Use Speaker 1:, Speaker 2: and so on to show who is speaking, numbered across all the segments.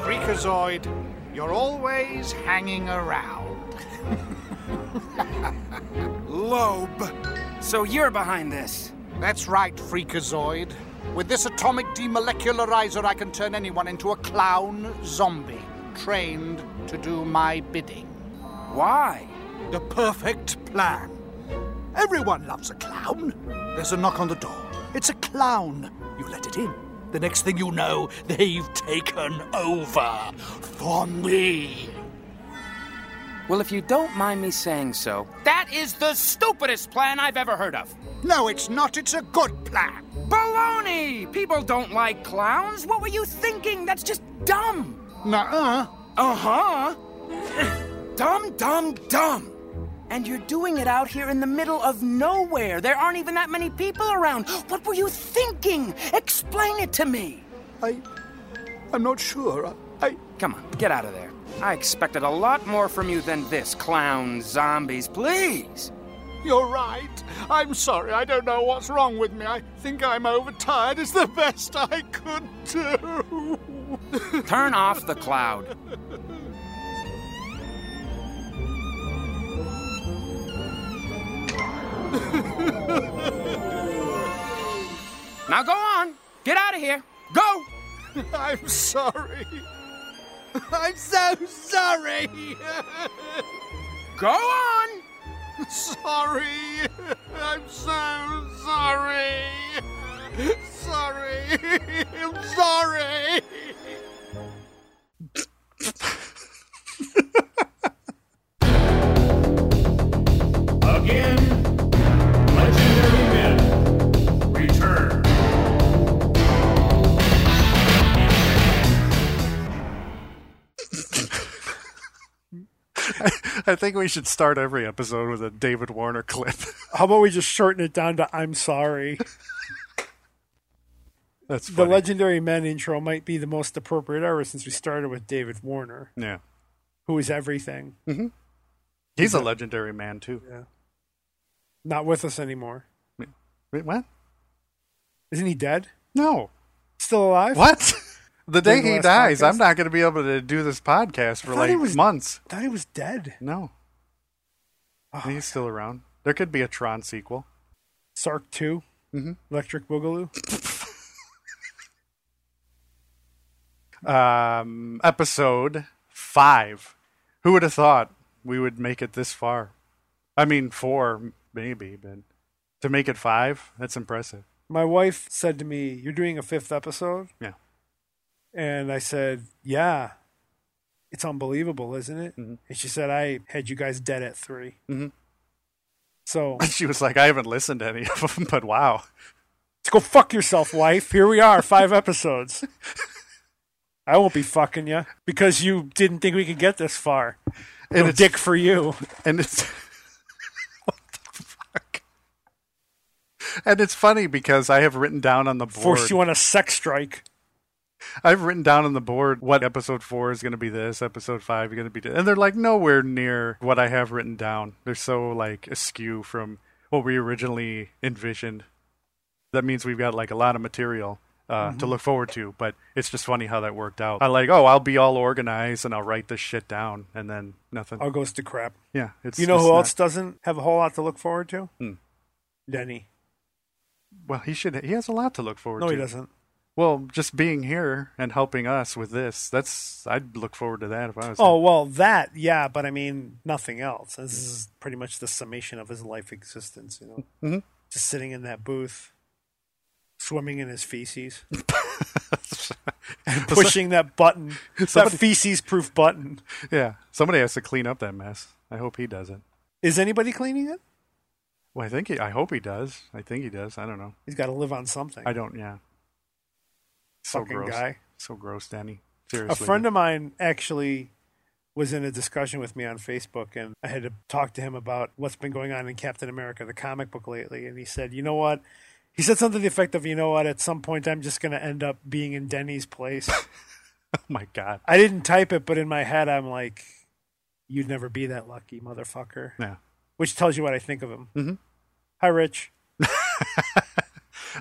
Speaker 1: Freakazoid, you're always hanging around.
Speaker 2: Loeb. So you're behind this.
Speaker 1: That's right, Freakazoid. With this atomic demolecularizer, I can turn anyone into a clown zombie trained to do my bidding.
Speaker 2: Why?
Speaker 1: The perfect plan. Everyone loves a clown. There's a knock on the door. It's a clown. You let it in. The next thing you know, they've taken over for me.
Speaker 2: Well, if you don't mind me saying so, that is the stupidest plan I've ever heard of.
Speaker 1: No, it's not. It's a good plan.
Speaker 2: Baloney! People don't like clowns. What were you thinking? That's just dumb.
Speaker 1: Nuh-uh.
Speaker 2: Uh huh. dumb, dumb, dumb. And you're doing it out here in the middle of nowhere. There aren't even that many people around. What were you thinking? Explain it to me.
Speaker 1: I, I'm not sure. I, I,
Speaker 2: Come on, get out of there. I expected a lot more from you than this, clown zombies. Please.
Speaker 1: you're right. I'm sorry. I don't know what's wrong with me. I think I'm overtired. It's the best I could do.
Speaker 2: Turn off the cloud. now go on. Get out of here. Go.
Speaker 1: I'm sorry. I'm so sorry.
Speaker 2: Go on.
Speaker 1: sorry. I'm so sorry. Sorry. I'm sorry.
Speaker 3: Again, legendary men return.
Speaker 4: I think we should start every episode with a David Warner clip.
Speaker 5: How about we just shorten it down to "I'm sorry"?
Speaker 4: That's
Speaker 5: The
Speaker 4: funny.
Speaker 5: legendary men intro might be the most appropriate ever since we started with David Warner,
Speaker 4: yeah.
Speaker 5: who is everything.
Speaker 4: He's a legendary man too.
Speaker 5: Not with us anymore,
Speaker 4: Wait, what?
Speaker 5: isn't he? Dead?
Speaker 4: No.
Speaker 5: Still alive?
Speaker 4: What? The day
Speaker 5: the
Speaker 4: he
Speaker 5: last
Speaker 4: dies,
Speaker 5: podcast?
Speaker 4: I'm not going to be able to do this podcast for
Speaker 5: thought
Speaker 4: like
Speaker 5: he was-
Speaker 4: months.
Speaker 5: Thought he was dead.
Speaker 4: No,
Speaker 5: Oh,
Speaker 4: he's still around. There could be a Tron sequel.
Speaker 5: Sark 2
Speaker 4: Mm-hmm.
Speaker 5: Electric Boogaloo.
Speaker 4: Um, episode five. Who would have thought we would make it this far? I mean, four maybe, but to make it five, that's impressive.
Speaker 5: My wife said to me, "You're doing a fifth episode."
Speaker 4: Yeah.
Speaker 5: And I said, Yeah, it's unbelievable, isn't it?
Speaker 4: Mm-hmm.
Speaker 5: And she said, I had you guys dead at 3
Speaker 4: Mhm.
Speaker 5: So
Speaker 4: She was like, I haven't listened to any of them, but wow.
Speaker 5: go fuck yourself, wife. Here we are, five episodes. I won't be fucking you because you didn't think we could get this far.
Speaker 4: And
Speaker 5: No
Speaker 4: it's-
Speaker 5: dick for you.
Speaker 4: and it's what the fuck? And it's funny because I have written down on the board.
Speaker 5: Forced you on a sex strike.
Speaker 4: I've written down on the board what episode four is going to be. This episode five is going to be, this. and they're like nowhere near what I have written down. They're so like askew from what we originally envisioned. That means we've got like a lot of material. Uh,
Speaker 5: Mm-hmm.
Speaker 4: To look forward to, but it's just funny how that worked out. I like, oh, I'll be all organized and I'll write this shit down, and then nothing.
Speaker 5: All goes to crap.
Speaker 4: yeah, it's
Speaker 5: You know
Speaker 4: it's
Speaker 5: who
Speaker 4: not-
Speaker 5: else doesn't have a whole lot to look forward to?
Speaker 4: Hmm.
Speaker 5: Denny.
Speaker 4: Well, he should. He has a lot to look forward
Speaker 5: No,
Speaker 4: to.
Speaker 5: he doesn't.
Speaker 4: Well, just being here and helping us with this, that's I'd look forward to that if I was
Speaker 5: Oh
Speaker 4: him.
Speaker 5: well, that yeah, but I mean nothing else. This
Speaker 4: Hmm.
Speaker 5: is pretty much the summation of his life existence. You know,
Speaker 4: Mhm.
Speaker 5: just sitting in that booth, swimming in his feces, pushing that button,
Speaker 4: Somebody-
Speaker 5: that feces-proof button.
Speaker 4: Yeah. Somebody has to clean up that mess. I hope he does it.
Speaker 5: Is anybody cleaning it?
Speaker 4: Well, I think he, I hope he does. I think he does. I don't know.
Speaker 5: He's got to live on something.
Speaker 4: I don't yeah. So
Speaker 5: Fucking
Speaker 4: gross.
Speaker 5: guy.
Speaker 4: So gross, Danny.
Speaker 5: a
Speaker 4: Seriously.
Speaker 5: friend of mine actually was in a discussion with me on Facebook, and I had to talk to him about what's been going on in Captain America, the comic book lately. And he said, You know what? He said something to the effect of, You know what? At some point, I'm just going to end up being in Denny's place.
Speaker 4: Oh my god.
Speaker 5: I didn't type it, but in my head, I'm like, You'd never be that lucky, motherfucker.
Speaker 4: Yeah.
Speaker 5: Which tells you what I think of him. Mm-hmm. Hi, Rich.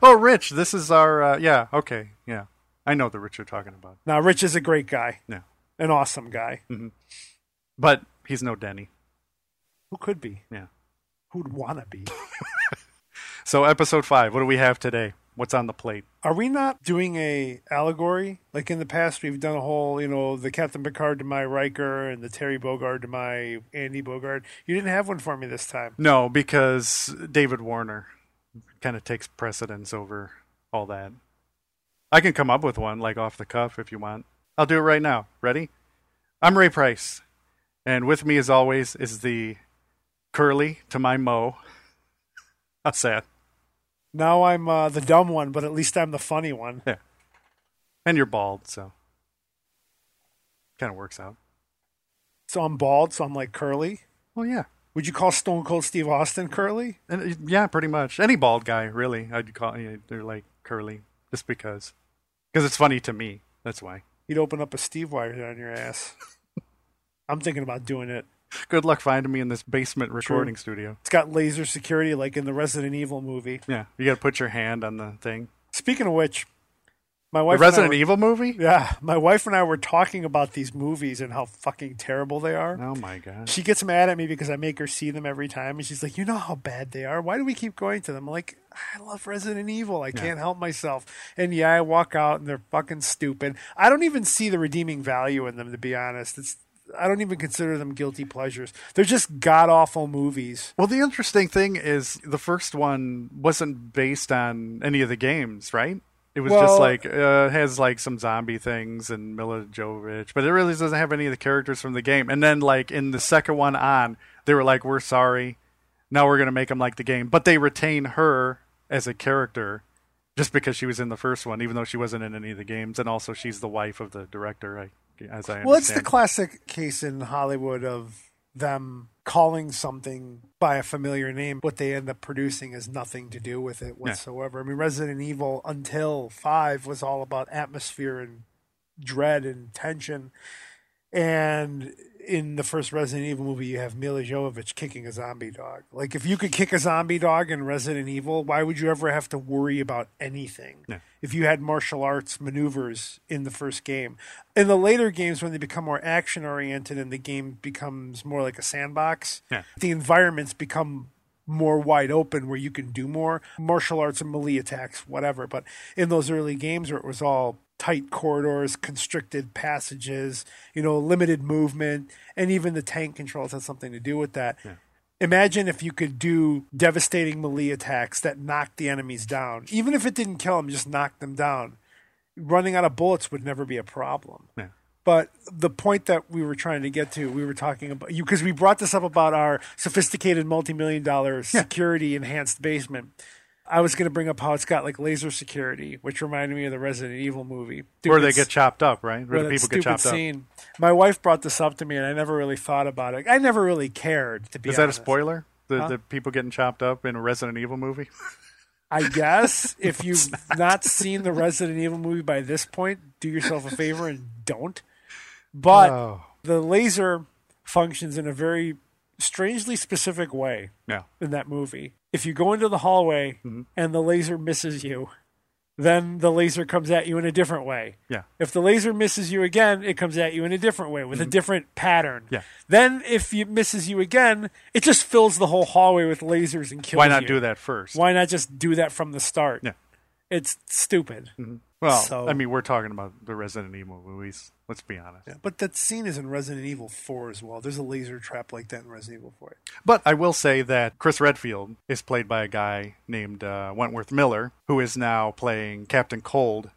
Speaker 4: Oh, Rich, this is our uh, yeah, okay. Yeah. I know the Rich you're talking about.
Speaker 5: Now, Rich is a great guy,
Speaker 4: No,
Speaker 5: an awesome guy.
Speaker 4: but he's no Denny.
Speaker 5: Who could be?
Speaker 4: Yeah.
Speaker 5: Who'd want to be?
Speaker 4: So episode five. What do we have today? What's on the plate?
Speaker 5: Are we not doing a allegory? Like in the past, we've done a whole, you know, the Captain Picard to my Riker and the Terry Bogard to my Andy Bogard. You didn't have one for me this time.
Speaker 4: No, because David Warner kind of takes precedence over all that. I can come up with one like off the cuff if you want. I'll do it right now. Ready? I'm Ray Price, and with me as always is the curly to my mo. How sad.
Speaker 5: Now I'm uh, the dumb one, but at least I'm the funny one.
Speaker 4: And you're bald, so kind of works out.
Speaker 5: So I'm bald, so I'm like curly.
Speaker 4: Well, yeah,
Speaker 5: Would you call Stone Cold Steve Austin curly?
Speaker 4: and uh, yeah, pretty much any bald guy, really. I'd call you know, they're like curly, just because, because it's funny to me. That's why.
Speaker 5: He'd open up a Steve wire down your ass. I'm thinking about doing it.
Speaker 4: Good luck finding me in this basement recording studio.
Speaker 5: It's got laser security like in the Resident Evil movie.
Speaker 4: Yeah, you got to put your hand on the thing.
Speaker 5: Speaking of which, my
Speaker 4: The
Speaker 5: wife and I
Speaker 4: Resident
Speaker 5: were-
Speaker 4: Evil movie?
Speaker 5: Yeah, my wife and I were talking about these movies and how fucking terrible they are.
Speaker 4: Oh my gosh.
Speaker 5: She gets mad at me because I make her see them every time, and she's like, "You know how bad they are. Why do we keep going to them?" I'm like, I love Resident Evil. I can't help myself. And yeah, I walk out, and they're fucking stupid. I don't even see the redeeming value in them, to be honest. It's I don't even consider them guilty pleasures. They're just god awful movies.
Speaker 4: Well, the interesting thing is the first one wasn't based on any of the games, right? It was
Speaker 5: Well-
Speaker 4: just like uh, it has like some zombie things and Mila Jovovich, but it really doesn't have any of the characters from the game. And then like in the second one on, they were like, "We're sorry, now we're gonna make them like the game," but they retain her as a character just because she was in the first one, even though she wasn't in any of the games, and also she's the wife of the director. I, as I understand.
Speaker 5: Well, it's the classic case in Hollywood of them calling something by a familiar name. What they end up producing has nothing to do with it whatsoever. I mean, Resident Evil until five was all about atmosphere and dread and tension. And in the first Resident Evil movie, you have Mila Jovovich kicking a zombie dog. Like, if you could kick a zombie dog in Resident Evil, why would you ever have to worry about anything? If you had martial arts maneuvers in the first game, in the later games when they become more action oriented and the game becomes more like a sandbox,
Speaker 4: Yeah.
Speaker 5: the environments become more wide open where you can do more martial arts and melee attacks, whatever. But in those early games where it was all tight corridors, constricted passages, you know, limited movement, and even the tank controls had something to do with that. Imagine if you could do devastating melee attacks that knocked the enemies down, even if it didn't kill them, just knocked them down. Running out of bullets would never be a problem.
Speaker 4: Yeah.
Speaker 5: But the point that we were trying to get to, we were talking about you because we brought this up about our sophisticated multi-million dollar security enhanced basement. I was going to bring up how it's got like laser security, which reminded me of the Resident Evil movie. Dude,
Speaker 4: where they
Speaker 5: it's-
Speaker 4: get chopped up, right? Where
Speaker 5: that
Speaker 4: the people get
Speaker 5: stupid
Speaker 4: chopped up.
Speaker 5: scene. My wife brought this up to me, and I never really thought about it. I never really cared to be.
Speaker 4: Is that a
Speaker 5: honest.
Speaker 4: spoiler? The, the people getting chopped up in a Resident Evil movie?
Speaker 5: I guess if you've not seen the Resident Evil movie by this point, do yourself a favor and don't. But
Speaker 4: Oh.
Speaker 5: the laser functions in a very strangely specific way
Speaker 4: Yeah.
Speaker 5: in that movie. If you go into the hallway
Speaker 4: Mm-hmm.
Speaker 5: and the laser misses you, then the laser comes at you in a different way.
Speaker 4: Yeah.
Speaker 5: If the laser misses you again, it comes at you in a different way with a different pattern.
Speaker 4: Mm-hmm. Yeah.
Speaker 5: Then if it misses you again, it just fills the whole hallway with lasers and kills
Speaker 4: Why not
Speaker 5: you.
Speaker 4: do that first?
Speaker 5: Why not just do that from the start?
Speaker 4: Yeah.
Speaker 5: It's stupid.
Speaker 4: well,
Speaker 5: So-
Speaker 4: I mean, we're talking about the Resident Evil movies. Let's be honest.
Speaker 5: But that scene is in Resident Evil 4 as well. There's a laser trap like that in Resident Evil 4.
Speaker 4: But I will say that Chris Redfield is played by a guy named uh, Wentworth Miller, who is now playing Captain Cold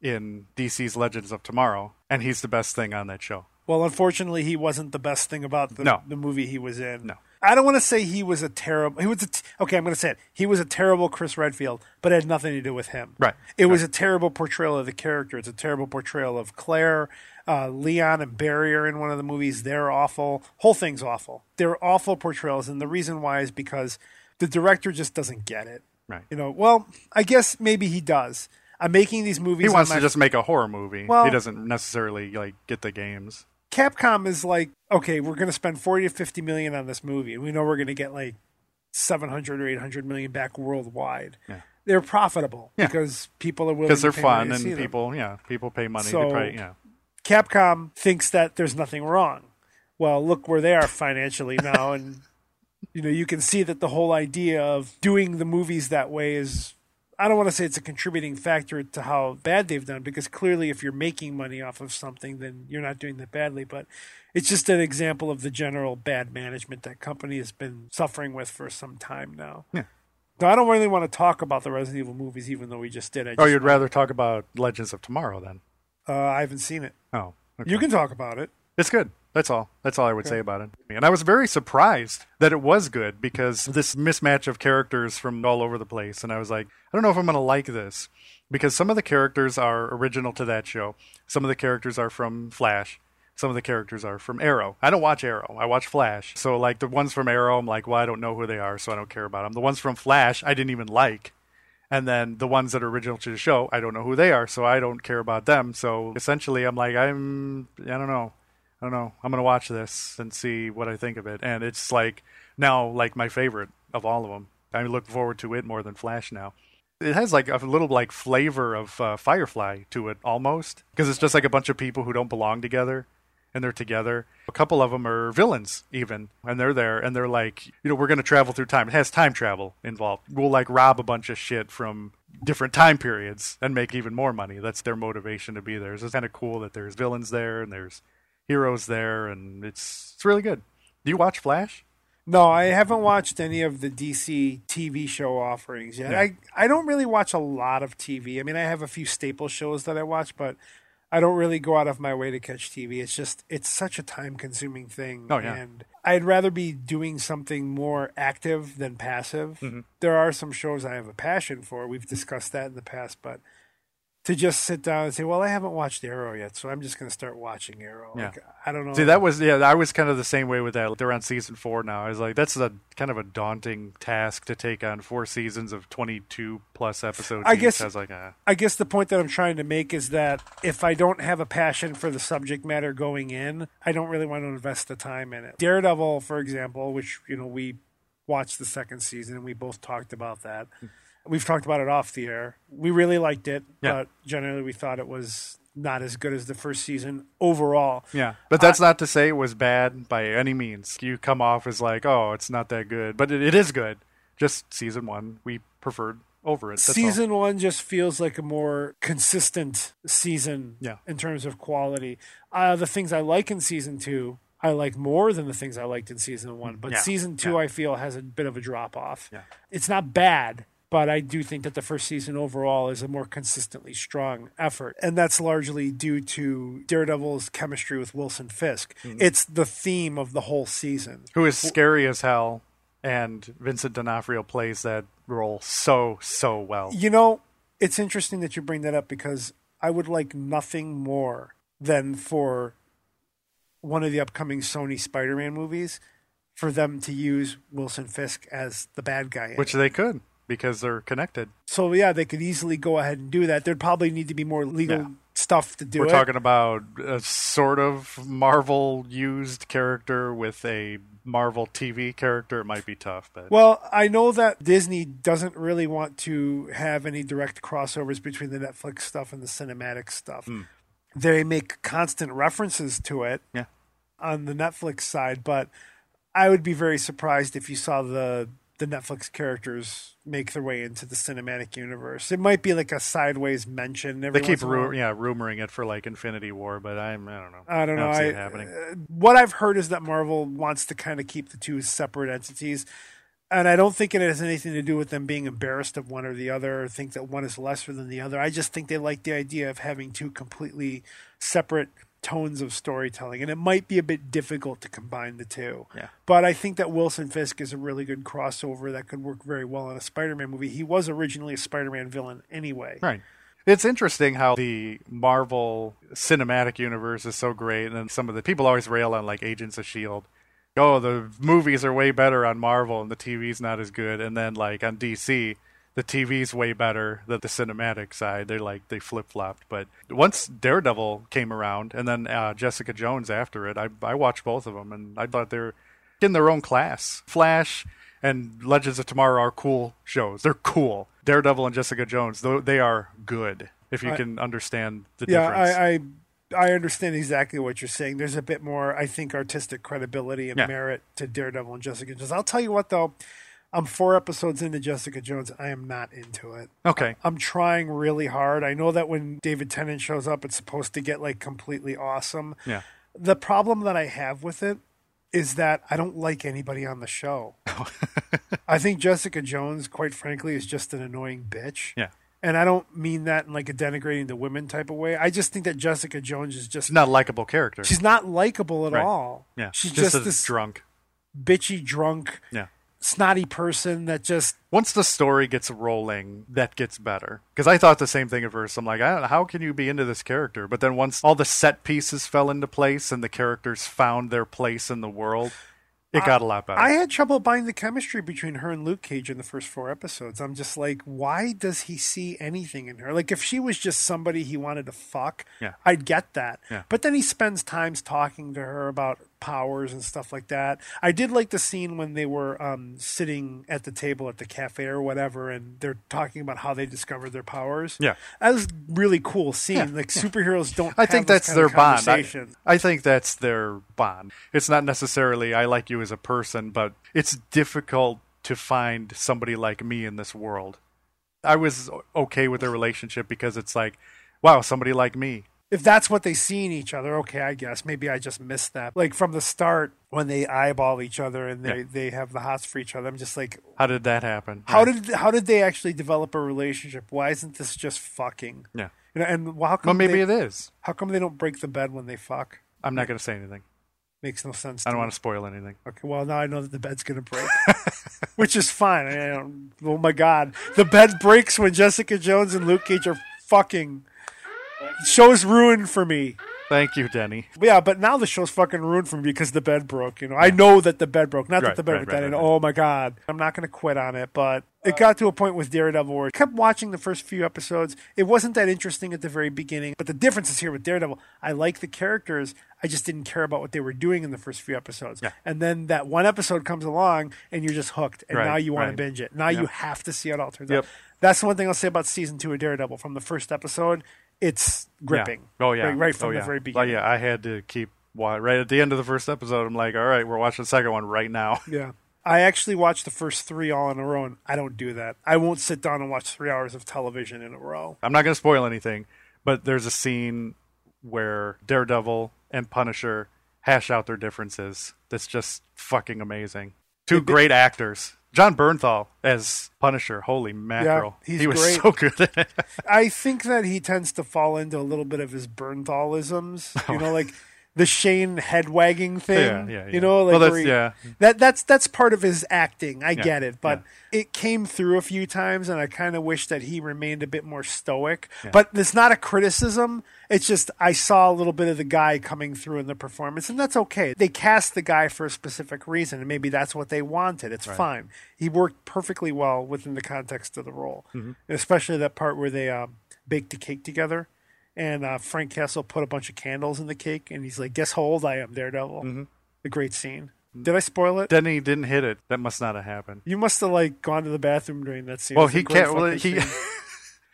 Speaker 4: in DC's Legends of Tomorrow, and he's the best thing on that show.
Speaker 5: Well, unfortunately, he wasn't the best thing about the,
Speaker 4: No.
Speaker 5: the movie he was in.
Speaker 4: No.
Speaker 5: I don't want to say he was a terrible. He was a t- okay. I'm going to say it. He was a terrible Chris Redfield, but it had nothing to do with him.
Speaker 4: Right.
Speaker 5: It was a terrible portrayal of the character. It's a terrible portrayal of Claire, uh, Leon, and Barry are in one of the movies. They're awful. Whole thing's awful. They're awful portrayals, and the reason why is because the director just doesn't get it.
Speaker 4: Right.
Speaker 5: You know. Well, I guess maybe he does. I'm making these movies.
Speaker 4: He
Speaker 5: on
Speaker 4: wants
Speaker 5: my-
Speaker 4: to just make a horror movie.
Speaker 5: Well-
Speaker 4: he doesn't necessarily like get the games.
Speaker 5: Capcom is like, okay, we're going to spend 40 to 50 million on this movie, and we know we're going to get like 700 or 800 million back worldwide. they're profitable
Speaker 4: Yeah.
Speaker 5: because people are willing
Speaker 4: because they're
Speaker 5: to pay
Speaker 4: fun
Speaker 5: money to see
Speaker 4: and
Speaker 5: them.
Speaker 4: people, yeah, people pay money.
Speaker 5: So-
Speaker 4: to probably, yeah.
Speaker 5: Capcom thinks that there's nothing wrong. Well, look where they are financially now, and you know you can see that the whole idea of doing the movies that way is. I don't want to say it's a contributing factor to how bad they've done because clearly, if you're making money off of something, then you're not doing that badly. But it's just an example of the general bad management that company has been suffering with for some time now.
Speaker 4: Yeah.
Speaker 5: So I don't really want to talk about the Resident Evil movies, even though we just did. I just,
Speaker 4: Oh, you'd rather talk about Legends of Tomorrow then?
Speaker 5: uh, I haven't seen it.
Speaker 4: Oh, okay.
Speaker 5: You can talk about it.
Speaker 4: It's good. That's all. That's all I would say about it. And I was very surprised that it was good because this mismatch of characters from all over the place. And I was like, I don't know if I'm going to like this because some of the characters are original to that show. Some of the characters are from Flash. Some of the characters are from Arrow. I don't watch Arrow. I watch Flash. So, like, the ones from Arrow, I'm like, well, I don't know who they are, so I don't care about them. The ones from Flash, I didn't even like. And then the ones that are original to the show, I don't know who they are, so I don't care about them. So essentially, I'm like, I'm, I don't know. I don't know. I'm going to watch this and see what I think of it. And it's like now, like my favorite of all of them. I look forward to it more than Flash now. It has like a little like flavor of uh, Firefly to it almost because it's just like a bunch of people who don't belong together and they're together. A couple of them are villains, even, and they're there, and they're like, you know, we're going to travel through time. It has time travel involved. We'll like rob a bunch of shit from different time periods and make even more money. That's their motivation to be there. So it's kind of cool that there's villains there and there's heroes there, and it's it's really good. Do you watch Flash?
Speaker 5: No, I haven't watched any of the DC TV show offerings yet. I, I don't really watch a lot of TV. I mean, I have a few staple shows that I watch, but I don't really go out of my way to catch TV. It's just it's such a time consuming thing.
Speaker 4: Oh, yeah.
Speaker 5: And I'd rather be doing something more active than passive.
Speaker 4: Mm-hmm.
Speaker 5: There are some shows I have a passion for. We've discussed that in the past, but to just sit down and say, "Well, I haven't watched Arrow yet, so I'm just going to start watching Arrow."
Speaker 4: Yeah.
Speaker 5: Like, I don't know.
Speaker 4: See, that was yeah. I was kind of the same way with that. They're on season four now. I was like, that's a kind of a daunting task to take on four seasons of twenty two plus episodes.
Speaker 5: I
Speaker 4: each.
Speaker 5: guess-
Speaker 4: I was like, ah.
Speaker 5: I guess the point that I'm trying to make is that if I don't have a passion for the subject matter going in, I don't really want to invest the time in it. Daredevil, for example, which you know we watched the second season and we both talked about that. We've talked about it off the air. We really liked it,
Speaker 4: Yeah.
Speaker 5: but generally we thought it was not as good as the first season overall.
Speaker 4: Yeah, but that's not to say it was bad by any means. You come off as like, oh, it's not that good, but it, it is good. Just season one, we preferred over it. That's all.
Speaker 5: season one just feels like a more consistent season
Speaker 4: Yeah.
Speaker 5: in terms of quality. Uh, the things I like in season two, I like more than the things I liked in season one. But
Speaker 4: Yeah.
Speaker 5: season two,
Speaker 4: Yeah.
Speaker 5: I feel, has a bit of a drop off.
Speaker 4: Yeah.
Speaker 5: It's not bad, but I do think that the first season overall is a more consistently strong effort. And that's largely due to Daredevil's chemistry with Wilson Fisk. It's the theme of the whole season.
Speaker 4: Mm-hmm. who is scary as hell, and Vincent D'Onofrio plays that role so so well.
Speaker 5: You know, it's interesting that you bring that up because I would like nothing more than for one of the upcoming Sony Spider-Man movies for them to use Wilson Fisk as the bad guy. in
Speaker 4: Which
Speaker 5: it.
Speaker 4: they could because they're connected.
Speaker 5: so yeah, they could easily go ahead and do that. There'd probably need to be more legal
Speaker 4: Yeah.
Speaker 5: stuff to do
Speaker 4: We're
Speaker 5: it.
Speaker 4: talking about a sort of Marvel used character with a Marvel TV character. It might be tough, but
Speaker 5: Well, I know that Disney doesn't really want to have any direct crossovers between the Netflix stuff and the cinematic stuff.
Speaker 4: Hmm.
Speaker 5: They make constant references to it
Speaker 4: Yeah.
Speaker 5: on the Netflix side, but I would be very surprised if you saw the the Netflix characters make their way into the cinematic universe. It might be like a sideways mention.
Speaker 4: they
Speaker 5: Every
Speaker 4: keep
Speaker 5: once in a while.
Speaker 4: ru- yeah rumoring it for like Infinity War, but I'm I don't know.
Speaker 5: I don't know.
Speaker 4: see
Speaker 5: I-
Speaker 4: it happening.
Speaker 5: what I've heard is that Marvel wants to kind of keep the two separate entities. And I don't think it has anything to do with them being embarrassed of one or the other or think that one is lesser than the other. I just think they like the idea of having two completely separate tones of storytelling. And it might be a bit difficult to combine the two.
Speaker 4: Yeah.
Speaker 5: But I think that Wilson Fisk is a really good crossover that could work very well in a Spider Man movie. He was originally a Spider Man villain anyway.
Speaker 4: Right. It's interesting how the Marvel cinematic universe is so great, and then some of the people always rail on like Agents of Shield. Oh, the movies are way better on Marvel, and the TV's not as good. And then like on DC, the TV's way better than the cinematic side. They're like they flip flopped. But once Daredevil came around, and then uh, Jessica Jones after it, I I watched both of them, and I thought they're in their own class. Flash and Legends of Tomorrow are cool shows. They're cool. Daredevil and Jessica Jones, though they are good. If you
Speaker 5: I-
Speaker 4: can understand the
Speaker 5: yeah,
Speaker 4: difference.
Speaker 5: I, I I understand exactly what you're saying. There's a bit more, I think, artistic credibility and
Speaker 4: Yeah.
Speaker 5: merit to Daredevil and Jessica Jones. I'll tell you what, though, I'm four episodes into Jessica Jones. I am not into it.
Speaker 4: okay.
Speaker 5: I'm trying really hard. I know that when David Tennant shows up, it's supposed to get like completely awesome.
Speaker 4: Yeah.
Speaker 5: The problem that I have with it is that I don't like anybody on the show. I think Jessica Jones, quite frankly, is just an annoying bitch.
Speaker 4: Yeah.
Speaker 5: And I don't mean that in like a denigrating the women type of way. I just think that Jessica Jones is just
Speaker 4: She's not a likable character.
Speaker 5: she's not likable at
Speaker 4: Right.
Speaker 5: all.
Speaker 4: yeah.
Speaker 5: She's
Speaker 4: just,
Speaker 5: just,
Speaker 4: a
Speaker 5: this
Speaker 4: drunk.
Speaker 5: bitchy, drunk,
Speaker 4: Yeah.
Speaker 5: snotty person that just
Speaker 4: Once the story gets rolling, that gets better. Because I thought the same thing at first. I'm like, I don't, how can you be into this character? But then once all the set pieces fell into place and the characters found their place in the world, it got a lot better.
Speaker 5: I had trouble buying the chemistry between her and Luke Cage in the first four episodes. I'm just like, why does he see anything in her? Like, if she was just somebody he wanted to fuck,
Speaker 4: Yeah.
Speaker 5: I'd get that.
Speaker 4: Yeah.
Speaker 5: But then he spends times talking to her about powers and stuff like that. I did like the scene when they were um, sitting at the table at the cafe or whatever, and they're talking about how they discovered their powers.
Speaker 4: Yeah.
Speaker 5: that was a really cool scene. like superheroes don't.
Speaker 4: I
Speaker 5: have
Speaker 4: think
Speaker 5: those
Speaker 4: that's
Speaker 5: kind
Speaker 4: their
Speaker 5: of
Speaker 4: bond. I,
Speaker 5: conversations.
Speaker 4: I think that's their bond. It's not necessarily I like you as a person, but it's difficult to find somebody like me in this world. I was o- okay with their relationship because it's like, wow, somebody like me.
Speaker 5: if that's what they see in each other, okay, I guess maybe I just missed that. Like from the start, when they eyeball each other and they,
Speaker 4: Yeah.
Speaker 5: they have the hots for each other, I'm just like,
Speaker 4: How did that happen?
Speaker 5: how
Speaker 4: Right.
Speaker 5: did how did they actually develop a relationship? Why isn't this just fucking?
Speaker 4: Yeah.
Speaker 5: You know, and how come
Speaker 4: Well, maybe
Speaker 5: they,
Speaker 4: it is.
Speaker 5: how come they don't break the bed when they fuck?
Speaker 4: I'm not going to say anything.
Speaker 5: Makes no sense.
Speaker 4: I don't
Speaker 5: to
Speaker 4: want to spoil anything.
Speaker 5: me. Okay, well now I know that the bed's gonna break, which is fine. I don't, oh my god, the bed breaks when Jessica Jones and Luke Cage are fucking. Show's ruined for me.
Speaker 4: Thank you, Denny.
Speaker 5: Yeah, but now the show's fucking ruined for me because the bed broke. You know, I know that the bed broke. Not
Speaker 4: Right,
Speaker 5: that the bed
Speaker 4: right, right,
Speaker 5: broke. that. I
Speaker 4: right,
Speaker 5: know,
Speaker 4: right.
Speaker 5: Oh my god, I'm not going to quit on it. But it got to a point with Daredevil where I kept watching the first few episodes. It wasn't that interesting at the very beginning. But the difference is here with Daredevil. I like the characters. I just didn't care about what they were doing in the first few episodes.
Speaker 4: Yeah.
Speaker 5: And then that one episode comes along, and you're just hooked. And
Speaker 4: Right,
Speaker 5: now you want
Speaker 4: right.
Speaker 5: to binge it. Now you
Speaker 4: Yep.
Speaker 5: have to see how it all turns
Speaker 4: Yep.
Speaker 5: out. That's the one thing I'll say about season two of Daredevil. From the first episode, it's gripping.
Speaker 4: Yeah. Oh yeah.
Speaker 5: Right, right from
Speaker 4: Oh,
Speaker 5: the
Speaker 4: yeah.
Speaker 5: very
Speaker 4: Oh,
Speaker 5: beginning.
Speaker 4: yeah, I had to keep wa- right at the end of the first episode. I'm like, all right, we're watching the second one right now.
Speaker 5: Yeah. I actually watch the first three all in a row, and I don't do that. I won't sit down and watch three hours of television in a row.
Speaker 4: I'm not going to spoil anything, but there's a scene where Daredevil and Punisher hash out their differences. That's just fucking amazing. Two great actors. John Bernthal as Punisher. Holy mackerel.
Speaker 5: he's
Speaker 4: he was
Speaker 5: great.
Speaker 4: so good at it.
Speaker 5: I think that he tends to fall into a little bit of his Berntholisms, you know, like the Shane head wagging thing.
Speaker 4: Oh. Yeah, yeah, yeah.
Speaker 5: You know, like
Speaker 4: Well, that's-
Speaker 5: where he-
Speaker 4: yeah.
Speaker 5: that that's that's part of his acting. I get it, but it came through a few times, and I kind of wish that he remained a bit more stoic. But it's not a criticism. It's just I saw a little bit of the guy coming through in the performance, and that's okay. They cast the guy for a specific reason, and maybe that's what they wanted. It's fine. He worked perfectly well within the context of the role, especially that part where they um, baked the cake together. And uh, Frank Castle put a bunch of candles in the cake, and he's like, "Guess how old I am, Daredevil." A great scene.
Speaker 4: Mm.
Speaker 5: Did I spoil it?
Speaker 4: Denny didn't hit it. That must not have happened.
Speaker 5: You must have like gone to the bathroom during that scene.
Speaker 4: Well,
Speaker 5: It's a
Speaker 4: he
Speaker 5: great
Speaker 4: can't. Well,
Speaker 5: fucking
Speaker 4: he.
Speaker 5: scene.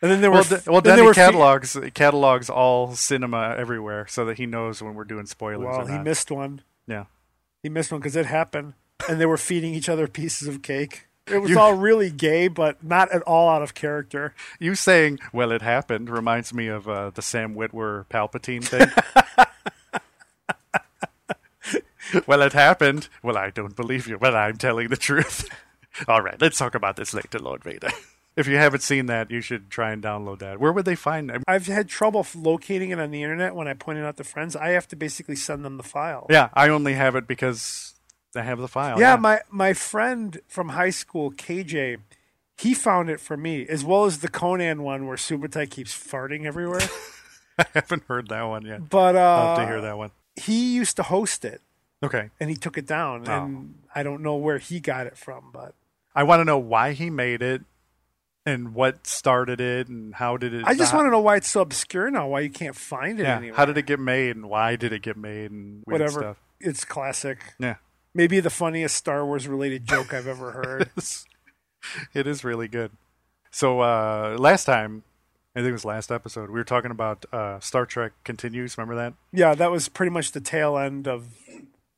Speaker 5: And then there
Speaker 4: Well,
Speaker 5: were
Speaker 4: De- well
Speaker 5: then
Speaker 4: Denny
Speaker 5: were fe-
Speaker 4: catalogs catalogs all cinema everywhere, so that he knows when we're doing spoilers.
Speaker 5: Well,
Speaker 4: or
Speaker 5: he
Speaker 4: not.
Speaker 5: missed one.
Speaker 4: Yeah,
Speaker 5: He missed one because it happened, and they were feeding each other pieces of cake. It was
Speaker 4: You-
Speaker 5: all really gay, but not at all out of character.
Speaker 4: you saying "well, it happened" reminds me of uh, the Sam Witwer Palpatine thing. well, it happened. Well, I don't believe you. Well, I'm telling the truth. all right, let's talk about this later, Lord Vader. If you haven't seen that, you should try and download that. Where would they find it?
Speaker 5: I've had trouble f- locating it on the internet when I pointed out to friends. I have to basically send them the file.
Speaker 4: Yeah, I only have it because I have the file.
Speaker 5: yeah, my my friend from high school, KJ, he found it for me as well as the Conan one where Subutai keeps farting everywhere.
Speaker 4: I haven't heard that one yet.
Speaker 5: But uh,
Speaker 4: I'll have to hear that one.
Speaker 5: he used to host it
Speaker 4: Okay.
Speaker 5: and he took it down
Speaker 4: Oh.
Speaker 5: and i don't know where he got it from but
Speaker 4: I want to know why he made it and what started it and how did it
Speaker 5: i just want to know why it's so obscure now why you can't find it
Speaker 4: yeah,
Speaker 5: anywhere
Speaker 4: how did it get made and why did it get made and weird
Speaker 5: whatever
Speaker 4: stuff.
Speaker 5: it's classic
Speaker 4: Yeah.
Speaker 5: maybe the funniest star wars related joke i've ever heard
Speaker 4: It's- it is really good. So uh, last time, I think it was last episode, we were talking about uh, Star Trek Continues. Remember that?
Speaker 5: Yeah, that was pretty much the tail end of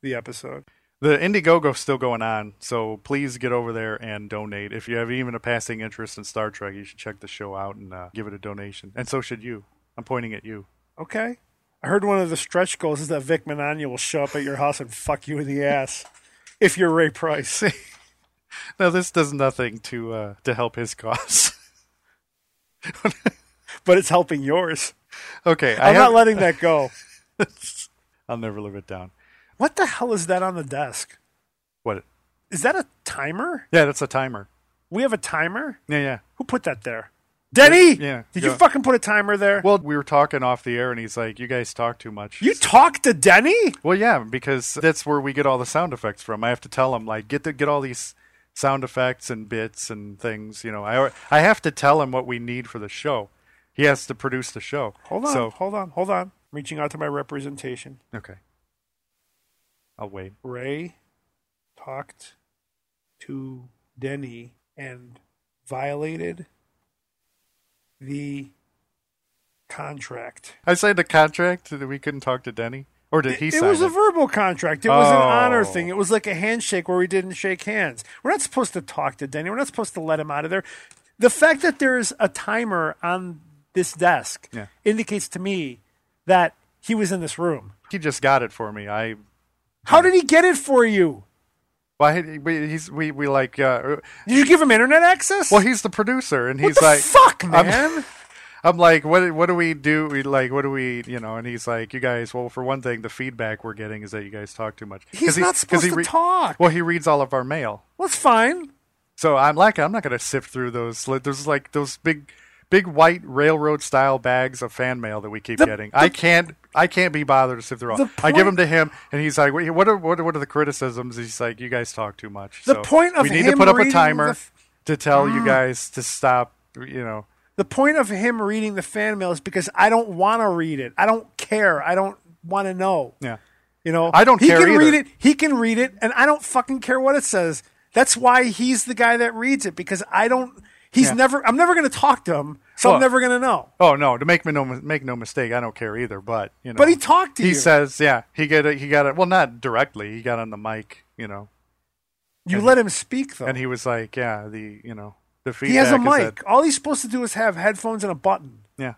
Speaker 5: the episode.
Speaker 4: The Indiegogo's still going on, so please get over there and donate. If you have even a passing interest in Star Trek, you should check the show out and uh, give it a donation. And so should you. I'm pointing at you.
Speaker 5: Okay. I heard one of the stretch goals is that Vic Manania will show up at your house and fuck you in the ass if you're Ray Price.
Speaker 4: Now this does nothing to uh, to help his cause.
Speaker 5: but it's helping yours.
Speaker 4: okay, I
Speaker 5: I'm
Speaker 4: have,
Speaker 5: not letting that go.
Speaker 4: I'll never live it down.
Speaker 5: What the hell is that on the desk?
Speaker 4: What?
Speaker 5: Is that a timer?
Speaker 4: Yeah, that's a timer.
Speaker 5: We have a timer?
Speaker 4: Yeah, yeah.
Speaker 5: Who put that there? Denny!
Speaker 4: Yeah,
Speaker 5: Did
Speaker 4: yeah.
Speaker 5: you fucking put a timer there?
Speaker 4: Well, we were talking off the air, and he's like, "You guys talk too much."
Speaker 5: you talked to Denny?
Speaker 4: Well, yeah, because that's where we get all the sound effects from. I have to tell him like get the, get all these sound effects and bits and things. You know, I I have to tell him what we need for the show. He has to produce the show.
Speaker 5: Hold on,
Speaker 4: So
Speaker 5: hold on, hold on. I'm reaching out to my representation.
Speaker 4: okay, I'll wait.
Speaker 5: Ray talked to Denny and violated the contract.
Speaker 4: I signed a contract that we couldn't talk to Denny, or did he
Speaker 5: it
Speaker 4: sign
Speaker 5: was a
Speaker 4: it?
Speaker 5: verbal contract. It was an honor
Speaker 4: Oh.
Speaker 5: thing. It was like a handshake where we didn't shake hands. We're not supposed to talk to Denny. We're not supposed to let him out of there. The fact that there's a timer on this desk
Speaker 4: Yeah.
Speaker 5: indicates to me that he was in this room.
Speaker 4: he just got it for me. I
Speaker 5: How did he get it for you?
Speaker 4: Why he- we he's we we like uh,
Speaker 5: Did you give him internet access?
Speaker 4: well he's the producer and he's
Speaker 5: what the
Speaker 4: like
Speaker 5: fuck,
Speaker 4: I'm-
Speaker 5: man.
Speaker 4: I'm like what what do we do we like what do we you know and he's like you guys well for one thing the feedback we're getting is that you guys talk too much 'Cause
Speaker 5: He's
Speaker 4: he-
Speaker 5: not
Speaker 4: 'cause
Speaker 5: supposed
Speaker 4: he
Speaker 5: to
Speaker 4: re-
Speaker 5: talk.
Speaker 4: well he reads all of our mail
Speaker 5: Well, it's fine.
Speaker 4: so I'm like I'm not gonna sift through those like, there's like those big big white railroad style bags of fan mail that we keep
Speaker 5: The-
Speaker 4: getting I can't I can't be bothered to sift through all
Speaker 5: The
Speaker 4: I give them
Speaker 5: point-
Speaker 4: to him and he's like what what are what are, what are the criticisms he's like you guys talk too much
Speaker 5: The
Speaker 4: So
Speaker 5: point of
Speaker 4: we need to
Speaker 5: him
Speaker 4: put up a
Speaker 5: reading
Speaker 4: timer
Speaker 5: the f- Ah.
Speaker 4: to tell you guys to stop you know
Speaker 5: The point of him reading the fan mail is because I don't want to read it. I don't care. I don't want to know.
Speaker 4: Yeah.
Speaker 5: You know,
Speaker 4: I don't
Speaker 5: he
Speaker 4: care
Speaker 5: can
Speaker 4: either.
Speaker 5: read it. He can read it, and I don't fucking care what it says. That's why he's the guy that reads it because I don't. He's
Speaker 4: Yeah.
Speaker 5: never. I'm never going to talk to him, so
Speaker 4: Well-
Speaker 5: I'm never going to know.
Speaker 4: Oh no, to make me no make no mistake, I don't care either. But you know,
Speaker 5: But he talked to
Speaker 4: he
Speaker 5: you.
Speaker 4: says, yeah, he got it. He got it. Well, not directly. He got on the mic, you know,
Speaker 5: You let him speak though.
Speaker 4: and he was like, yeah, the you know the feedback.
Speaker 5: he has a
Speaker 4: is
Speaker 5: mic.
Speaker 4: that-
Speaker 5: All he's supposed to do is have headphones and a button.
Speaker 4: yeah.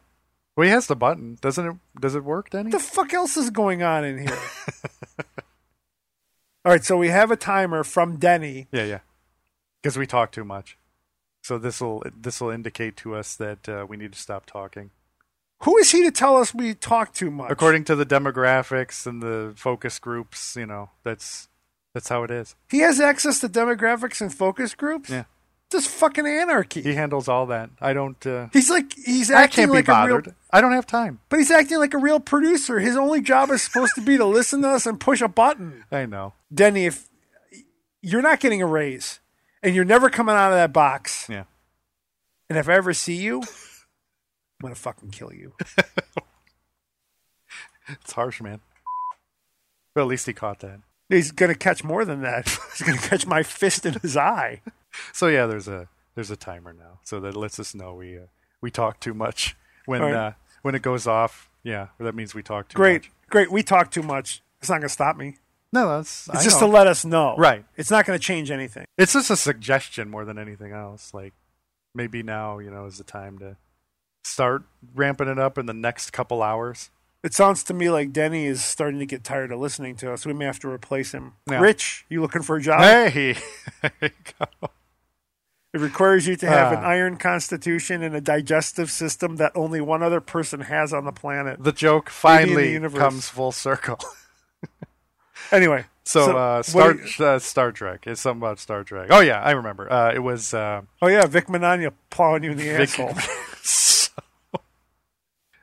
Speaker 4: Well, he has the button. Doesn't it? Does it work, Denny?
Speaker 5: What the fuck else is going on in here? All right, so we have a timer from Denny.
Speaker 4: yeah, yeah. Because we talk too much, so this will this will indicate to us that uh, we need to stop talking.
Speaker 5: Who is he to tell us we talk too much?
Speaker 4: According to the demographics and the focus groups, you know, that's that's how it is.
Speaker 5: he has access to demographics and focus groups.
Speaker 4: Yeah.
Speaker 5: This fucking anarchy.
Speaker 4: He handles all that. I don't. Uh,
Speaker 5: He's like he's
Speaker 4: I
Speaker 5: acting
Speaker 4: can't be
Speaker 5: like a
Speaker 4: bothered.
Speaker 5: real
Speaker 4: I don't have time.
Speaker 5: but he's acting like a real producer. His only job is supposed to be to listen to us and push a button.
Speaker 4: I know.
Speaker 5: Denny, if you're not getting a raise and you're never coming out of that box,
Speaker 4: Yeah.
Speaker 5: and if I ever see you, I'm gonna fucking kill you.
Speaker 4: It's harsh, man. But at least he caught that.
Speaker 5: He's gonna catch more than that. he's gonna catch my fist in his eye.
Speaker 4: So yeah, there's a there's a timer now, so that lets us know we uh, we talk too much when
Speaker 5: All right.
Speaker 4: uh, when it goes off. Yeah, that means we talk too
Speaker 5: Great,
Speaker 4: much.
Speaker 5: great. We talk too much. It's not gonna stop me.
Speaker 4: No, that's
Speaker 5: It's
Speaker 4: I
Speaker 5: just
Speaker 4: know.
Speaker 5: to let us know.
Speaker 4: Right.
Speaker 5: It's not gonna change anything.
Speaker 4: it's just a suggestion more than anything else. Like maybe now you know is the time to start ramping it up in the next couple hours.
Speaker 5: It sounds to me like Denny is starting to get tired of listening to us. We may have to replace him.
Speaker 4: Yeah.
Speaker 5: Rich, you looking for a job?
Speaker 4: Hey, there you go.
Speaker 5: It requires you to have an
Speaker 4: Ah.
Speaker 5: iron constitution and a digestive system that only one other person has on the planet.
Speaker 4: the joke
Speaker 5: Maybe in the
Speaker 4: finally
Speaker 5: universe.
Speaker 4: comes full circle.
Speaker 5: Anyway,
Speaker 4: So, uh,
Speaker 5: what
Speaker 4: Star
Speaker 5: do you-
Speaker 4: uh, Star Trek. It's something about Star Trek. Oh yeah, I remember. Uh, it was uh,
Speaker 5: oh yeah, Vic Manania plowing you in the
Speaker 4: Vic-
Speaker 5: asshole.
Speaker 4: so,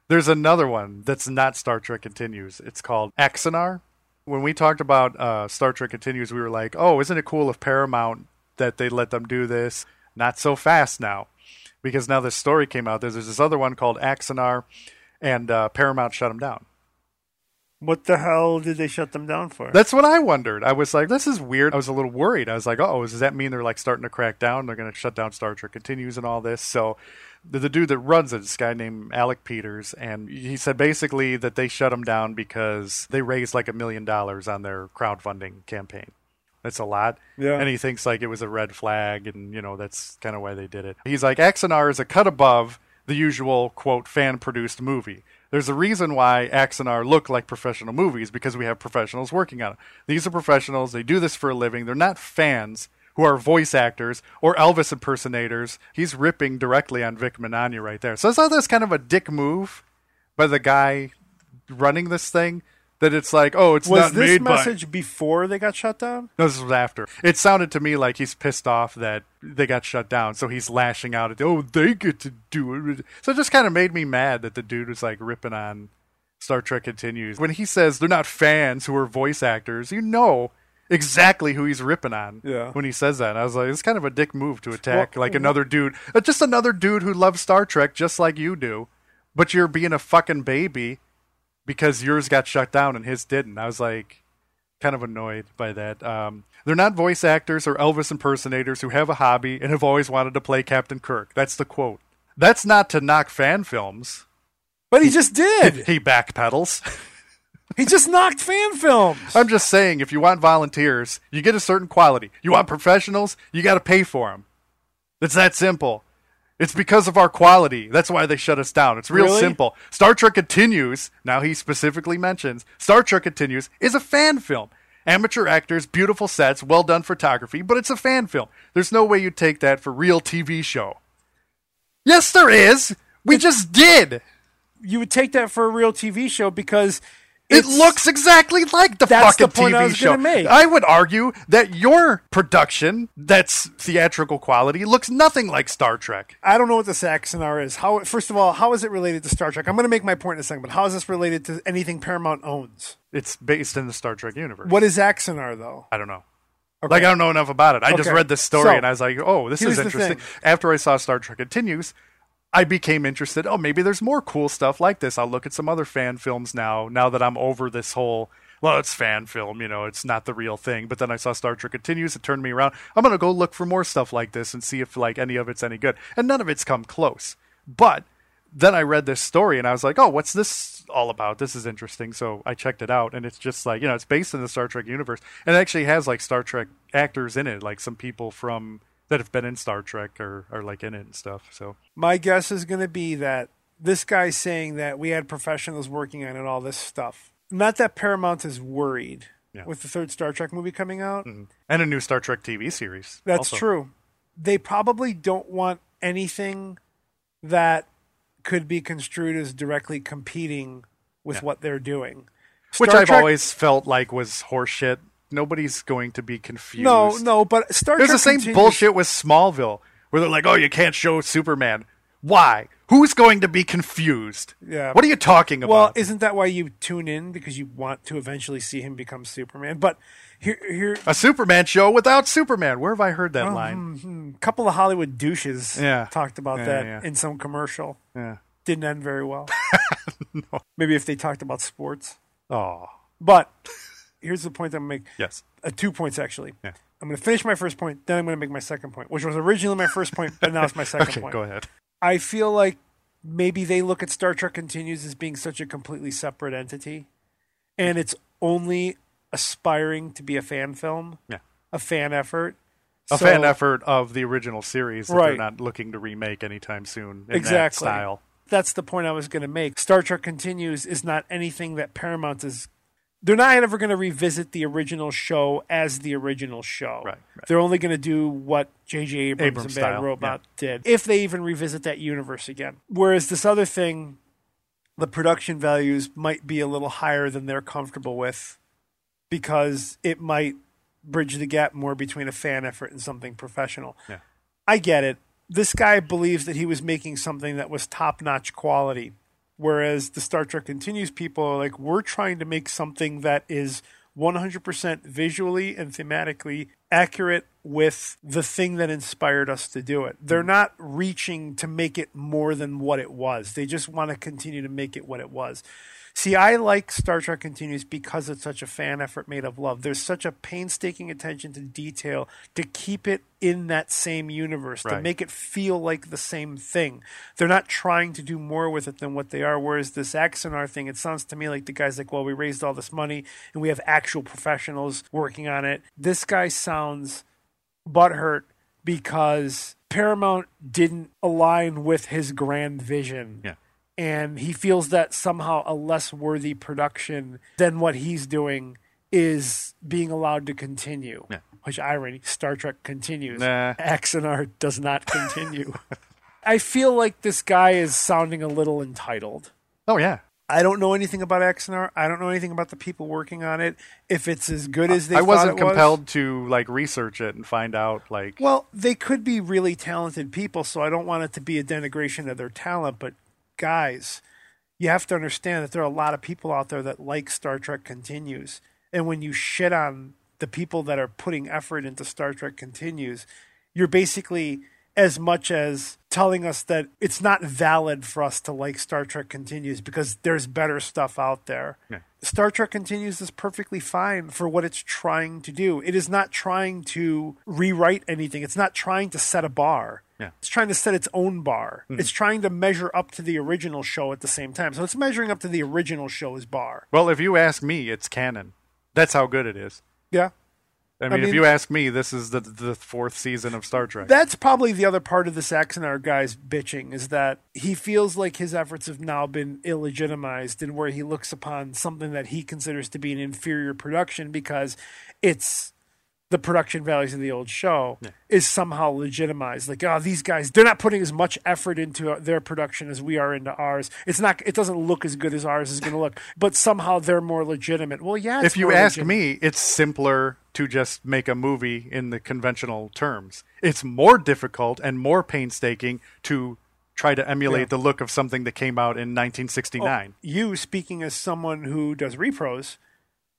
Speaker 4: there's another one that's not Star Trek Continues. It's called Axonar. When we talked about uh, Star Trek Continues, we were like, "Oh, isn't it cool of Paramount that they let them do this? Not so fast now, because now this story came out. There's, there's this other one called Axonar, and uh, Paramount shut them down.
Speaker 5: What the hell did they shut them down for?
Speaker 4: That's what I wondered. I was like, this is weird. I was a little worried. I was like, oh, does that mean they're like starting to crack down? They're going to shut down Star Trek Continues and all this. So the, the dude that runs it is this guy named Alec Peters. And he said basically that they shut him down because they raised like a million dollars on their crowdfunding campaign. That's a lot.
Speaker 5: Yeah.
Speaker 4: And he thinks like it was a red flag and, you know, that's kind of why they did it. He's like, Axonar is a cut above the usual, quote, fan produced movie. There's a reason why Axonar look like professional movies because we have professionals working on it. These are professionals. They do this for a living. They're not fans who are voice actors or Elvis impersonators. He's ripping directly on Vic Manania right there. So I saw this kind of a dick move by the guy running this thing that it's like, oh, it's
Speaker 5: was
Speaker 4: not
Speaker 5: this
Speaker 4: made by-
Speaker 5: message before they got shut down?
Speaker 4: no, this was after. It sounded to me like he's pissed off that they got shut down, so he's lashing out at, oh, they get to do it. So it just kind of made me mad that the dude was like ripping on Star Trek Continues. When he says they're not fans who are voice actors, you know exactly who he's ripping on
Speaker 5: Yeah.
Speaker 4: when he says that. And I was like, it's kind of a dick move to attack like another dude, uh, just another dude who loves Star Trek just like you do, but you're being a fucking baby because yours got shut down and his didn't. I was like, kind of annoyed by that. Um, they're not voice actors or Elvis impersonators who have a hobby and have always wanted to play Captain Kirk. That's the quote. That's not to knock fan films.
Speaker 5: But he just did.
Speaker 4: He backpedals.
Speaker 5: he just knocked fan films.
Speaker 4: I'm just saying, if you want volunteers, you get a certain quality. You want professionals, you got to pay for them. It's that simple. It's because of our quality. That's why they shut us down. It's real
Speaker 5: Really?
Speaker 4: simple. Star Trek Continues, now he specifically mentions, Star Trek Continues is a fan film. Amateur actors, beautiful sets, well done photography, but it's a fan film. There's no way you take that for real TV show. Yes, there is. We just did.
Speaker 5: You would take that for a real TV show because
Speaker 4: It
Speaker 5: it's-
Speaker 4: looks exactly like the
Speaker 5: That's the
Speaker 4: fucking
Speaker 5: point
Speaker 4: TV
Speaker 5: I was
Speaker 4: show.
Speaker 5: gonna make.
Speaker 4: I would argue that your production, that's theatrical quality, looks nothing like Star Trek.
Speaker 5: I don't know what the Saxonar is. How first of all, how is it related to Star Trek? I'm going to make my point in a second, but how is this related to anything Paramount owns?
Speaker 4: It's based in the Star Trek universe.
Speaker 5: What is Axonar though?
Speaker 4: I don't know. Like I don't know enough about it. I just
Speaker 5: Okay.
Speaker 4: read this story
Speaker 5: So,
Speaker 4: and I was like, "Oh, this
Speaker 5: here's
Speaker 4: is
Speaker 5: the
Speaker 4: interesting."
Speaker 5: thing.
Speaker 4: After I saw Star Trek Continues, I became interested. Oh, maybe there's more cool stuff like this. I'll look at some other fan films now. Now that I'm over this whole, well, it's fan film, you know, it's not the real thing. But then I saw Star Trek Continues. It turned me around. I'm gonna go look for more stuff like this and see if like any of it's any good. And none of it's come close. But then I read this story and I was like, oh, what's this all about? This is interesting. So I checked it out and it's just like, you know, it's based in the Star Trek universe and it actually has like Star Trek actors in it, like some people from that have been in Star Trek or are like in it and stuff. So
Speaker 5: My guess is going to be that this guy's saying that we had professionals working on it, all this stuff. Not that Paramount is worried
Speaker 4: Yeah.
Speaker 5: with the third Star Trek movie coming out.
Speaker 4: and a new Star Trek TV series.
Speaker 5: That's
Speaker 4: also.
Speaker 5: true. They probably don't want anything that could be construed as directly competing with
Speaker 4: Yeah.
Speaker 5: what they're doing.
Speaker 4: Which
Speaker 5: Star
Speaker 4: I've
Speaker 5: Trek-
Speaker 4: always felt like was horseshit. Nobody's going to be confused.
Speaker 5: no, no, but Star
Speaker 4: There's
Speaker 5: Trek
Speaker 4: the same
Speaker 5: continues-
Speaker 4: bullshit with Smallville where they're like, oh, you can't show Superman. Why? Who's going to be confused?
Speaker 5: Yeah.
Speaker 4: What are you talking about?
Speaker 5: Well, isn't that why you tune in because you want to eventually see him become Superman? But here, here,
Speaker 4: a Superman show without Superman. Where have I heard
Speaker 5: Um,
Speaker 4: that line?
Speaker 5: a couple of Hollywood douches
Speaker 4: Yeah.
Speaker 5: talked about
Speaker 4: Yeah,
Speaker 5: that
Speaker 4: yeah, yeah.
Speaker 5: in some commercial.
Speaker 4: Yeah.
Speaker 5: Didn't end very well. Maybe if they talked about sports.
Speaker 4: Oh,
Speaker 5: But here's the point that I'm making.
Speaker 4: yes.
Speaker 5: uh, two points actually.
Speaker 4: Yeah.
Speaker 5: I'm going to finish my first point, then I'm going to make my second point, which was originally my first point, but now it's my second
Speaker 4: Okay,
Speaker 5: point.
Speaker 4: go ahead.
Speaker 5: I feel like maybe they look at Star Trek Continues as being such a completely separate entity, and it's only aspiring to be a fan film,
Speaker 4: Yeah.
Speaker 5: a fan effort.
Speaker 4: A
Speaker 5: So-
Speaker 4: fan effort of the original series that
Speaker 5: Right.
Speaker 4: they're not looking to remake anytime soon in that
Speaker 5: Exactly.
Speaker 4: style.
Speaker 5: That's the point I was going to make. Star Trek Continues is not anything that Paramount is. They're not ever going to revisit the original show as the original show.
Speaker 4: Right, right.
Speaker 5: They're only going to do what J.J. Abrams,
Speaker 4: Abrams
Speaker 5: and Bad
Speaker 4: style,
Speaker 5: Robot did, if they even revisit that universe again. Whereas this other thing, the production values might be a little higher than they're comfortable with because it might bridge the gap more between a fan effort and something professional.
Speaker 4: Yeah.
Speaker 5: I get it. This guy believes that he was making something that was top notch quality. Whereas the Star Trek Continues people are like, we're trying to make something that is 100% visually and thematically accurate with the thing that inspired us to do it. They're not reaching to make it more than what it was, they just want to continue to make it what it was. See, I like Star Trek Continues because it's such a fan effort made of love. There's such a painstaking attention to detail to keep it in that same universe, to
Speaker 4: Right.
Speaker 5: make it feel like the same thing. They're not trying to do more with it than what they are. Whereas this Axonar thing, it sounds to me like the guy's like, well, we raised all this money and we have actual professionals working on it. This guy sounds butthurt because Paramount didn't align with his grand vision.
Speaker 4: Yeah.
Speaker 5: And he feels that somehow a less worthy production than what he's doing is being allowed to continue.
Speaker 4: Yeah.
Speaker 5: Which irony, Star Trek continues.
Speaker 4: Nah.
Speaker 5: Axonar does not continue. I feel like this guy is sounding a little entitled.
Speaker 4: Oh yeah.
Speaker 5: I don't know anything about Axonar. I don't know anything about the people working on it. If it's as good as they
Speaker 4: I
Speaker 5: thought
Speaker 4: wasn't
Speaker 5: it was-
Speaker 4: compelled to like research it and find out like
Speaker 5: well, they could be really talented people, so I don't want it to be a denigration of their talent, but guys, you have to understand that there are a lot of people out there that like Star Trek Continues. And when you shit on the people that are putting effort into Star Trek Continues, you're basically as much as telling us that it's not valid for us to like Star Trek Continues because there's better stuff out there. Star Trek Continues is perfectly fine for what it's trying to do. It is not trying to rewrite anything, it's not trying to set a bar.
Speaker 4: Yeah.
Speaker 5: It's trying to set its own bar. It's trying to measure up to the original show at the same time. So it's measuring up to the original show's bar.
Speaker 4: well, if you ask me, it's canon. That's how good it is.
Speaker 5: Yeah.
Speaker 4: I mean, if
Speaker 5: mean-
Speaker 4: you ask me, this is the the fourth season of Star Trek.
Speaker 5: That's probably the other part of the Saxonar guy's bitching is that he feels like his efforts have now been illegitimized and where he looks upon something that he considers to be an inferior production because it's the production values of the old show is somehow legitimized. Like, oh, these guys, they're not putting as much effort into their production as we are into ours. It's not, it doesn't look as good as ours is going to look, but somehow they're more legitimate. Well, yeah. it's
Speaker 4: if you
Speaker 5: more
Speaker 4: ask
Speaker 5: legitimate.
Speaker 4: me, it's simpler to just make a movie in the conventional terms. It's more difficult and more painstaking to try to emulate the look of something that came out in 1969.
Speaker 5: you speaking as someone who does repros,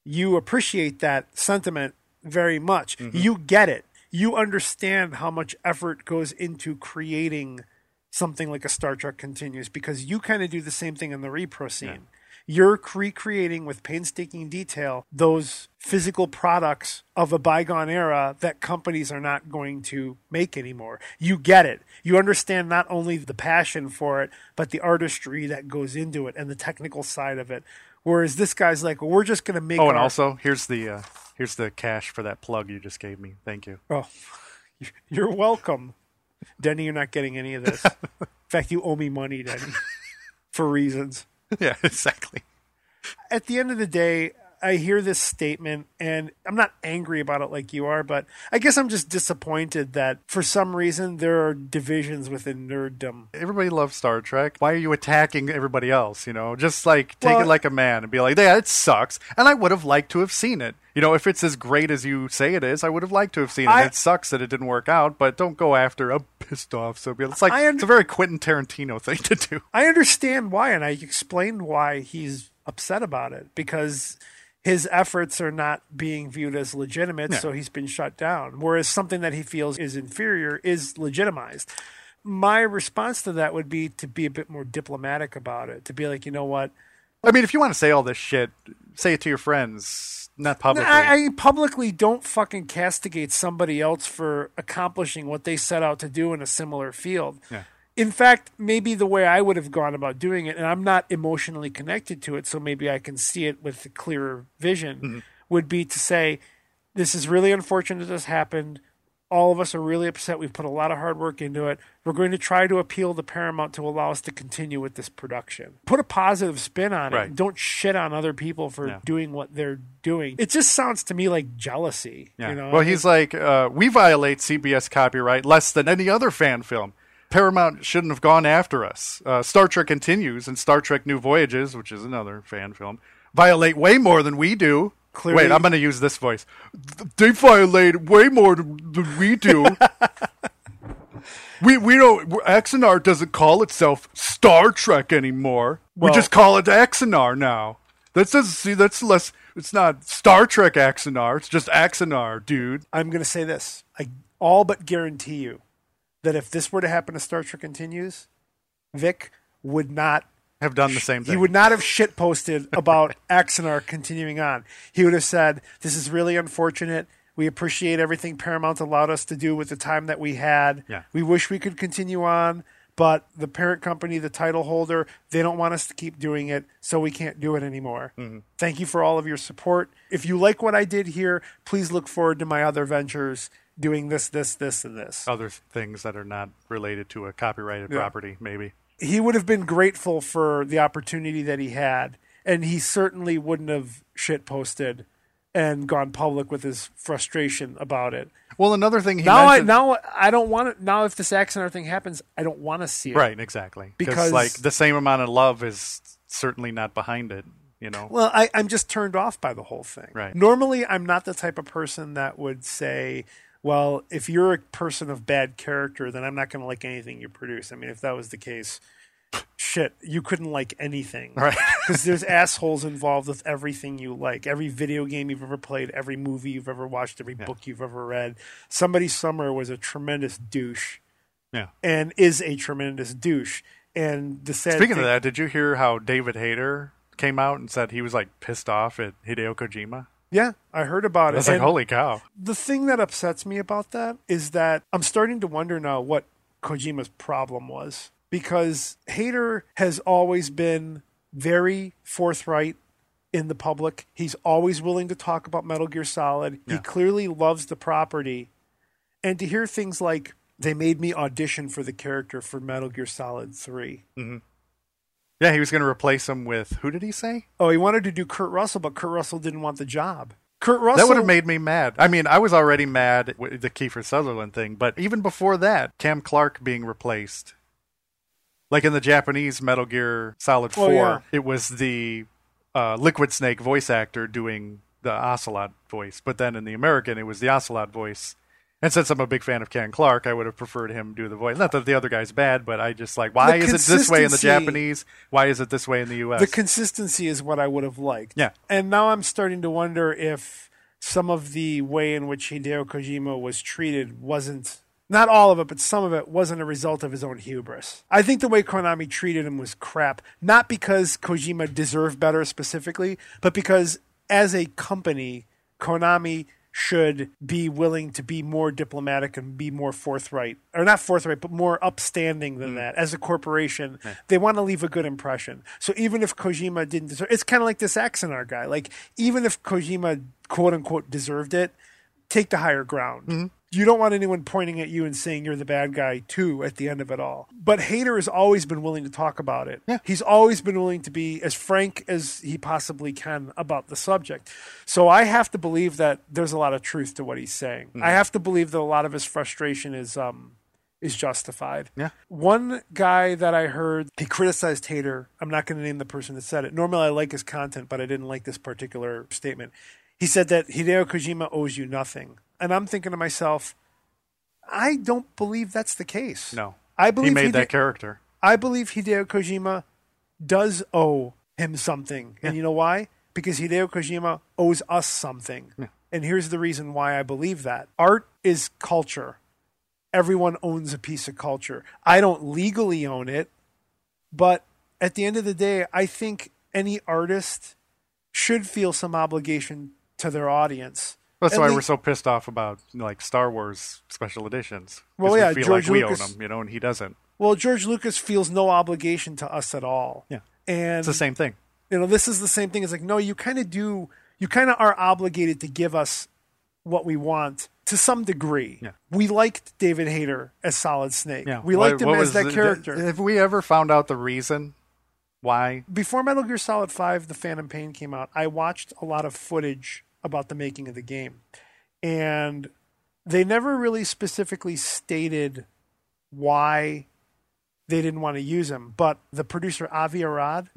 Speaker 5: you appreciate that sentiment very much. You get it. You understand how much effort goes into creating something like a Star Trek continues because you kind of do the same thing in the repro scene. You're recreating with painstaking detail those physical products of a bygone era that companies are not going to make anymore. You get it. You understand not only the passion for it, but the artistry that goes into it and the technical side of it. Whereas this guy's like, we're just going to make.
Speaker 4: Oh, and
Speaker 5: our-
Speaker 4: also here's the uh, here's the cash for that plug you just gave me. Thank you.
Speaker 5: Oh, you're welcome, Denny. You're not getting any of this. In fact, you owe me money, Denny, for reasons.
Speaker 4: yeah, exactly.
Speaker 5: at the end of the day, I hear this statement and I'm not angry about it like you are, but I guess I'm just disappointed that for some reason there are divisions within nerddom.
Speaker 4: Everybody loves Star Trek. Why are you attacking everybody else? You know, just like take
Speaker 5: Well-
Speaker 4: it like a man and be like, yeah, it sucks. And I would have liked to have seen it. You know, if it's as great as you say it is, I would have liked to have seen it.
Speaker 5: I-
Speaker 4: it sucks that it didn't work out, but don't go after. I'm pissed off. So it's like
Speaker 5: I un-
Speaker 4: it's a very Quentin Tarantino thing to do.
Speaker 5: I understand why, and I explained why he's upset about it because his efforts are not being viewed as legitimate, so he's been shut down. Whereas something that he feels is inferior is legitimized. My response to that would be to be a bit more diplomatic about it, to be like, you know what?
Speaker 4: I mean, if you want to say all this shit, say it to your friends, not
Speaker 5: No,
Speaker 4: publicly.
Speaker 5: I, I publicly don't fucking castigate somebody else for accomplishing what they set out to do in a similar field.
Speaker 4: Yeah.
Speaker 5: In fact, maybe the way I would have gone about doing it, and I'm not emotionally connected to it, so maybe I can see it with a clearer vision, would be to say, This is really unfortunate this happened. All of us are really upset. We've put a lot of hard work into it. We're going to try to appeal to Paramount to allow us to continue with this production. Put a positive spin on it.
Speaker 4: Right.
Speaker 5: Don't shit on other people for
Speaker 4: Yeah.
Speaker 5: doing what they're doing. It just sounds to me like jealousy.
Speaker 4: Yeah.
Speaker 5: You know?
Speaker 4: well, he's like, uh, we violate CBS copyright less than any other fan film. Paramount shouldn't have gone after us. Uh, Star Trek continues, and Star Trek New Voyages, which is another fan film, violate way more than we do.
Speaker 5: Clearly-
Speaker 4: Wait, I'm going to use this voice. Th- They violate way more than than we do. we we don't. Axonar doesn't call itself Star Trek anymore.
Speaker 5: Well-
Speaker 4: we just call it Axonar now. That doesn't see. That's less. It's not Star Trek Axonar. It's just Axonar, dude.
Speaker 5: I'm going to say this. I all but guarantee you that if this were to happen to Star Trek Continues, Vic would not
Speaker 4: have done the same thing.
Speaker 5: He would not have shit posted about Axonar continuing on. He would have said, "This is really unfortunate. We appreciate everything Paramount allowed us to do with the time that we had.
Speaker 4: Yeah.
Speaker 5: We wish we could continue on, but the parent company, the title holder, they don't want us to keep doing it, so we can't do it anymore.
Speaker 4: Mm-hmm.
Speaker 5: Thank you for all of your support. If you like what I did here, please look forward to my other ventures." Doing this, this, this, and this.
Speaker 4: Other things that are not related to a copyrighted property, maybe.
Speaker 5: he would have been grateful for the opportunity that he had, and he certainly wouldn't have shit posted and gone public with his frustration about it.
Speaker 4: Well, another thing he
Speaker 5: Now, I,
Speaker 4: mentioned.
Speaker 5: now I don't want it. Now, if this accident or thing happens, I don't want to see it.
Speaker 4: Right, exactly.
Speaker 5: Because-
Speaker 4: Because like the same amount of love is certainly not behind it, you know.
Speaker 5: Well, I, I'm just turned off by the whole thing.
Speaker 4: Right.
Speaker 5: Normally, I'm not the type of person that would say, well, if you're a person of bad character, then I'm not going to like anything you produce. I mean, if that was the case, shit, you couldn't like anything.
Speaker 4: Right.
Speaker 5: Because there's assholes involved with everything you like. Every video game you've ever played, every movie you've ever watched, every book you've ever read. Somebody somewhere was a tremendous douche
Speaker 4: yeah.
Speaker 5: and is a tremendous douche. And the sad
Speaker 4: Speaking
Speaker 5: thing-
Speaker 4: of that, did you hear how David Hayter came out and said he was like pissed off at Hideo Kojima?
Speaker 5: yeah, I heard about
Speaker 4: I
Speaker 5: it.
Speaker 4: was like,
Speaker 5: And-
Speaker 4: holy cow.
Speaker 5: the thing that upsets me about that is that I'm starting to wonder now what Kojima's problem was because Hater has always been very forthright in the public. He's always willing to talk about Metal Gear Solid. He clearly loves the property. And to hear things like they made me audition for the character for Metal Gear Solid 3.
Speaker 4: Yeah, he was going to replace him with who did he say?
Speaker 5: Oh, he wanted to do Kurt Russell, but Kurt Russell didn't want the job. Kurt Russell
Speaker 4: That would have made me mad. I mean, I was already mad with the Kiefer Sutherland thing, but even before that, Cam Clark being replaced. Like in the Japanese Metal Gear Solid 4,
Speaker 5: Oh, yeah.
Speaker 4: it was the uh, Liquid Snake voice actor doing the Ocelot voice, but then in the American, it was the Ocelot voice. And since I'm a big fan of Cam Clark, I would have preferred him do the voice. Not that the other guy's bad, but I just like, why is it this way in the
Speaker 5: consistency-
Speaker 4: Japanese? Why is it this way in the U.S.?
Speaker 5: the consistency is what I would have liked.
Speaker 4: Yeah.
Speaker 5: And now I'm starting to wonder if some of the way in which Hideo Kojima was treated wasn't not all of it, but some of it wasn't a result of his own hubris. I think the way Konami treated him was crap, not because Kojima deserved better specifically, but because as a company, Konami should be willing to be more diplomatic and be more forthright or not forthright but more upstanding than that as a corporation they want to leave a good impression so even if kojima didn't deserve it's kind of like this axonar guy like even if kojima quote unquote deserved it take the higher ground you don't want anyone pointing at you and saying you're the bad guy too at the end of it all but hayter has always been willing to talk about it he's always been willing to be as frank as he possibly can about the subject so i have to believe that there's a lot of truth to what he's saying i have to believe that a lot of his frustration is um is justified.
Speaker 4: Yeah.
Speaker 5: One guy that I heard he criticized Hater. I'm not going to name the person that said it. Normally, I like his content, but I didn't like this particular statement. He said that Hideo Kojima owes you nothing, and I'm thinking to myself, I don't believe that's the case.
Speaker 4: no.
Speaker 5: I believe
Speaker 4: he made
Speaker 5: Hide-
Speaker 4: that character.
Speaker 5: I believe Hideo Kojima does owe him something. And you know why? Because Hideo Kojima owes us something. And here's the reason why I believe that art is culture. Everyone owns a piece of culture. I don't legally own it, but at the end of the day, I think any artist should feel some obligation to their audience.
Speaker 4: That's
Speaker 5: At
Speaker 4: why
Speaker 5: lea-
Speaker 4: we're so pissed off about like Star Wars special editions. 'Cause
Speaker 5: Well,
Speaker 4: we
Speaker 5: yeah,
Speaker 4: feel
Speaker 5: George
Speaker 4: like we
Speaker 5: Lucas-
Speaker 4: own them, you know, and he doesn't.
Speaker 5: Well, George Lucas feels no obligation to us at all.
Speaker 4: Yeah.
Speaker 5: And
Speaker 4: It's the same thing.
Speaker 5: you know this is the same thing it's like no you kind of do you kind of are obligated to give us what we want to some degree
Speaker 4: Yeah.
Speaker 5: we liked david hayter as solid snake
Speaker 4: Yeah,
Speaker 5: we
Speaker 4: Why-
Speaker 5: liked
Speaker 4: what
Speaker 5: him as
Speaker 4: was
Speaker 5: that
Speaker 4: the- the-
Speaker 5: character
Speaker 4: Have we ever found out the reason why?
Speaker 5: before metal gear solid 5 the phantom pain came out i watched a lot of footage about the making of the game and they never really specifically stated why they didn't want to use him but the producer avi arad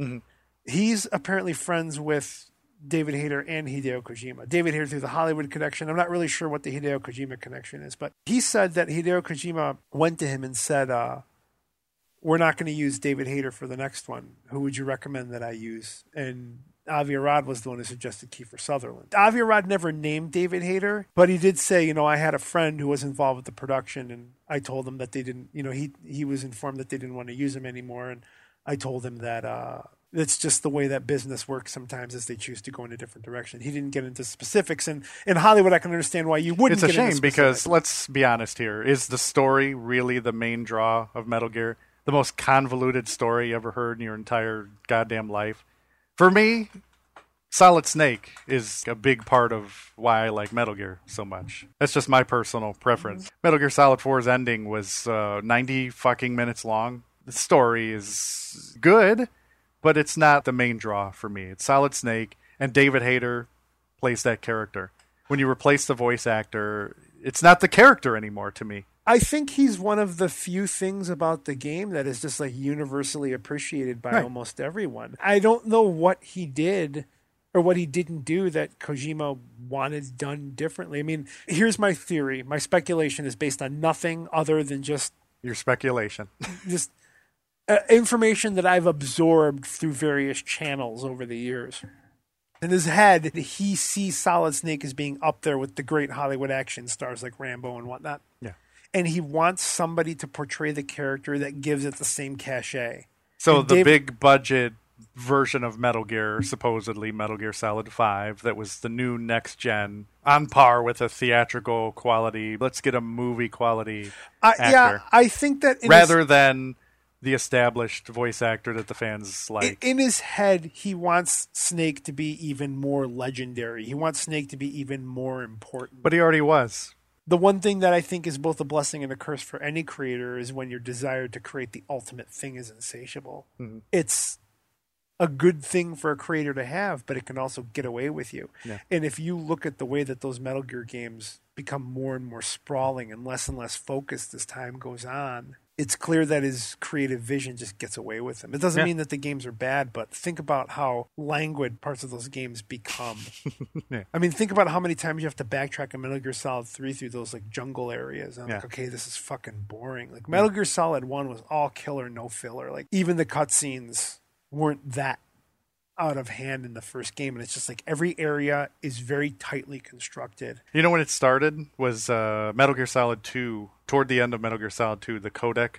Speaker 5: he's apparently friends with David Hayter and Hideo Kojima. David Hayter through the Hollywood connection. I'm not really sure what the Hideo Kojima connection is, but he said that Hideo Kojima went to him and said, uh, "We're not going to use David Hayter for the next one. Who would you recommend that I use?" And Avi Arad was the one who suggested Kiefer Sutherland. Avi Arad never named David Hayter, but he did say, "You know, I had a friend who was involved with the production, and I told him that they didn't. You know, he he was informed that they didn't want to use him anymore, and I told him that uh, it's just the way that business works sometimes is they choose to go in a different direction. He didn't get into specifics. And in Hollywood, I can understand why you wouldn't
Speaker 4: It's a
Speaker 5: get into
Speaker 4: shame because
Speaker 5: specifics.
Speaker 4: let's be honest here. Is the story really the main draw of Metal Gear? The most convoluted story you ever heard in your entire goddamn life? For me, Solid Snake is a big part of why I like Metal Gear so much. That's just my personal preference.
Speaker 5: Mm-hmm.
Speaker 4: Metal Gear Solid 4's ending was uh, 90 fucking minutes long. The story is good, but it's not the main draw for me. It's Solid Snake, and David Hayter plays that character. When you replace the voice actor, it's not the character anymore to me.
Speaker 5: I think he's one of the few things about the game that is just like universally appreciated by
Speaker 4: Right.
Speaker 5: almost everyone. I don't know what he did or what he didn't do that Kojima wanted done differently. I mean, here's my theory. My speculation is based on nothing other than just
Speaker 4: Your speculation.
Speaker 5: just uh, information that I've absorbed through various channels over the years. In his head, he sees Solid Snake as being up there with the great Hollywood action stars like Rambo and whatnot.
Speaker 4: Yeah.
Speaker 5: And he wants somebody to portray the character that gives it the same cachet.
Speaker 4: So
Speaker 5: And
Speaker 4: the
Speaker 5: Dave-
Speaker 4: big budget version of Metal Gear, supposedly Metal Gear Solid 5, that was the new next gen, on par with a theatrical quality, let's get a movie quality
Speaker 5: I,
Speaker 4: actor.
Speaker 5: yeah, I think that in
Speaker 4: rather than the established voice actor that the fans
Speaker 5: his,
Speaker 4: like.
Speaker 5: in his head, he wants Snake to be even more legendary. He wants Snake to be even more important.
Speaker 4: but he already was.
Speaker 5: the one thing that I think is both a blessing and a curse for any creator is when your desire to create the ultimate thing is insatiable. It's a good thing for a creator to have, but it can also get away with you. And if you look at the way that those Metal Gear games become more and more sprawling and less and less focused as time goes on, it's clear that his creative vision just gets away with him. It doesn't
Speaker 4: Yeah.
Speaker 5: mean that the games are bad, but think about how languid parts of those games become. I mean, think about how many times you have to backtrack in Metal Gear Solid 3 through those like jungle areas. And I'm
Speaker 4: Yeah.
Speaker 5: like, okay, this is fucking boring. Like Metal Gear Solid 1 was all killer, no filler. Like even the cutscenes weren't that out of hand in the first game. And it's just like every area is very tightly constructed.
Speaker 4: You know when it started was uh, Metal Gear Solid 2, toward the end of Metal Gear Solid 2, the codec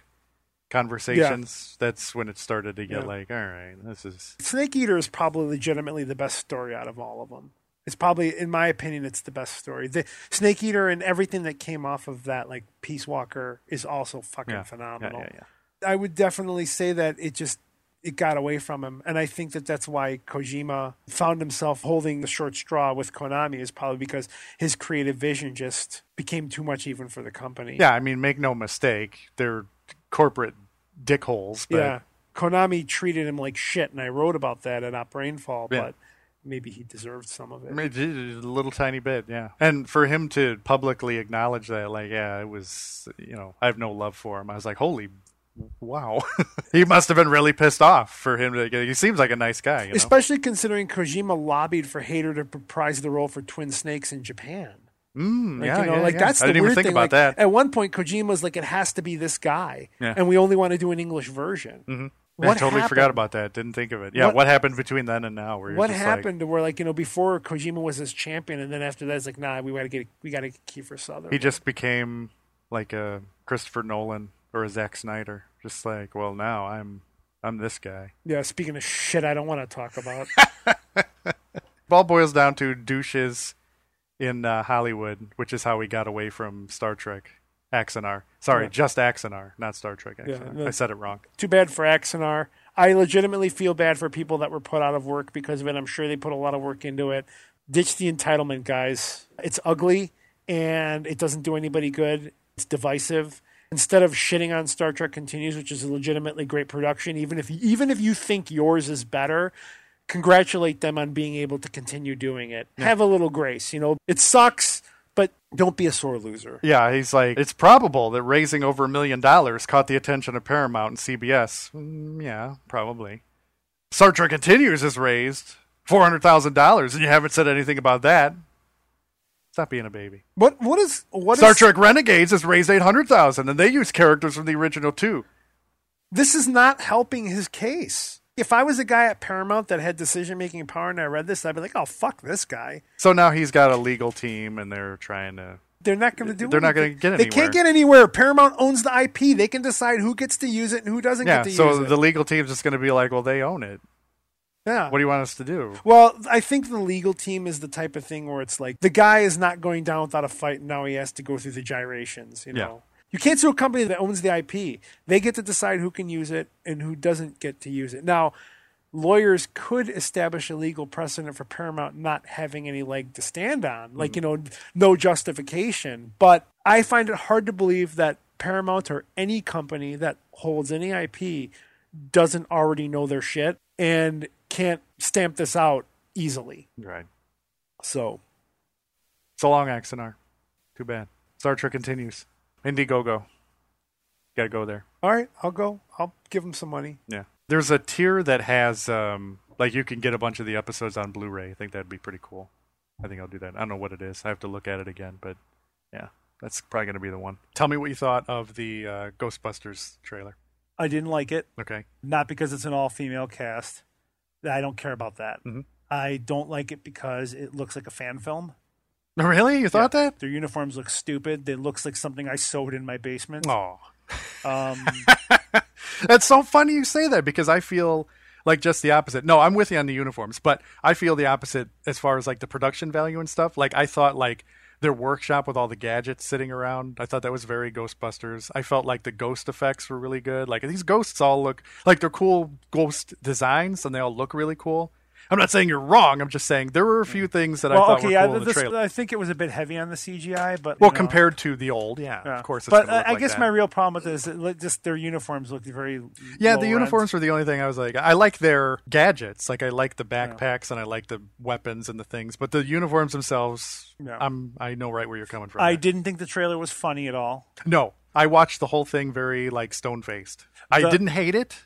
Speaker 4: conversations. That's when it started to get
Speaker 5: Yeah.
Speaker 4: like, all right, this is
Speaker 5: Snake Eater is probably legitimately the best story out of all of them. It's probably, in my opinion, it's the best story. The Snake Eater and everything that came off of that, like Peace Walker, is also fucking
Speaker 4: yeah,
Speaker 5: phenomenal.
Speaker 4: Yeah, yeah, yeah.
Speaker 5: I would definitely say that it just it got away from him, and I think that that's why Kojima found himself holding the short straw with Konami is probably because his creative vision just became too much even for the company.
Speaker 4: Yeah, I mean, make no mistake, they're corporate dickholes. But
Speaker 5: yeah. Konami treated him like shit, and I wrote about that at Op Rainfall,
Speaker 4: Yeah.
Speaker 5: but maybe he deserved some of it.
Speaker 4: I mean, j- j- a little tiny bit, yeah. And for him to publicly acknowledge that, like, yeah, it was, you know, I have no love for him. I was like, holy, wow, he must have been really pissed off for him to get. He seems like a nice guy, you know.
Speaker 5: Especially considering Kojima lobbied for Hader to reprise the role for Twin Snakes in Japan.
Speaker 4: Mm,
Speaker 5: Like,
Speaker 4: yeah,
Speaker 5: you know,
Speaker 4: yeah,
Speaker 5: like
Speaker 4: yeah.
Speaker 5: that's
Speaker 4: I
Speaker 5: the
Speaker 4: didn't
Speaker 5: weird
Speaker 4: even think
Speaker 5: thing.
Speaker 4: about
Speaker 5: like,
Speaker 4: that.
Speaker 5: At one point, Kojima's like, it has to be this guy,
Speaker 4: Yeah.
Speaker 5: and we only want to do an English version. Mm-hmm.
Speaker 4: I totally forgot about that. Didn't think of it. Yeah,
Speaker 5: What-
Speaker 4: what, happened between then and now? Where you're
Speaker 5: what
Speaker 4: just
Speaker 5: happened to where like you know before Kojima was his champion, and then after that, it's like, nah, we got to get we got to get Kiefer Sutherland.
Speaker 4: Like, he just became like a Christopher Nolan or a Zack Snyder. Just like, well, now I'm I'm this guy.
Speaker 5: yeah. Speaking of shit, I don't want to talk about.
Speaker 4: It all boils down to douches in uh, Hollywood, which is how we got away from Star Trek Axonar. Sorry,
Speaker 5: Yeah.
Speaker 4: just Axonar, not Star Trek Axonar.
Speaker 5: no.
Speaker 4: I said it wrong.
Speaker 5: Too bad for Axonar. I legitimately feel bad for people that were put out of work because of it. I'm sure they put a lot of work into it. Ditch the entitlement, guys. It's ugly and it doesn't do anybody good. It's divisive. Instead of shitting on Star Trek Continues, which is a legitimately great production, even if even if you think yours is better, congratulate them on being able to continue doing it. Have a little grace, you know. It sucks, but don't be a sore loser.
Speaker 4: Yeah, he's like, it's probable that raising over a million dollars caught the attention of Paramount and CBS. Mm, yeah, probably. Star Trek Continues has raised $400,000, and you haven't said anything about that. Stop being a baby.
Speaker 5: What what is what
Speaker 4: Star
Speaker 5: is-
Speaker 4: Trek Renegades has raised 800000 and they use characters from the original, too.
Speaker 5: this is not helping his case. If I was a guy at Paramount that had decision making power and I read this, I'd be like, oh, fuck this guy.
Speaker 4: So now he's got a legal team, and they're trying to
Speaker 5: They're not going to do.
Speaker 4: They're not
Speaker 5: anything.
Speaker 4: gonna get
Speaker 5: They can't
Speaker 4: anywhere.
Speaker 5: get anywhere. Paramount owns the IP. They can decide who gets to use it and who doesn't
Speaker 4: Yeah,
Speaker 5: get to
Speaker 4: so
Speaker 5: use
Speaker 4: the
Speaker 5: it.
Speaker 4: legal team's just going to be like, well, they own it.
Speaker 5: Yeah.
Speaker 4: What do you want us to do?
Speaker 5: Well, I think the legal team is the type of thing where it's like the guy is not going down without a fight, and now he has to go through the gyrations. You know,
Speaker 4: Yeah.
Speaker 5: you can't sue a company that owns the IP. They get to decide who can use it and who doesn't get to use it. Now, lawyers could establish a legal precedent for Paramount not having any leg to stand on, like you know, no justification. But I find it hard to believe that Paramount or any company that holds any IP doesn't already know their shit and can't stamp this out easily.
Speaker 4: Right.
Speaker 5: So
Speaker 4: So long, Axonar. Too bad. Star Trek continues. Indiegogo. Got to go there.
Speaker 5: all right, I'll go. I'll give them some money.
Speaker 4: Yeah. There's a tier that has um like you can get a bunch of the episodes on Blu-ray. I think that'd be pretty cool. I think I'll do that. I don't know what it is. I have to look at it again, but yeah, that's probably gonna be the one. Tell me what you thought of the uh, Ghostbusters trailer.
Speaker 5: I didn't like it,
Speaker 4: Okay.
Speaker 5: not because it's an all female cast. I don't care about that.
Speaker 4: Mhm.
Speaker 5: I don't like it because it looks like a fan film.
Speaker 4: Really? You thought that?
Speaker 5: Their uniforms look stupid. They looks like something I sewed in my basement.
Speaker 4: Oh,
Speaker 5: Um,
Speaker 4: that's so funny you say that because I feel like just the opposite. No, I'm with you on the uniforms, but I feel the opposite as far as like the production value and stuff. Like I thought like their workshop with all the gadgets sitting around, I thought that was very Ghostbusters. I felt like the ghost effects were really good. Like these ghosts all look like they're cool ghost designs and they all look really cool. I'm not saying you're wrong. I'm just saying there were a few things that I
Speaker 5: Mm. well,
Speaker 4: thought
Speaker 5: okay,
Speaker 4: were cool
Speaker 5: I,
Speaker 4: in the
Speaker 5: this, uh,
Speaker 4: trailer.
Speaker 5: I think it was a bit heavy on the CGI, but
Speaker 4: well,
Speaker 5: you know.
Speaker 4: compared to the old, yeah,
Speaker 5: Yeah.
Speaker 4: of course. It's
Speaker 5: but
Speaker 4: gonna
Speaker 5: uh,
Speaker 4: look
Speaker 5: I
Speaker 4: like
Speaker 5: guess
Speaker 4: that.
Speaker 5: my real problem with this is it- just their uniforms looked very
Speaker 4: Yeah,
Speaker 5: low
Speaker 4: the
Speaker 5: rent.
Speaker 4: uniforms were the only thing I was like. I like their gadgets. Like I like the backpacks and I like the weapons and the things, but the uniforms themselves,
Speaker 5: Yeah.
Speaker 4: I'm I know right where you're coming from.
Speaker 5: I
Speaker 4: there.
Speaker 5: didn't think the trailer was funny at all.
Speaker 4: No, I watched the whole thing very like stone faced. I
Speaker 5: The-
Speaker 4: didn't hate it.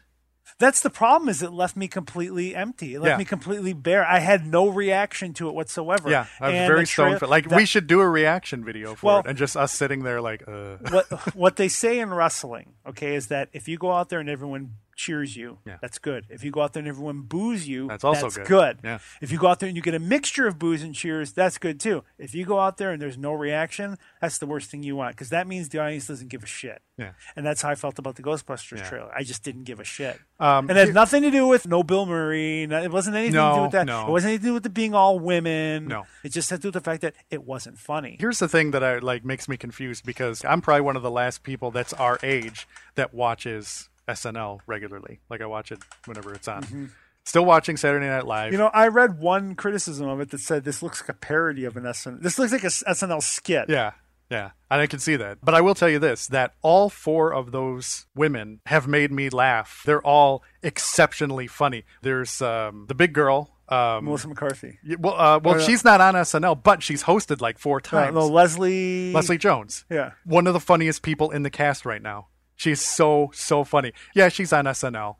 Speaker 5: That's the problem is it left me completely empty. It left
Speaker 4: Yeah.
Speaker 5: me completely bare. I had no reaction to it whatsoever.
Speaker 4: Yeah, I was
Speaker 5: And
Speaker 4: very
Speaker 5: the tra-
Speaker 4: stone faced. Like
Speaker 5: that-
Speaker 4: we should do a reaction video for
Speaker 5: Well-
Speaker 4: it and just us sitting there like, uh,
Speaker 5: what what they say in wrestling, okay, is that if you go out there and everyone cheers you,
Speaker 4: Yeah.
Speaker 5: that's good. If you go out there and everyone boos you,
Speaker 4: That's also good. Yeah.
Speaker 5: If you go out there and you get a mixture of boos and cheers, that's good too. If you go out there and there's no reaction, that's the worst thing you want because that means the audience doesn't give a shit.
Speaker 4: Yeah.
Speaker 5: And that's how I felt about the Ghostbusters
Speaker 4: Yeah.
Speaker 5: trailer. I just didn't give a shit.
Speaker 4: Um,
Speaker 5: and it had
Speaker 4: here-
Speaker 5: nothing to do with no Bill Murray. no- It wasn't anything to do
Speaker 4: No,
Speaker 5: with that.
Speaker 4: no.
Speaker 5: It wasn't anything to do with the being all women.
Speaker 4: No.
Speaker 5: It just had to do with the fact that it wasn't funny.
Speaker 4: Here's the thing that I like makes me confused because I'm probably one of the last people that's our age that watches SNL regularly. Like I watch it whenever it's on.
Speaker 5: Mm-hmm.
Speaker 4: Still watching Saturday Night Live.
Speaker 5: You know, I read one criticism of it that said this looks like a parody of an SNL. This looks like a s- SNL skit.
Speaker 4: yeah, yeah, and I can see that. But I will tell you this: that all four of those women have made me laugh. They're all exceptionally funny. There's um, the big girl. Um,
Speaker 5: Melissa McCarthy.
Speaker 4: y- well, uh, well,
Speaker 5: Oh, yeah.
Speaker 4: she's not on SNL, but she's hosted like four
Speaker 5: No,
Speaker 4: times.
Speaker 5: Uh, no, Leslie.
Speaker 4: Leslie Jones.
Speaker 5: Yeah.
Speaker 4: One of the funniest people in the cast right now. She's so, so funny. Yeah, she's on SNL.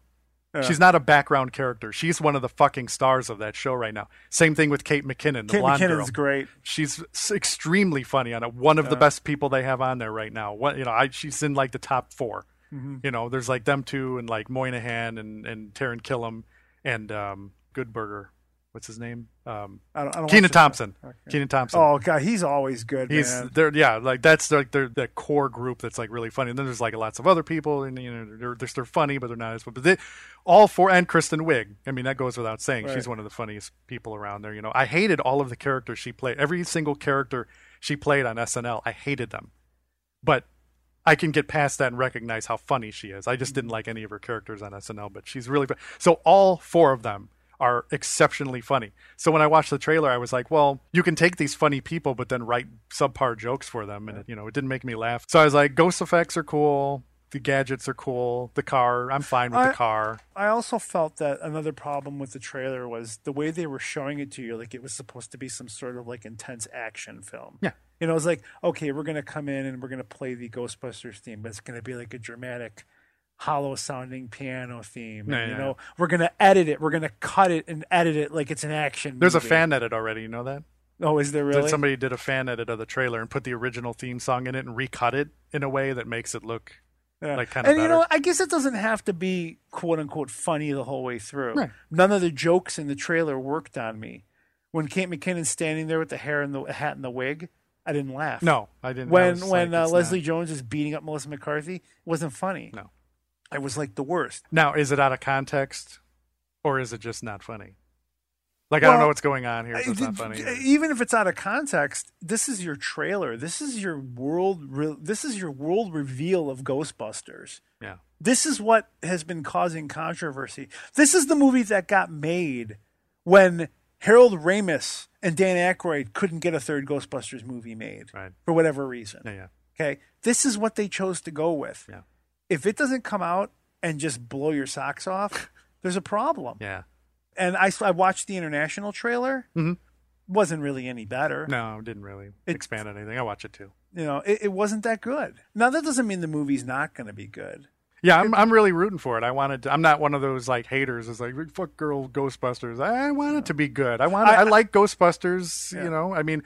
Speaker 4: She's not a background character. She's one of the fucking stars of that show right now. Same thing with Kate McKinnon, the
Speaker 5: Kate
Speaker 4: blonde
Speaker 5: McKinnon's
Speaker 4: girl.
Speaker 5: great.
Speaker 4: She's s- extremely funny on it. One of the best people they have on there right now. What you know, I, she's in like the top 4
Speaker 5: Mm-hmm.
Speaker 4: You know, there's like them two and like Moynihan and and Taron Killam and um, Good Burger. What's his name? Um,
Speaker 5: I don't, I don't watch
Speaker 4: Keenan
Speaker 5: it.
Speaker 4: Thompson. Keenan Thompson.
Speaker 5: Oh god, he's always good.
Speaker 4: He's
Speaker 5: man.
Speaker 4: they're yeah, like that's like they're the core group that's like really funny. And then there's like lots of other people, and you know they're they're, they're funny, but they're not as but they all four and Kristen Wiig. I mean that goes without saying. She's one of the funniest people around there. You know, I hated all of the characters she played. Every single character she played on SNL, I hated them, but. I can get past that and recognize how funny she is. I just
Speaker 5: Mm-hmm.
Speaker 4: didn't like any of her characters on SNL, but she's really fun. so all four of them are exceptionally funny. So when I watched the trailer, I was like, well, you can take these funny people, but then write subpar jokes for them. And, it, you know, it didn't make me laugh. So I was like, ghost effects are cool. The gadgets are cool. The car, I'm fine with
Speaker 5: I-
Speaker 4: the car.
Speaker 5: I also felt that another problem with the trailer was the way they were showing it to you, like it was supposed to be some sort of like intense action film.
Speaker 4: Yeah.
Speaker 5: You know, it was like, okay, we're gonna come in and we're gonna play the Ghostbusters theme, but it's gonna be like a dramatic, hollow sounding piano theme.
Speaker 4: Yeah,
Speaker 5: and,
Speaker 4: yeah,
Speaker 5: you know, we're gonna edit it, we're gonna cut it and edit it like it's an action.
Speaker 4: There's a
Speaker 5: movie.
Speaker 4: fan edit already. You know that?
Speaker 5: Oh, is there
Speaker 4: That
Speaker 5: really?
Speaker 4: somebody did a fan edit of the trailer and put the original theme song in it and recut it in a way that makes it look
Speaker 5: Yeah.
Speaker 4: like kind
Speaker 5: and
Speaker 4: of
Speaker 5: you
Speaker 4: better.
Speaker 5: know, I guess it doesn't have to be quote unquote funny the whole way through.
Speaker 4: Right.
Speaker 5: None of the jokes in the trailer worked on me. When Kate McKinnon's standing there with the hair and the hat and the wig, I didn't laugh.
Speaker 4: No, I didn't. I
Speaker 5: When
Speaker 4: was
Speaker 5: when
Speaker 4: like,
Speaker 5: uh,
Speaker 4: it's
Speaker 5: Leslie
Speaker 4: not-
Speaker 5: Jones was beating up Melissa McCarthy, it wasn't funny.
Speaker 4: No.
Speaker 5: It was like the worst.
Speaker 4: Now, is it out of context, or is it just not funny? Like I don't
Speaker 5: Well,
Speaker 4: know what's going on here. So it's not funny.
Speaker 5: Uh, Even if it's out of context, this is your trailer. This is your world. Re- this is your world reveal of Ghostbusters.
Speaker 4: yeah.
Speaker 5: This is what has been causing controversy. This is the movie that got made when Harold Ramis and Dan Aykroyd couldn't get a third Ghostbusters movie made
Speaker 4: Right.
Speaker 5: for whatever reason.
Speaker 4: Yeah. Yeah.
Speaker 5: Okay, this is what they chose to go with.
Speaker 4: Yeah.
Speaker 5: If it doesn't come out and just blow your socks off, there's a problem
Speaker 4: Yeah.
Speaker 5: and I, I watched the international trailer. Wasn't really any better.
Speaker 4: Mm-hmm. No, didn't really
Speaker 5: It-
Speaker 4: expand on anything. I watch it too.
Speaker 5: You know, it, it wasn't that good. Now that doesn't mean the movie's not going to be good.
Speaker 4: Yeah, I'm I'm really rooting for it. I wanted. To, I'm not one of those like haters. It's like fuck girl Ghostbusters. I want it to be good. I want. I,
Speaker 5: I-
Speaker 4: I like Ghostbusters.
Speaker 5: Yeah.
Speaker 4: You know. I mean,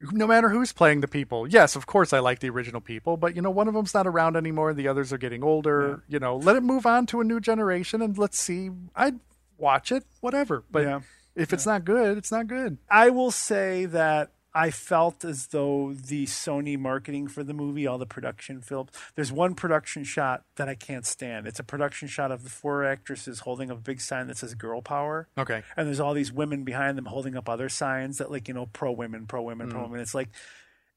Speaker 4: no matter who's playing the people. Yes, of course I like the original people, but you know one of them's not around anymore. The others are getting older. You know, let it move on to a new generation and let's see. I'd watch it, whatever. But
Speaker 5: Yeah.
Speaker 4: if it's not good, it's not good.
Speaker 5: I will say that I felt as though the Sony marketing for the movie, all the production films. There's one production shot that I can't stand. It's a production shot of the four actresses holding up a big sign that says "Girl Power."
Speaker 4: Okay.
Speaker 5: and there's all these women behind them holding up other signs that like you know pro women pro women pro women it's like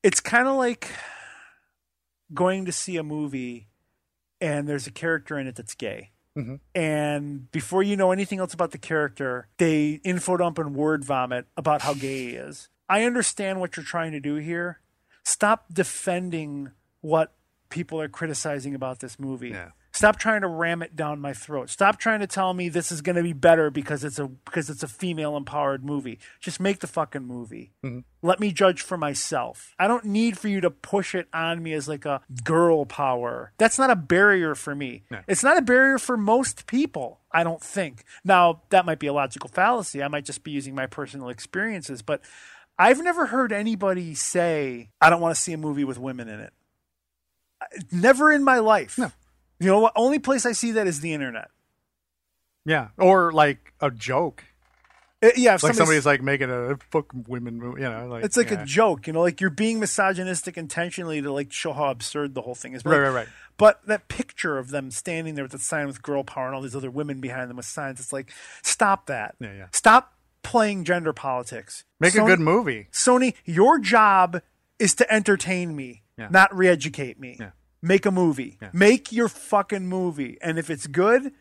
Speaker 5: it's kind of like going to see a movie and there's a character in it that's gay
Speaker 4: Mhm.
Speaker 5: and before you know anything else about the character they info dump and word vomit about how gay he is i understand what you're trying to do here stop defending what people are criticizing about this movie
Speaker 4: Yeah.
Speaker 5: Stop trying to ram it down my throat. Stop trying to tell me this is going to be better because it's a because it's a female empowered movie. Just make the fucking movie. Let me judge for myself. I don't need for you to push it on me as like a girl power. That's not a barrier for me.
Speaker 4: No.
Speaker 5: It's not a barrier for most people, I don't think. Now, that might be a logical fallacy. I might just be using my personal experiences, but I've never heard anybody say, I don't want to see a movie with women in it. Never in my life.
Speaker 4: No.
Speaker 5: You know what? Only place I see that is the internet.
Speaker 4: Yeah. Or like a joke.
Speaker 5: Uh, yeah, if
Speaker 4: Like
Speaker 5: somebody's,
Speaker 4: somebody's like making a fuck women movie. You know. Like
Speaker 5: it's like
Speaker 4: yeah.
Speaker 5: a joke, you know, like you're being misogynistic intentionally to like show how absurd the whole thing is. But,
Speaker 4: Right,
Speaker 5: like,
Speaker 4: right, right.
Speaker 5: But that picture of them standing there with the sign with girl power and all these other women behind them with signs, it's like, stop that.
Speaker 4: Yeah, yeah.
Speaker 5: Stop playing gender politics.
Speaker 4: Make a
Speaker 5: Sony-
Speaker 4: good movie.
Speaker 5: Sony, your job is to entertain me,
Speaker 4: Yeah.
Speaker 5: not re-educate me.
Speaker 4: Yeah.
Speaker 5: Make a movie.
Speaker 4: Yeah.
Speaker 5: Make your fucking movie. And if it's good,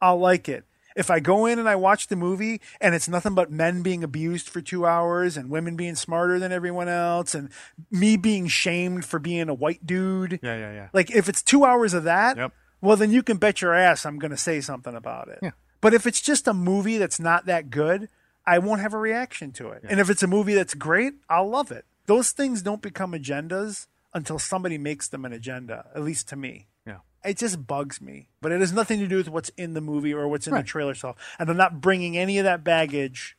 Speaker 5: I'll like it. If I go in and I watch the movie and it's nothing but men being abused for two hours and women being smarter than everyone else and me being shamed for being a white dude,
Speaker 4: Yeah, yeah, yeah.
Speaker 5: like if it's two hours of that,
Speaker 4: Yep.
Speaker 5: well then you can bet your ass I'm going to say something about it.
Speaker 4: Yeah.
Speaker 5: But if it's just a movie that's not that good, I won't have a reaction to it. And if it's a movie that's great, I'll love it. Those things don't become agendas until somebody makes them an agenda, at least to me.
Speaker 4: Yeah.
Speaker 5: It just bugs me, but it has nothing to do with what's in the movie or what's in
Speaker 4: Right.
Speaker 5: the trailer itself. And I'm not bringing any of that baggage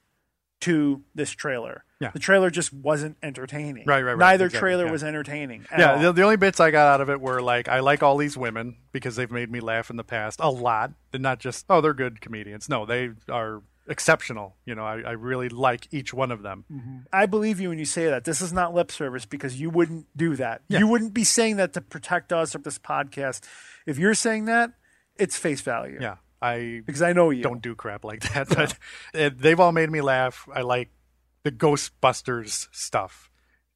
Speaker 5: to this trailer.
Speaker 4: Yeah.
Speaker 5: The trailer just wasn't entertaining.
Speaker 4: Right, right, right.
Speaker 5: Neither
Speaker 4: Exactly,
Speaker 5: trailer
Speaker 4: yeah.
Speaker 5: was entertaining. at
Speaker 4: Yeah,
Speaker 5: all.
Speaker 4: the, the only bits I got out of it were like I like all these women because they've made me laugh in the past a lot. They're not just oh they're good comedians. No, they are exceptional. You know, I, I really like each one of them.
Speaker 5: I believe you when you say that. This is not lip service because you wouldn't do that.
Speaker 4: Yeah.
Speaker 5: You wouldn't be saying that to protect us or this podcast. If you're saying that, it's face value.
Speaker 4: Yeah, I
Speaker 5: Because I know you.
Speaker 4: don't do crap like that. But it, they've all made me laugh. I like the Ghostbusters stuff,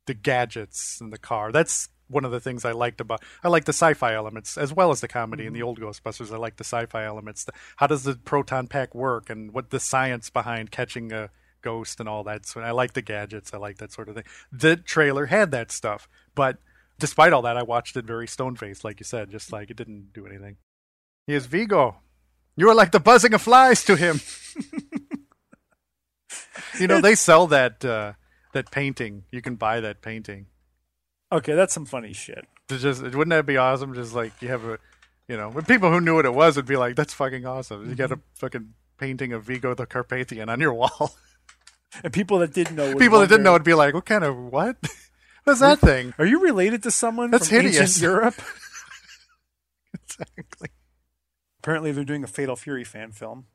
Speaker 4: the gadgets and the car. That's one of the things I liked about. I like the sci-fi elements as well as the comedy and the old Ghostbusters. I like the sci-fi elements. The- How does the proton pack work and what the science behind catching a ghost and all that. So I like the gadgets. I like that sort of thing. The trailer had that stuff, but. Despite all that, I watched it very stone faced, like you said, just like it didn't do anything. He is Vigo. You are like the buzzing of flies to him. you know they sell that uh, that painting. You can buy that painting.
Speaker 5: Okay, that's some funny shit.
Speaker 4: It's just wouldn't that be awesome? Just like you have a, you know, when people who knew what it was would be like, "That's fucking awesome." You got a fucking painting of Vigo the Carpathian on your wall.
Speaker 5: And people that didn't know. would
Speaker 4: people that didn't know
Speaker 5: wonder,
Speaker 4: would be like, "What kind of what? What's that thing?"
Speaker 5: Are you related to someone
Speaker 4: That's
Speaker 5: from ancient
Speaker 4: hideous.
Speaker 5: Europe?
Speaker 4: exactly.
Speaker 5: Apparently, they're doing a Fatal Fury fan film.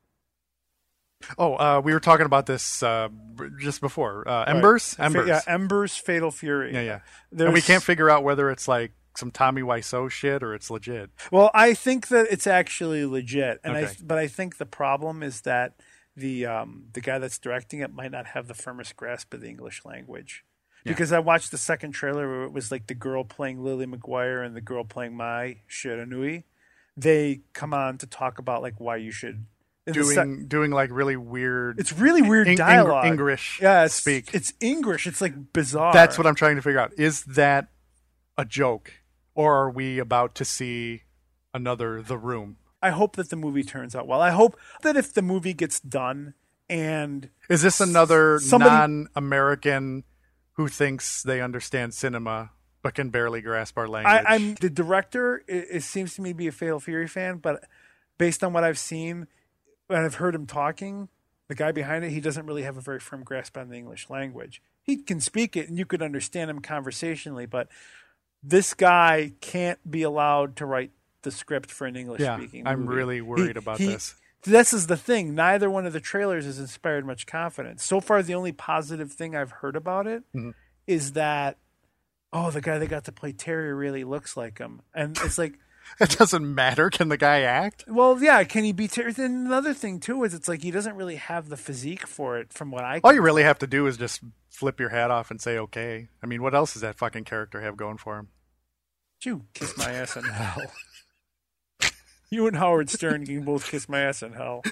Speaker 4: Oh, uh, we were talking about this uh, b- just before. Uh, Embers?
Speaker 5: Fa-
Speaker 4: Embers.
Speaker 5: yeah, Ember's Fatal Fury.
Speaker 4: yeah, yeah.
Speaker 5: There's-
Speaker 4: And we can't figure out whether it's like some Tommy Wiseau shit or it's legit.
Speaker 5: Well, I think that it's actually legit, and I
Speaker 4: Okay.
Speaker 5: but I think the problem is that the um, the guy that's directing it might not have the firmest grasp of the English language. Because I watched the second trailer where it was like the girl playing Lily McGuire and the girl playing Mai Shiranui. They come on to talk about like why you should in the
Speaker 4: Doing
Speaker 5: sec-
Speaker 4: doing like really weird.
Speaker 5: it's really weird
Speaker 4: Eng- Eng-
Speaker 5: dialogue.
Speaker 4: English
Speaker 5: yeah, it's,
Speaker 4: speak.
Speaker 5: It's English. It's like bizarre.
Speaker 4: That's what I'm trying to figure out. Is that a joke or are we about to see another The Room?
Speaker 5: I hope that the movie turns out well. I hope that if the movie gets done and
Speaker 4: Is this another
Speaker 5: Somebody-
Speaker 4: non-American who thinks they understand cinema but can barely grasp our
Speaker 5: I,
Speaker 4: language?
Speaker 5: I'm the director. It, it seems to me to be a Fatal Fury fan, but based on what I've seen and I've heard him talking, the guy behind it, he doesn't really have a very firm grasp on the English language. He can speak it, and you could understand him conversationally, but this guy can't be allowed to write the script for an English speaking.
Speaker 4: Yeah, I'm really worried about this.
Speaker 5: This is the thing. Neither one of the trailers has inspired much confidence. So far, the only positive thing I've heard about it
Speaker 4: Mm-hmm.
Speaker 5: is that, oh, the guy that got to play Terry really looks like him. And it's like,
Speaker 4: It doesn't matter. Can the guy act?
Speaker 5: well, yeah, can he be Terry? Then another thing, too, is it's like he doesn't really have the physique for it from what I
Speaker 4: All you really have to do is just flip your hat off and say okay. I mean, what else does that fucking character have going for him?
Speaker 5: You kiss my ass in hell. you and Howard Stern can both kiss my ass in hell.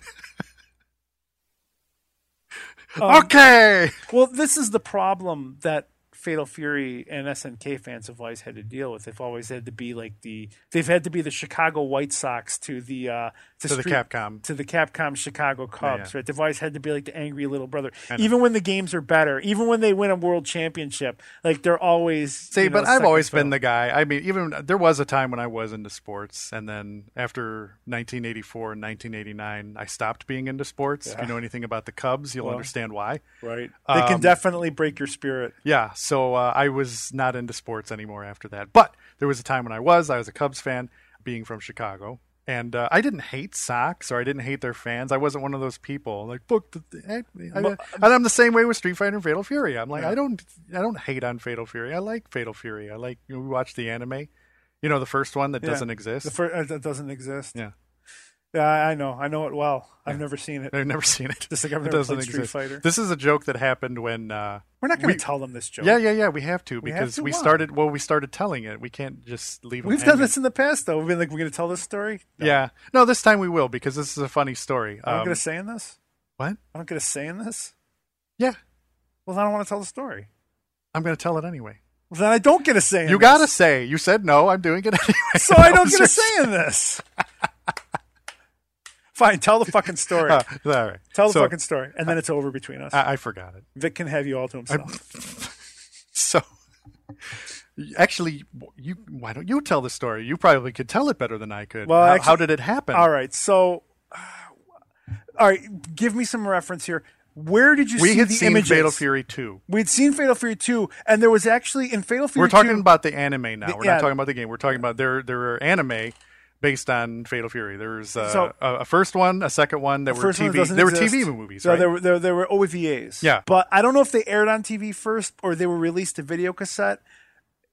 Speaker 5: Um,
Speaker 4: okay.
Speaker 5: Well, this is the problem that Fatal Fury and SNK fans have always had to deal with. They've always had to be like the they've had to be the Chicago White Sox to the uh,
Speaker 4: To the Capcom.
Speaker 5: to the Capcom Chicago Cubs,
Speaker 4: yeah.
Speaker 5: right? They've always had to be like the angry little brother. Even when the games are better, even when they win a world championship, like they're always
Speaker 4: See,
Speaker 5: you know,
Speaker 4: but I've
Speaker 5: second
Speaker 4: always
Speaker 5: fiddle.
Speaker 4: been the guy. I mean, even there was a time when I was into sports, and then after 1984 and 1989, I stopped being into sports. If you know anything about the Cubs, you'll understand why.
Speaker 5: right. They can
Speaker 4: Um,
Speaker 5: definitely break your spirit.
Speaker 4: Yeah, so uh, I was not into sports anymore after that. But there was a time when I was. I was a Cubs fan, being from Chicago, and uh, I didn't hate Sox or I didn't hate their fans. I wasn't one of those people like book. The, eh, I, I, and I'm the same way with Street Fighter and Fatal Fury. I'm like I don't I don't hate on Fatal Fury. I like Fatal Fury. I like you know, we watch the anime. You know the first one that
Speaker 5: Yeah.
Speaker 4: doesn't exist.
Speaker 5: The fir- uh, that doesn't exist.
Speaker 4: yeah,
Speaker 5: Yeah, I I know. I know it well. I've never seen it.
Speaker 4: I've never seen it.
Speaker 5: Just like I've
Speaker 4: It
Speaker 5: never
Speaker 4: doesn't
Speaker 5: played Street
Speaker 4: exist.
Speaker 5: Fighter.
Speaker 4: This is a joke that happened when. Uh,
Speaker 5: We're not going
Speaker 4: we-
Speaker 5: to tell them this joke.
Speaker 4: Yeah, yeah, yeah. We have to
Speaker 5: have
Speaker 4: because we,
Speaker 5: to? Why?
Speaker 4: started. Well, we started telling it. We can't just leave. 'em
Speaker 5: We've done
Speaker 4: hanging.
Speaker 5: this in the past, though. We've been like, we're going to tell this story.
Speaker 4: Yeah. No, this time we will because this is a funny story.
Speaker 5: I don't
Speaker 4: Um,
Speaker 5: get a say in this.
Speaker 4: what?
Speaker 5: I don't get a say in this.
Speaker 4: Yeah,
Speaker 5: Well, then I don't want to tell the story.
Speaker 4: I'm going to tell it anyway.
Speaker 5: Well, then I don't get a say. In
Speaker 4: You got to
Speaker 5: this.
Speaker 4: say. You said no. I'm doing it anyway.
Speaker 5: So I don't get a
Speaker 4: Just-
Speaker 5: say in this. Fine, tell the fucking story.
Speaker 4: Uh, all right.
Speaker 5: tell the
Speaker 4: So,
Speaker 5: fucking story, and then it's over between us.
Speaker 4: I, I forgot it.
Speaker 5: Vic can have you all to himself.
Speaker 4: So, actually, you why don't you tell the story? You probably could tell it better than I could.
Speaker 5: Well,
Speaker 4: how,
Speaker 5: actually-
Speaker 4: how did it happen?
Speaker 5: all right, so all right, give me some reference here. Where did you
Speaker 4: We
Speaker 5: see
Speaker 4: had
Speaker 5: the
Speaker 4: seen
Speaker 5: images?
Speaker 4: Fatal Fury two.
Speaker 5: We'd seen Fatal Fury two, and there was actually in Fatal Fury.
Speaker 4: We're talking
Speaker 5: 2,
Speaker 4: about the anime now.
Speaker 5: The-
Speaker 4: We're
Speaker 5: yeah.
Speaker 4: not talking about the game. We're talking about there. There are anime based on Fatal Fury. There's uh,
Speaker 5: So-
Speaker 4: a, a first one, a second one that
Speaker 5: The
Speaker 4: were
Speaker 5: first one
Speaker 4: TV.
Speaker 5: doesn't
Speaker 4: They were
Speaker 5: exist.
Speaker 4: TV movies.
Speaker 5: No,
Speaker 4: right?
Speaker 5: there were there, there were OVAs.
Speaker 4: Yeah.
Speaker 5: but I don't know if they aired on TV first or they were released to video cassette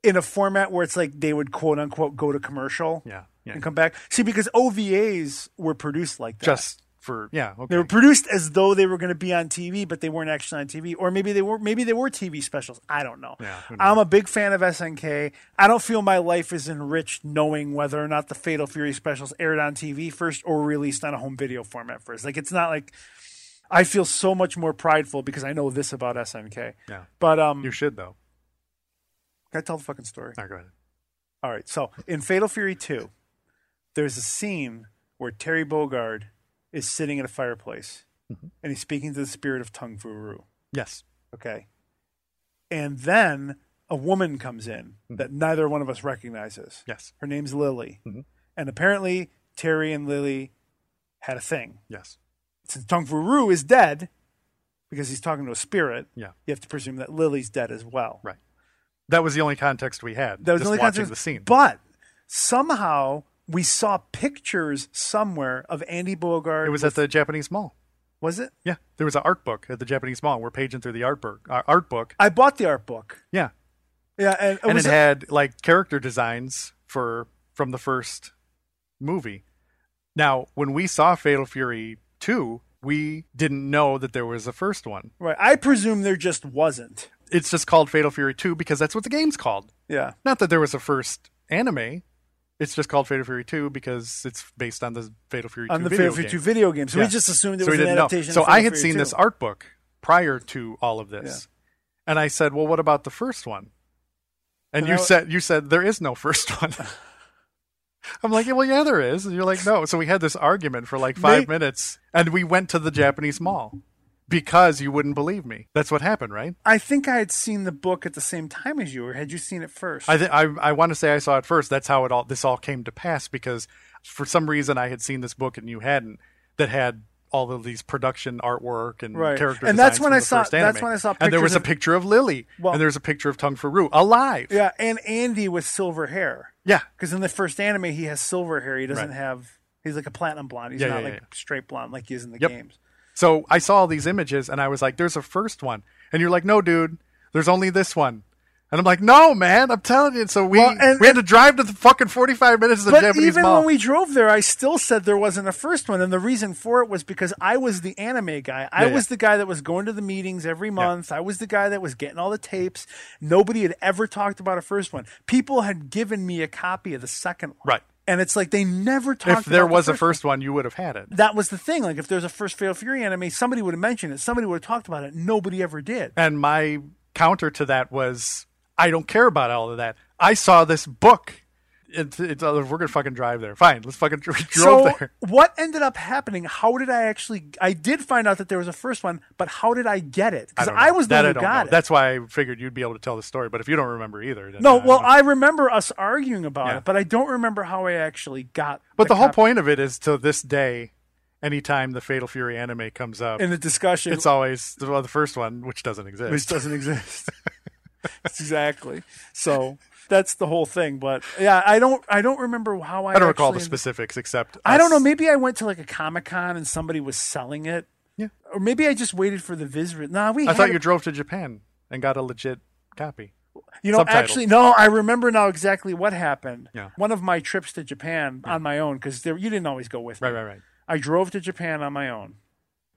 Speaker 5: in a format where it's like they would quote unquote go to commercial.
Speaker 4: Yeah, yeah.
Speaker 5: and come back. See, because OVAs were produced like that.
Speaker 4: just for yeah. Okay.
Speaker 5: they were produced as though they were going to be on TV, but they weren't actually on TV, or maybe they were. Maybe they were TV specials. I don't know.
Speaker 4: Yeah, who knows?
Speaker 5: I'm a big fan of SNK. I don't feel my life is enriched knowing whether or not the Fatal Fury specials aired on TV first or released on a home video format first. Like it's not like I feel so much more prideful because I know this about SNK.
Speaker 4: Yeah.
Speaker 5: But um,
Speaker 4: you should though.
Speaker 5: can I tell the fucking story?
Speaker 4: All right, go ahead.
Speaker 5: All right. So in Fatal Fury 2, there's a scene where Terry Bogard is sitting at a fireplace and he's speaking to the spirit of Tung Fu Ru.
Speaker 4: Yes.
Speaker 5: Okay. And then a woman comes in that neither one of us recognizes.
Speaker 4: Yes.
Speaker 5: Her name's Lily. And apparently, Terry and Lily had a thing.
Speaker 4: Yes.
Speaker 5: Since Tung Fu Ru is dead because he's talking to a spirit,
Speaker 4: Yeah.
Speaker 5: you have to presume that Lily's dead as well.
Speaker 4: Right. That was the only context we had.
Speaker 5: That was
Speaker 4: just
Speaker 5: the only
Speaker 4: watching
Speaker 5: context-
Speaker 4: the scene.
Speaker 5: But somehow we saw pictures somewhere of Andy Bogart.
Speaker 4: it was at the Japanese mall.
Speaker 5: Was it?
Speaker 4: Yeah, there was an art book at the Japanese mall. We're paging through the art book. Uh, art book.
Speaker 5: I bought the art book.
Speaker 4: Yeah,
Speaker 5: Yeah, and it
Speaker 4: and
Speaker 5: was
Speaker 4: it had like character designs for from the first movie. Now, when we saw Fatal Fury two, we didn't know that there was a first one.
Speaker 5: right. I presume there just wasn't.
Speaker 4: It's just called Fatal Fury two because that's what the game's called.
Speaker 5: Yeah.
Speaker 4: Not that there was a first anime. It's just called Fatal Fury two because it's based on the Fatal Fury
Speaker 5: On
Speaker 4: two
Speaker 5: the
Speaker 4: video
Speaker 5: Fatal Fury
Speaker 4: game.
Speaker 5: 2 video game. So
Speaker 4: Yeah.
Speaker 5: we just assumed it
Speaker 4: So we
Speaker 5: was an
Speaker 4: didn't know.
Speaker 5: adaptation.
Speaker 4: So
Speaker 5: of Fatal
Speaker 4: I had
Speaker 5: Fury
Speaker 4: seen
Speaker 5: 2.
Speaker 4: this art book prior to all of this, and I said, "Well, what about the first one?" And,
Speaker 5: And
Speaker 4: you
Speaker 5: I-
Speaker 4: said, "You said there is no first one." I'm like, yeah, "Well, yeah, there is." And you're like, "No." So we had this argument for like five
Speaker 5: May-
Speaker 4: minutes, and we went to the Japanese mall because you wouldn't believe me. That's what happened, right?
Speaker 5: I think I had seen the book at the same time as you, or had you seen it first?
Speaker 4: I th- I I want to say I saw it first. That's how it all this all came to pass because for some reason I had seen this book and you hadn't that had all of these production artwork and
Speaker 5: Right.
Speaker 4: character
Speaker 5: And that's
Speaker 4: designs
Speaker 5: when
Speaker 4: from
Speaker 5: I
Speaker 4: the
Speaker 5: saw-
Speaker 4: first
Speaker 5: that's
Speaker 4: anime.
Speaker 5: when I saw
Speaker 4: and there
Speaker 5: pictures
Speaker 4: was a
Speaker 5: of-
Speaker 4: picture of Lily
Speaker 5: Well-
Speaker 4: and there was a picture of Tung Ru alive
Speaker 5: yeah, and Andy with silver hair.
Speaker 4: yeah
Speaker 5: Because in the first anime, he has silver hair. He doesn't
Speaker 4: Right.
Speaker 5: have. He's like a platinum blonde. He's
Speaker 4: Yeah,
Speaker 5: not
Speaker 4: yeah,
Speaker 5: like
Speaker 4: yeah.
Speaker 5: straight blonde like he is in the
Speaker 4: Yep.
Speaker 5: games.
Speaker 4: so I saw all these images and I was like there's a first one and you're like no dude there's only this one. And I'm like, no, man, I'm telling you. So we,
Speaker 5: Well, and-
Speaker 4: we had to drive to the fucking 45 minutes to the
Speaker 5: But
Speaker 4: Japanese
Speaker 5: even
Speaker 4: mall.
Speaker 5: when we drove there, I still said there wasn't a first one, and the reason for it was because I was the anime guy. I
Speaker 4: Yeah, yeah.
Speaker 5: was the guy that was going to the meetings every month. I was the guy that was getting all the tapes. Nobody had ever talked about a first one. People had given me a copy of the second one,
Speaker 4: Right.
Speaker 5: And it's like they never talked.
Speaker 4: if there
Speaker 5: about
Speaker 4: was
Speaker 5: the
Speaker 4: a first one, you would have had it.
Speaker 5: that was the thing. Like, if there's a first Fatal Fury anime, somebody would have mentioned it. Somebody would have talked about it. Nobody ever did.
Speaker 4: And my counter to that was, I don't care about all of that. I saw this book. It's, it's, uh, we're gonna fucking drive there. Fine, let's fucking we drove
Speaker 5: so,
Speaker 4: there.
Speaker 5: what ended up happening? How did I actually? I did find out that there was a first one, but how did I get it? Because
Speaker 4: don't
Speaker 5: I,
Speaker 4: know.
Speaker 5: was the
Speaker 4: that
Speaker 5: one
Speaker 4: I
Speaker 5: who
Speaker 4: don't
Speaker 5: got
Speaker 4: know.
Speaker 5: it.
Speaker 4: That's why I figured you'd be able to tell the story. But if you don't remember either, then
Speaker 5: no.
Speaker 4: I
Speaker 5: Well,
Speaker 4: don't know.
Speaker 5: I remember us arguing about
Speaker 4: Yeah.
Speaker 5: it, but I don't remember how I actually got.
Speaker 4: but the, whole
Speaker 5: copy.
Speaker 4: point of it is to this day, anytime the Fatal Fury anime comes up,
Speaker 5: in the discussion,
Speaker 4: it's always well, the first one, which doesn't exist.
Speaker 5: which doesn't exist. exactly. So that's the whole thing. But yeah, I don't. I don't remember how I.
Speaker 4: I don't recall the
Speaker 5: actually-
Speaker 4: specifics, except
Speaker 5: I don't know.
Speaker 4: us-
Speaker 5: Maybe I went to like a Comic Con and somebody was selling it.
Speaker 4: Yeah.
Speaker 5: Or maybe I just waited for the visitor. Nah, we.
Speaker 4: I
Speaker 5: had
Speaker 4: thought
Speaker 5: it-
Speaker 4: you drove to Japan and got a legit copy.
Speaker 5: You know,
Speaker 4: subtitle.
Speaker 5: actually, no. I remember now exactly what happened.
Speaker 4: Yeah.
Speaker 5: One of my trips to Japan on my own because you didn't always go with me.
Speaker 4: Right, right, right.
Speaker 5: I drove to Japan on my own,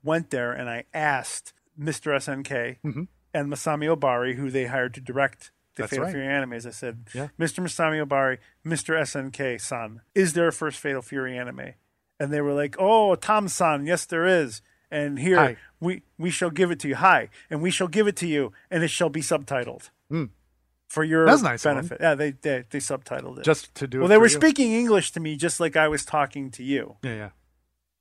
Speaker 5: went there, and I asked Mr. SNK and Masami Obari, who they hired to direct the
Speaker 4: Mm-hmm. That's
Speaker 5: Fatal
Speaker 4: right.
Speaker 5: Fury animes. I said,
Speaker 4: Yeah.
Speaker 5: Mr. Masami Obari, Mr. SNK san, is there a first Fatal Fury anime? And they were like, Oh, Tom san, yes, there is. And here
Speaker 4: Hi.
Speaker 5: we we shall give it to you. Hi, and we shall give it to you, and it shall be subtitled for your
Speaker 4: Hmm. That's nice of 'em.
Speaker 5: benefit. Yeah, they, they they subtitled it.
Speaker 4: Just to do.
Speaker 5: well,
Speaker 4: it
Speaker 5: they
Speaker 4: for
Speaker 5: were
Speaker 4: you.
Speaker 5: speaking English to me, just like I was talking to you
Speaker 4: Yeah, yeah.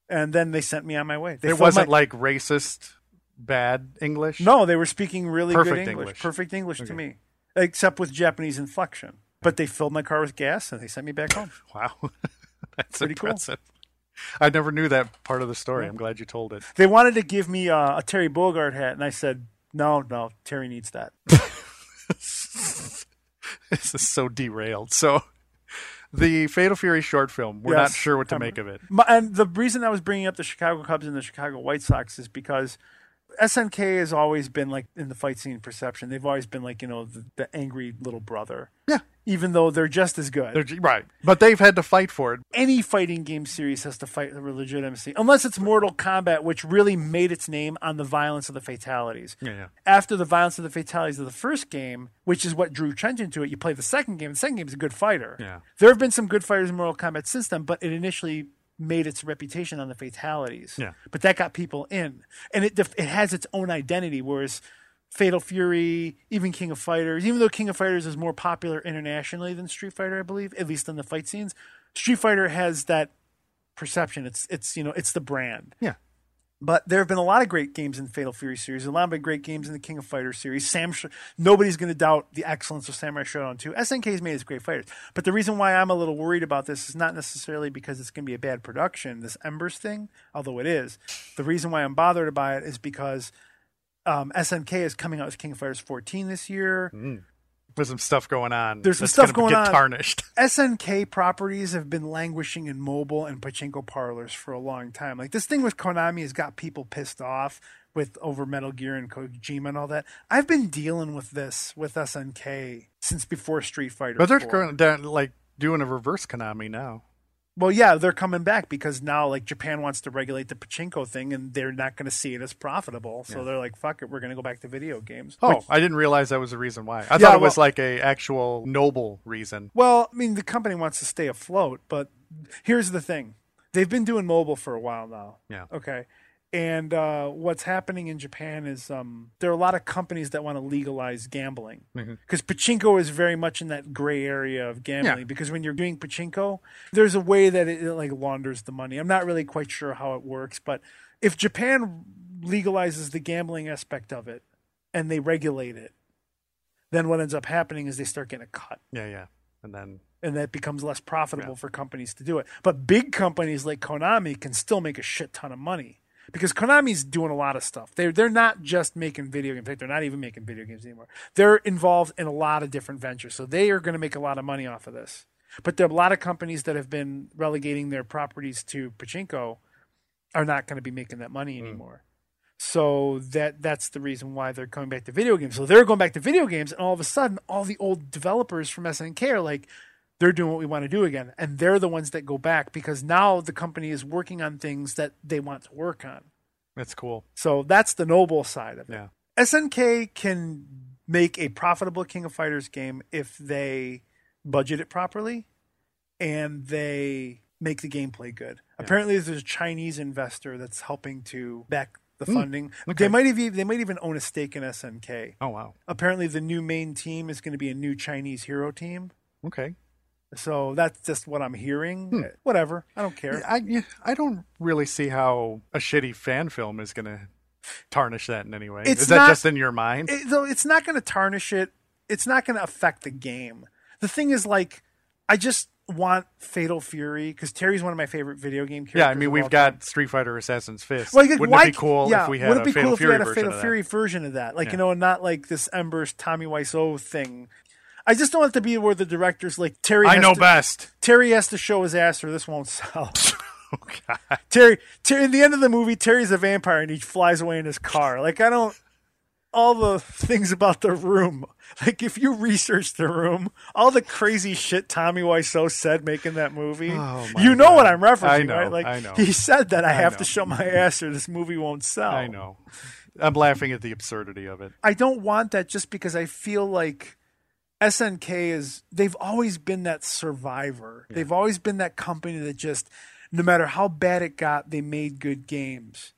Speaker 5: and then they sent me on my way. They
Speaker 4: it
Speaker 5: filled
Speaker 4: wasn't
Speaker 5: my-
Speaker 4: like racist, bad English.
Speaker 5: no, they were speaking really
Speaker 4: Perfect
Speaker 5: good English,
Speaker 4: English.
Speaker 5: perfect English
Speaker 4: Okay.
Speaker 5: to me, except with Japanese inflection. But they filled my car with gas and they sent me back home.
Speaker 4: Wow, that's
Speaker 5: Pretty cool.
Speaker 4: impressive. I never knew that part of the story. I'm glad you told it.
Speaker 5: they wanted to give me uh, a Terry Bogard hat, and I said, "No, no, Terry needs that."
Speaker 4: This is so derailed. So, the Fatal Fury short film. We're not
Speaker 5: Yes,
Speaker 4: sure what to
Speaker 5: remember.
Speaker 4: make of it.
Speaker 5: My, and the reason I was bringing up the Chicago Cubs and the Chicago White Sox is because SNK has always been like in the fight scene perception. They've always been like you know the, the angry little brother.
Speaker 4: Yeah.
Speaker 5: Even though they're just as good.
Speaker 4: They're, right, but they've had to fight for it.
Speaker 5: any fighting game series has to fight for legitimacy, unless it's Mortal Kombat, which really made its name on the violence of the fatalities.
Speaker 4: Yeah, yeah.
Speaker 5: After the violence of the fatalities of the first game, which is what drew Trenton to it, you play the second game. The second game is a good fighter.
Speaker 4: Yeah.
Speaker 5: There have been some good fighters in Mortal Kombat since then, but it initially made its reputation on the fatalities.
Speaker 4: Yeah.
Speaker 5: But that got people in, and it def- it has its own identity, whereas. Fatal Fury, even King of Fighters, even though King of Fighters is more popular internationally than Street Fighter, I believe, at least in the fight scenes, Street Fighter has that perception. It's it's you know it's the brand.
Speaker 4: Yeah.
Speaker 5: But there have been a lot of great games in the Fatal Fury series, a lot of great games in the King of Fighters series. Sam, Sh- nobody's going to doubt the excellence of Samurai Showdown 2. SNK's made us great fighters. But the reason why I'm a little worried about this is not necessarily because it's going to be a bad production, this Embers thing, although it is. The reason why I'm bothered by it is because um, SNK is coming out with King of Fighters 14 this year.
Speaker 4: with some stuff going on.
Speaker 5: There's some
Speaker 4: that's
Speaker 5: stuff
Speaker 4: gonna
Speaker 5: going
Speaker 4: get
Speaker 5: on.
Speaker 4: Tarnished.
Speaker 5: SNK properties have been languishing in mobile and pachinko parlors for a long time. Like this thing with Konami has got people pissed off with over Metal Gear and Kojima and all that. I've been dealing with this with SNK since before Street Fighter.
Speaker 4: But they're
Speaker 5: 4.
Speaker 4: currently they're, like doing a reverse Konami now.
Speaker 5: Well, yeah, they're coming back because now like Japan wants to regulate the pachinko thing and they're not going to see it as profitable. So they're like, fuck it, we're going to go back to video games.
Speaker 4: Oh,
Speaker 5: Which-
Speaker 4: I didn't realize that was the reason why. I thought it
Speaker 5: Yeah,
Speaker 4: was
Speaker 5: well-
Speaker 4: like a actual noble reason.
Speaker 5: Well, I mean, the company wants to stay afloat, but here's the thing: they've been doing mobile for a while now.
Speaker 4: Yeah.
Speaker 5: Okay. And uh, what's happening in Japan is um, there are a lot of companies that want to legalize gambling
Speaker 4: Mm-hmm.
Speaker 5: because pachinko is very much in that gray area of gambling.
Speaker 4: Yeah.
Speaker 5: Because when you're doing pachinko, there's a way that it, it like launders the money. I'm not really quite sure how it works, but if Japan legalizes the gambling aspect of it and they regulate it, then what ends up happening is they start getting a cut
Speaker 4: Yeah, yeah. And then
Speaker 5: and that becomes less profitable for companies to do it. But big companies like Konami can still make a shit ton of money because Konami's doing a lot of stuff. They're they're not just making video games. In fact, they're not even making video games anymore. They're involved in a lot of different ventures, so they are going to make a lot of money off of this. But there are a lot of companies that have been relegating their properties to pachinko are not going to be making that money anymore. So that that's the reason why they're coming back to video games. So they're going back to video games, and all of a sudden, all the old developers from SNK are like, they're doing what we want to do again, and they're the ones that go back because now the company is working on things that they want to work on.
Speaker 4: it's cool.
Speaker 5: So that's the noble side of it.
Speaker 4: Yeah.
Speaker 5: SNK can make a profitable King of Fighters game if they budget it properly and they make the gameplay good. Apparently, there's a Chinese investor that's helping to back the funding.
Speaker 4: okay.
Speaker 5: They might even they might even own a stake in SNK.
Speaker 4: Oh wow.
Speaker 5: Apparently, the new main team is going to be a new Chinese hero team.
Speaker 4: Okay.
Speaker 5: So that's just what I'm hearing. Whatever, I don't care.
Speaker 4: I yeah, I don't really see how a shitty fan film is going to tarnish that in any way.
Speaker 5: It's
Speaker 4: is that
Speaker 5: not-
Speaker 4: just in your mind?
Speaker 5: it, though it's not going to tarnish it. It's not going to affect the game. The thing is, like, I just want Fatal Fury because Terry's one of my favorite video game characters.
Speaker 4: yeah, I mean
Speaker 5: of
Speaker 4: we've
Speaker 5: all time.
Speaker 4: got Street Fighter Assassin's Fist.
Speaker 5: Well, like,
Speaker 4: Wouldn't
Speaker 5: why-
Speaker 4: it be cool
Speaker 5: yeah,
Speaker 4: if we had
Speaker 5: wouldn't
Speaker 4: a
Speaker 5: it be
Speaker 4: Fatal
Speaker 5: cool if
Speaker 4: Fury
Speaker 5: we had a
Speaker 4: version
Speaker 5: Fatal
Speaker 4: of that?
Speaker 5: Fury version of that? Like
Speaker 4: Yeah.
Speaker 5: you know, and not like this Embers Tommy Wiseau thing. I just don't want it to be where the director's like Terry.
Speaker 4: I
Speaker 5: has
Speaker 4: know
Speaker 5: to-
Speaker 4: best.
Speaker 5: Terry has to show his ass, or this won't sell.
Speaker 4: Oh, God.
Speaker 5: Terry, Terry, in the end of the movie, Terry's a vampire and he flies away in his car. Like I don't, all the things about the room. Like if you research the room, all the crazy shit Tommy Wiseau said making that movie.
Speaker 4: Oh, my
Speaker 5: you know
Speaker 4: God.
Speaker 5: what I'm referencing,
Speaker 4: I know,
Speaker 5: right? Like
Speaker 4: I know.
Speaker 5: he said that I have
Speaker 4: know.
Speaker 5: to show my ass or this movie won't sell.
Speaker 4: I know. I'm laughing at the absurdity of it.
Speaker 5: I don't want that just because I feel like SNK is they've always been that survivor. They've always been that company that just no matter how bad it got, they made good games.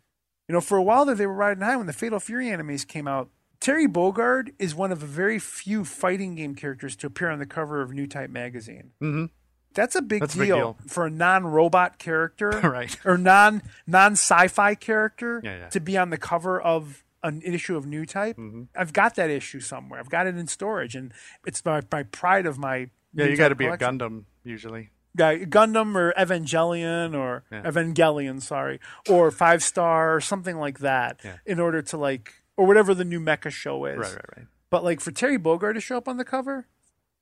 Speaker 5: You know, for a while there they were riding high when the Fatal Fury animes came out. Terry Bogard is one of the very few fighting game characters to appear on the cover of New Type magazine. Mm-hmm. That's a big
Speaker 4: That's a
Speaker 5: deal
Speaker 4: big deal.
Speaker 5: for a non-robot character,
Speaker 4: Right.
Speaker 5: Or non non sci-fi character
Speaker 4: Yeah, Mm-hmm. yeah.
Speaker 5: to be on the cover of an issue of New Type. I've got that issue somewhere. I've got it in storage, and it's my my pride of my.
Speaker 4: Yeah,
Speaker 5: New
Speaker 4: you got to
Speaker 5: Type
Speaker 4: be a
Speaker 5: collection.
Speaker 4: Gundam usually.
Speaker 5: Guy- Gundam or Evangelion or Evangelion, sorry, or Five Star or something like that
Speaker 4: Yeah.
Speaker 5: in order to like or whatever the new mecha show is.
Speaker 4: Right, right, right.
Speaker 5: But like for Terry Bogard to show up on the cover,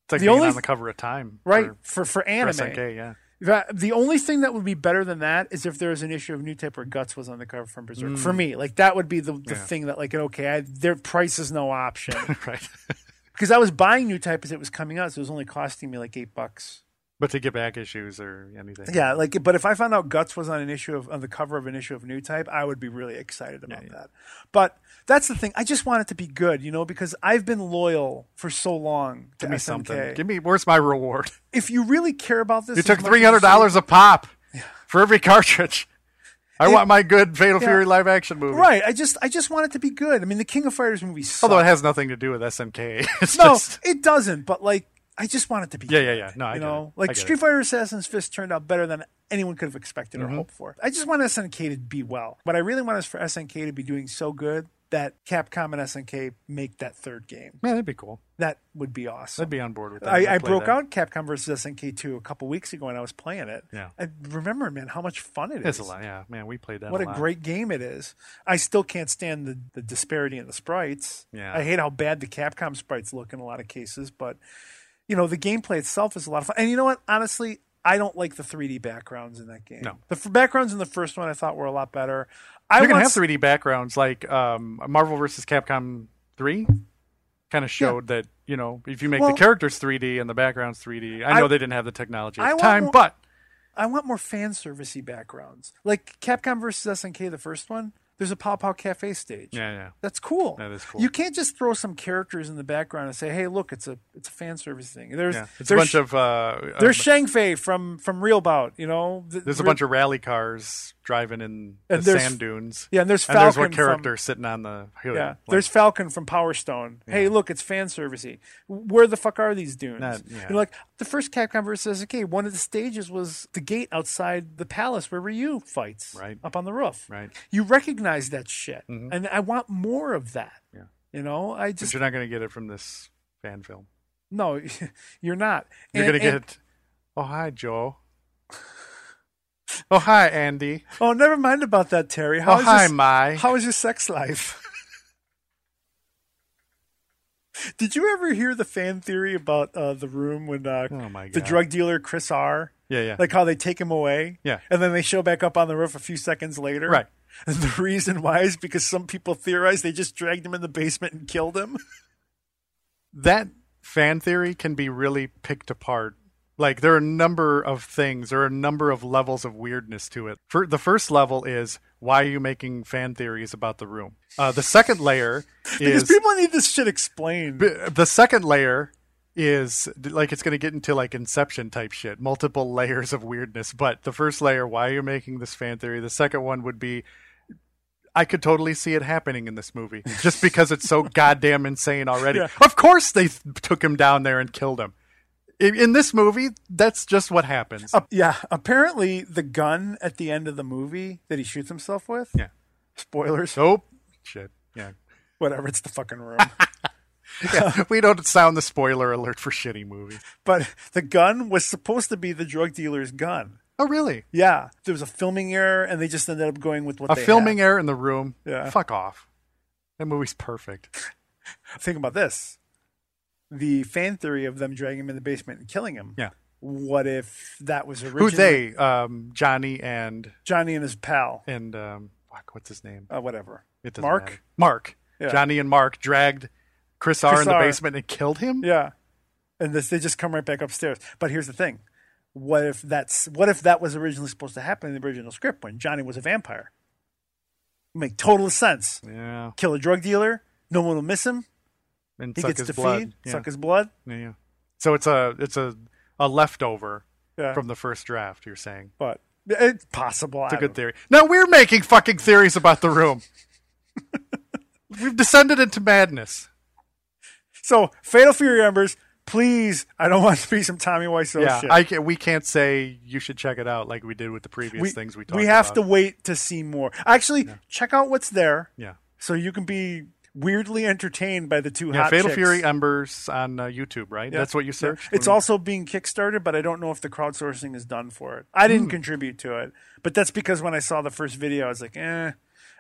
Speaker 4: It's like
Speaker 5: The
Speaker 4: being
Speaker 5: only
Speaker 4: on the
Speaker 5: th-
Speaker 4: cover of Time.
Speaker 5: right?
Speaker 4: for-
Speaker 5: For for,
Speaker 4: for
Speaker 5: anime.
Speaker 4: SNK, yeah.
Speaker 5: That, the only thing that would be better than that is if there was an issue of New Type where Guts was on the cover from Berserk. For me, like that would be the, the
Speaker 4: Mm. Yeah.
Speaker 5: thing that like okay, I, their price is no option
Speaker 4: right.
Speaker 5: because I was buying New Type as it was coming out, so it was only costing me like eight bucks.
Speaker 4: but to get back issues or anything.
Speaker 5: Yeah, like but if I found out Guts was on an issue of on the cover of an issue of New Type, I would be really excited about that. But that's the thing. I just want it to be good, you know, because I've been loyal for so long to
Speaker 4: Give me
Speaker 5: SNK.
Speaker 4: something. Give me where's my reward?
Speaker 5: if you really care about this,
Speaker 4: You
Speaker 5: as
Speaker 4: took
Speaker 5: much as
Speaker 4: three hundred
Speaker 5: say-
Speaker 4: dollars a pop for every cartridge. I
Speaker 5: It-
Speaker 4: want my good Fatal
Speaker 5: Yeah.
Speaker 4: Fury live action movie.
Speaker 5: Right. I just I just want it to be good. I mean, the King of Fighters movie.
Speaker 4: Although
Speaker 5: sucked.
Speaker 4: it has nothing to do with SNK. It's
Speaker 5: no,
Speaker 4: just
Speaker 5: it doesn't. But like, I just want it to be.
Speaker 4: Yeah,
Speaker 5: good,
Speaker 4: yeah, yeah. No, I
Speaker 5: you
Speaker 4: get
Speaker 5: know,
Speaker 4: it. I
Speaker 5: like
Speaker 4: get
Speaker 5: Street
Speaker 4: it. Mm-hmm.
Speaker 5: Fighter Assassin's Fist turned out better than anyone could have expected or hoped for. I just want SNK to be well. What I really want is for SNK to be doing so good that Capcom and SNK make that third game.
Speaker 4: Man, that'd be cool.
Speaker 5: That would be awesome.
Speaker 4: I'd be on board with that.
Speaker 5: I, I
Speaker 4: I'd play
Speaker 5: broke
Speaker 4: that.
Speaker 5: out Capcom versus SNK 2 a couple weeks ago and I was playing it.
Speaker 4: Yeah.
Speaker 5: I remember, man, how much fun it is.
Speaker 4: It's a lot. Yeah, man, we played that.
Speaker 5: What a
Speaker 4: lot.
Speaker 5: great game it is. I still can't stand the, the disparity in the sprites.
Speaker 4: Yeah.
Speaker 5: I hate how bad the Capcom sprites look in a lot of cases, but you know, the gameplay itself is a lot of fun. And you know what? Honestly, I don't like the 3D backgrounds in that game.
Speaker 4: No.
Speaker 5: The f- backgrounds in the first one I thought were a lot better. I
Speaker 4: They're gonna
Speaker 5: want
Speaker 4: have 3D backgrounds, like um, Marvel versus Capcom 3 kind of showed that you know if you make
Speaker 5: Well-
Speaker 4: the characters 3D and the backgrounds 3D. I
Speaker 5: I-
Speaker 4: know they didn't have the technology at
Speaker 5: I
Speaker 4: the
Speaker 5: want
Speaker 4: time,
Speaker 5: more-
Speaker 4: but
Speaker 5: I want more fan servicey backgrounds. Like Capcom versus SNK, the first one. There's a Pow Pow Cafe stage.
Speaker 4: yeah, yeah.
Speaker 5: That's cool.
Speaker 4: That is cool.
Speaker 5: You can't just throw some characters in the background and say, "Hey, look, it's a it's a fan service thing." There's
Speaker 4: Yeah. It's a
Speaker 5: there's
Speaker 4: bunch of uh,
Speaker 5: there's
Speaker 4: um,
Speaker 5: Shang Fei from from Real Bout. You know, Th-
Speaker 4: there's a
Speaker 5: re-
Speaker 4: bunch of rally cars driving in the
Speaker 5: And there's-
Speaker 4: sand dunes.
Speaker 5: yeah, and there's
Speaker 4: and there's
Speaker 5: Falcon
Speaker 4: one character
Speaker 5: From,
Speaker 4: sitting on the hood.
Speaker 5: yeah,
Speaker 4: like,
Speaker 5: there's Falcon from Power Stone. Hey, look, it's fan servicey. Where the fuck are these dunes?
Speaker 4: Not- yeah.
Speaker 5: You know, like the first Capcom versus SNK, one of the stages was the gate outside the palace where Ryu fights
Speaker 4: Right.
Speaker 5: up on the roof.
Speaker 4: right. Mm-hmm.
Speaker 5: You recognize that shit, and I want more of that.
Speaker 4: Yeah.
Speaker 5: You know, I
Speaker 4: But
Speaker 5: just
Speaker 4: you're not gonna get it from this fan film.
Speaker 5: no, you're not.
Speaker 4: You're
Speaker 5: And-
Speaker 4: gonna
Speaker 5: and-
Speaker 4: get oh hi Joe. oh hi Andy.
Speaker 5: Oh, never mind about that, Terry.
Speaker 4: Oh
Speaker 5: How is
Speaker 4: hi
Speaker 5: your-
Speaker 4: my.
Speaker 5: How is your sex life? Did you ever hear the fan theory about uh, the room when uh,
Speaker 4: Oh, my
Speaker 5: the
Speaker 4: God.
Speaker 5: drug dealer Chris R?
Speaker 4: Yeah, yeah.
Speaker 5: Like how they take him away,
Speaker 4: Yeah.
Speaker 5: and then they show back up on the roof a few seconds later,
Speaker 4: Right.
Speaker 5: And the reason why is because some people theorize they just dragged him in the basement and killed him.
Speaker 4: that fan theory can be really picked apart. Like there are a number of things, there are a number of levels of weirdness to it. For the first level is why are you making fan theories about the room? Uh, the second layer is
Speaker 5: because people need this shit explained.
Speaker 4: b- the second layer is d- like it's going to get into like inception type shit multiple layers of weirdness but the first layer why are you making this fan theory the second one would be i could totally see it happening in this movie just because it's so goddamn insane already
Speaker 5: Yeah.
Speaker 4: of course they th- took him down there and killed him in, in this movie that's just what happens
Speaker 5: Ap- yeah, apparently the gun at the end of the movie that he shoots himself with.
Speaker 4: Yeah.
Speaker 5: Spoilers.
Speaker 4: oh shit yeah
Speaker 5: Whatever, it's the fucking room.
Speaker 4: yeah we don't sound the spoiler alert for shitty movies
Speaker 5: but the gun was supposed to be the drug dealer's gun.
Speaker 4: oh really
Speaker 5: Yeah, there was a filming error, and they just ended up going with what
Speaker 4: a
Speaker 5: they
Speaker 4: filming
Speaker 5: Had.
Speaker 4: error in the room
Speaker 5: Yeah.
Speaker 4: fuck off that movie's perfect
Speaker 5: Think about this: the fan theory of them dragging him in the basement and killing him.
Speaker 4: Yeah.
Speaker 5: What if that was originally
Speaker 4: Who they? Um, Johnny and
Speaker 5: Johnny and his pal,
Speaker 4: and um, fuck, what's his name?
Speaker 5: uh, whatever.
Speaker 4: It doesn't
Speaker 5: Mark.
Speaker 4: matter. Mark.
Speaker 5: Yeah.
Speaker 4: Johnny and Mark dragged Chris R
Speaker 5: Chris
Speaker 4: in the
Speaker 5: R.
Speaker 4: basement and killed him.
Speaker 5: Yeah, and this, they just come right back upstairs. But here's the thing: what if that's what if that was originally supposed to happen in the original script when Johnny was a vampire? Make total sense.
Speaker 4: Yeah.
Speaker 5: Kill a drug dealer. No one will miss him.
Speaker 4: And
Speaker 5: He
Speaker 4: suck
Speaker 5: gets
Speaker 4: his
Speaker 5: to
Speaker 4: blood.
Speaker 5: feed,
Speaker 4: Yeah.
Speaker 5: suck his blood.
Speaker 4: yeah, yeah. So it's a it's a a leftover
Speaker 5: Yeah.
Speaker 4: from the first draft. You're saying
Speaker 5: but it's possible.
Speaker 4: it's
Speaker 5: I
Speaker 4: a good
Speaker 5: don't-
Speaker 4: theory. Now we're making fucking theories about the room. We've descended into madness.
Speaker 5: So, Fatal Fury Embers, please, I don't want to be some Tommy Wiseau
Speaker 4: yeah,
Speaker 5: shit.
Speaker 4: I can, we can't say you should check it out like we did with the previous things we talked.
Speaker 5: have to
Speaker 4: about.
Speaker 5: wait to see more. Actually, check out what's there
Speaker 4: Yeah.
Speaker 5: so you can be weirdly entertained by the two
Speaker 4: Yeah,
Speaker 5: hot
Speaker 4: Fatal
Speaker 5: chicks.
Speaker 4: Fury Embers on uh, YouTube, right?
Speaker 5: Yeah.
Speaker 4: That's what you searched.
Speaker 5: It's also being kickstarted, but I don't know if the crowdsourcing is done for it. I
Speaker 4: Hmm.
Speaker 5: didn't contribute to it, but that's because when I saw the first video, I was like, eh.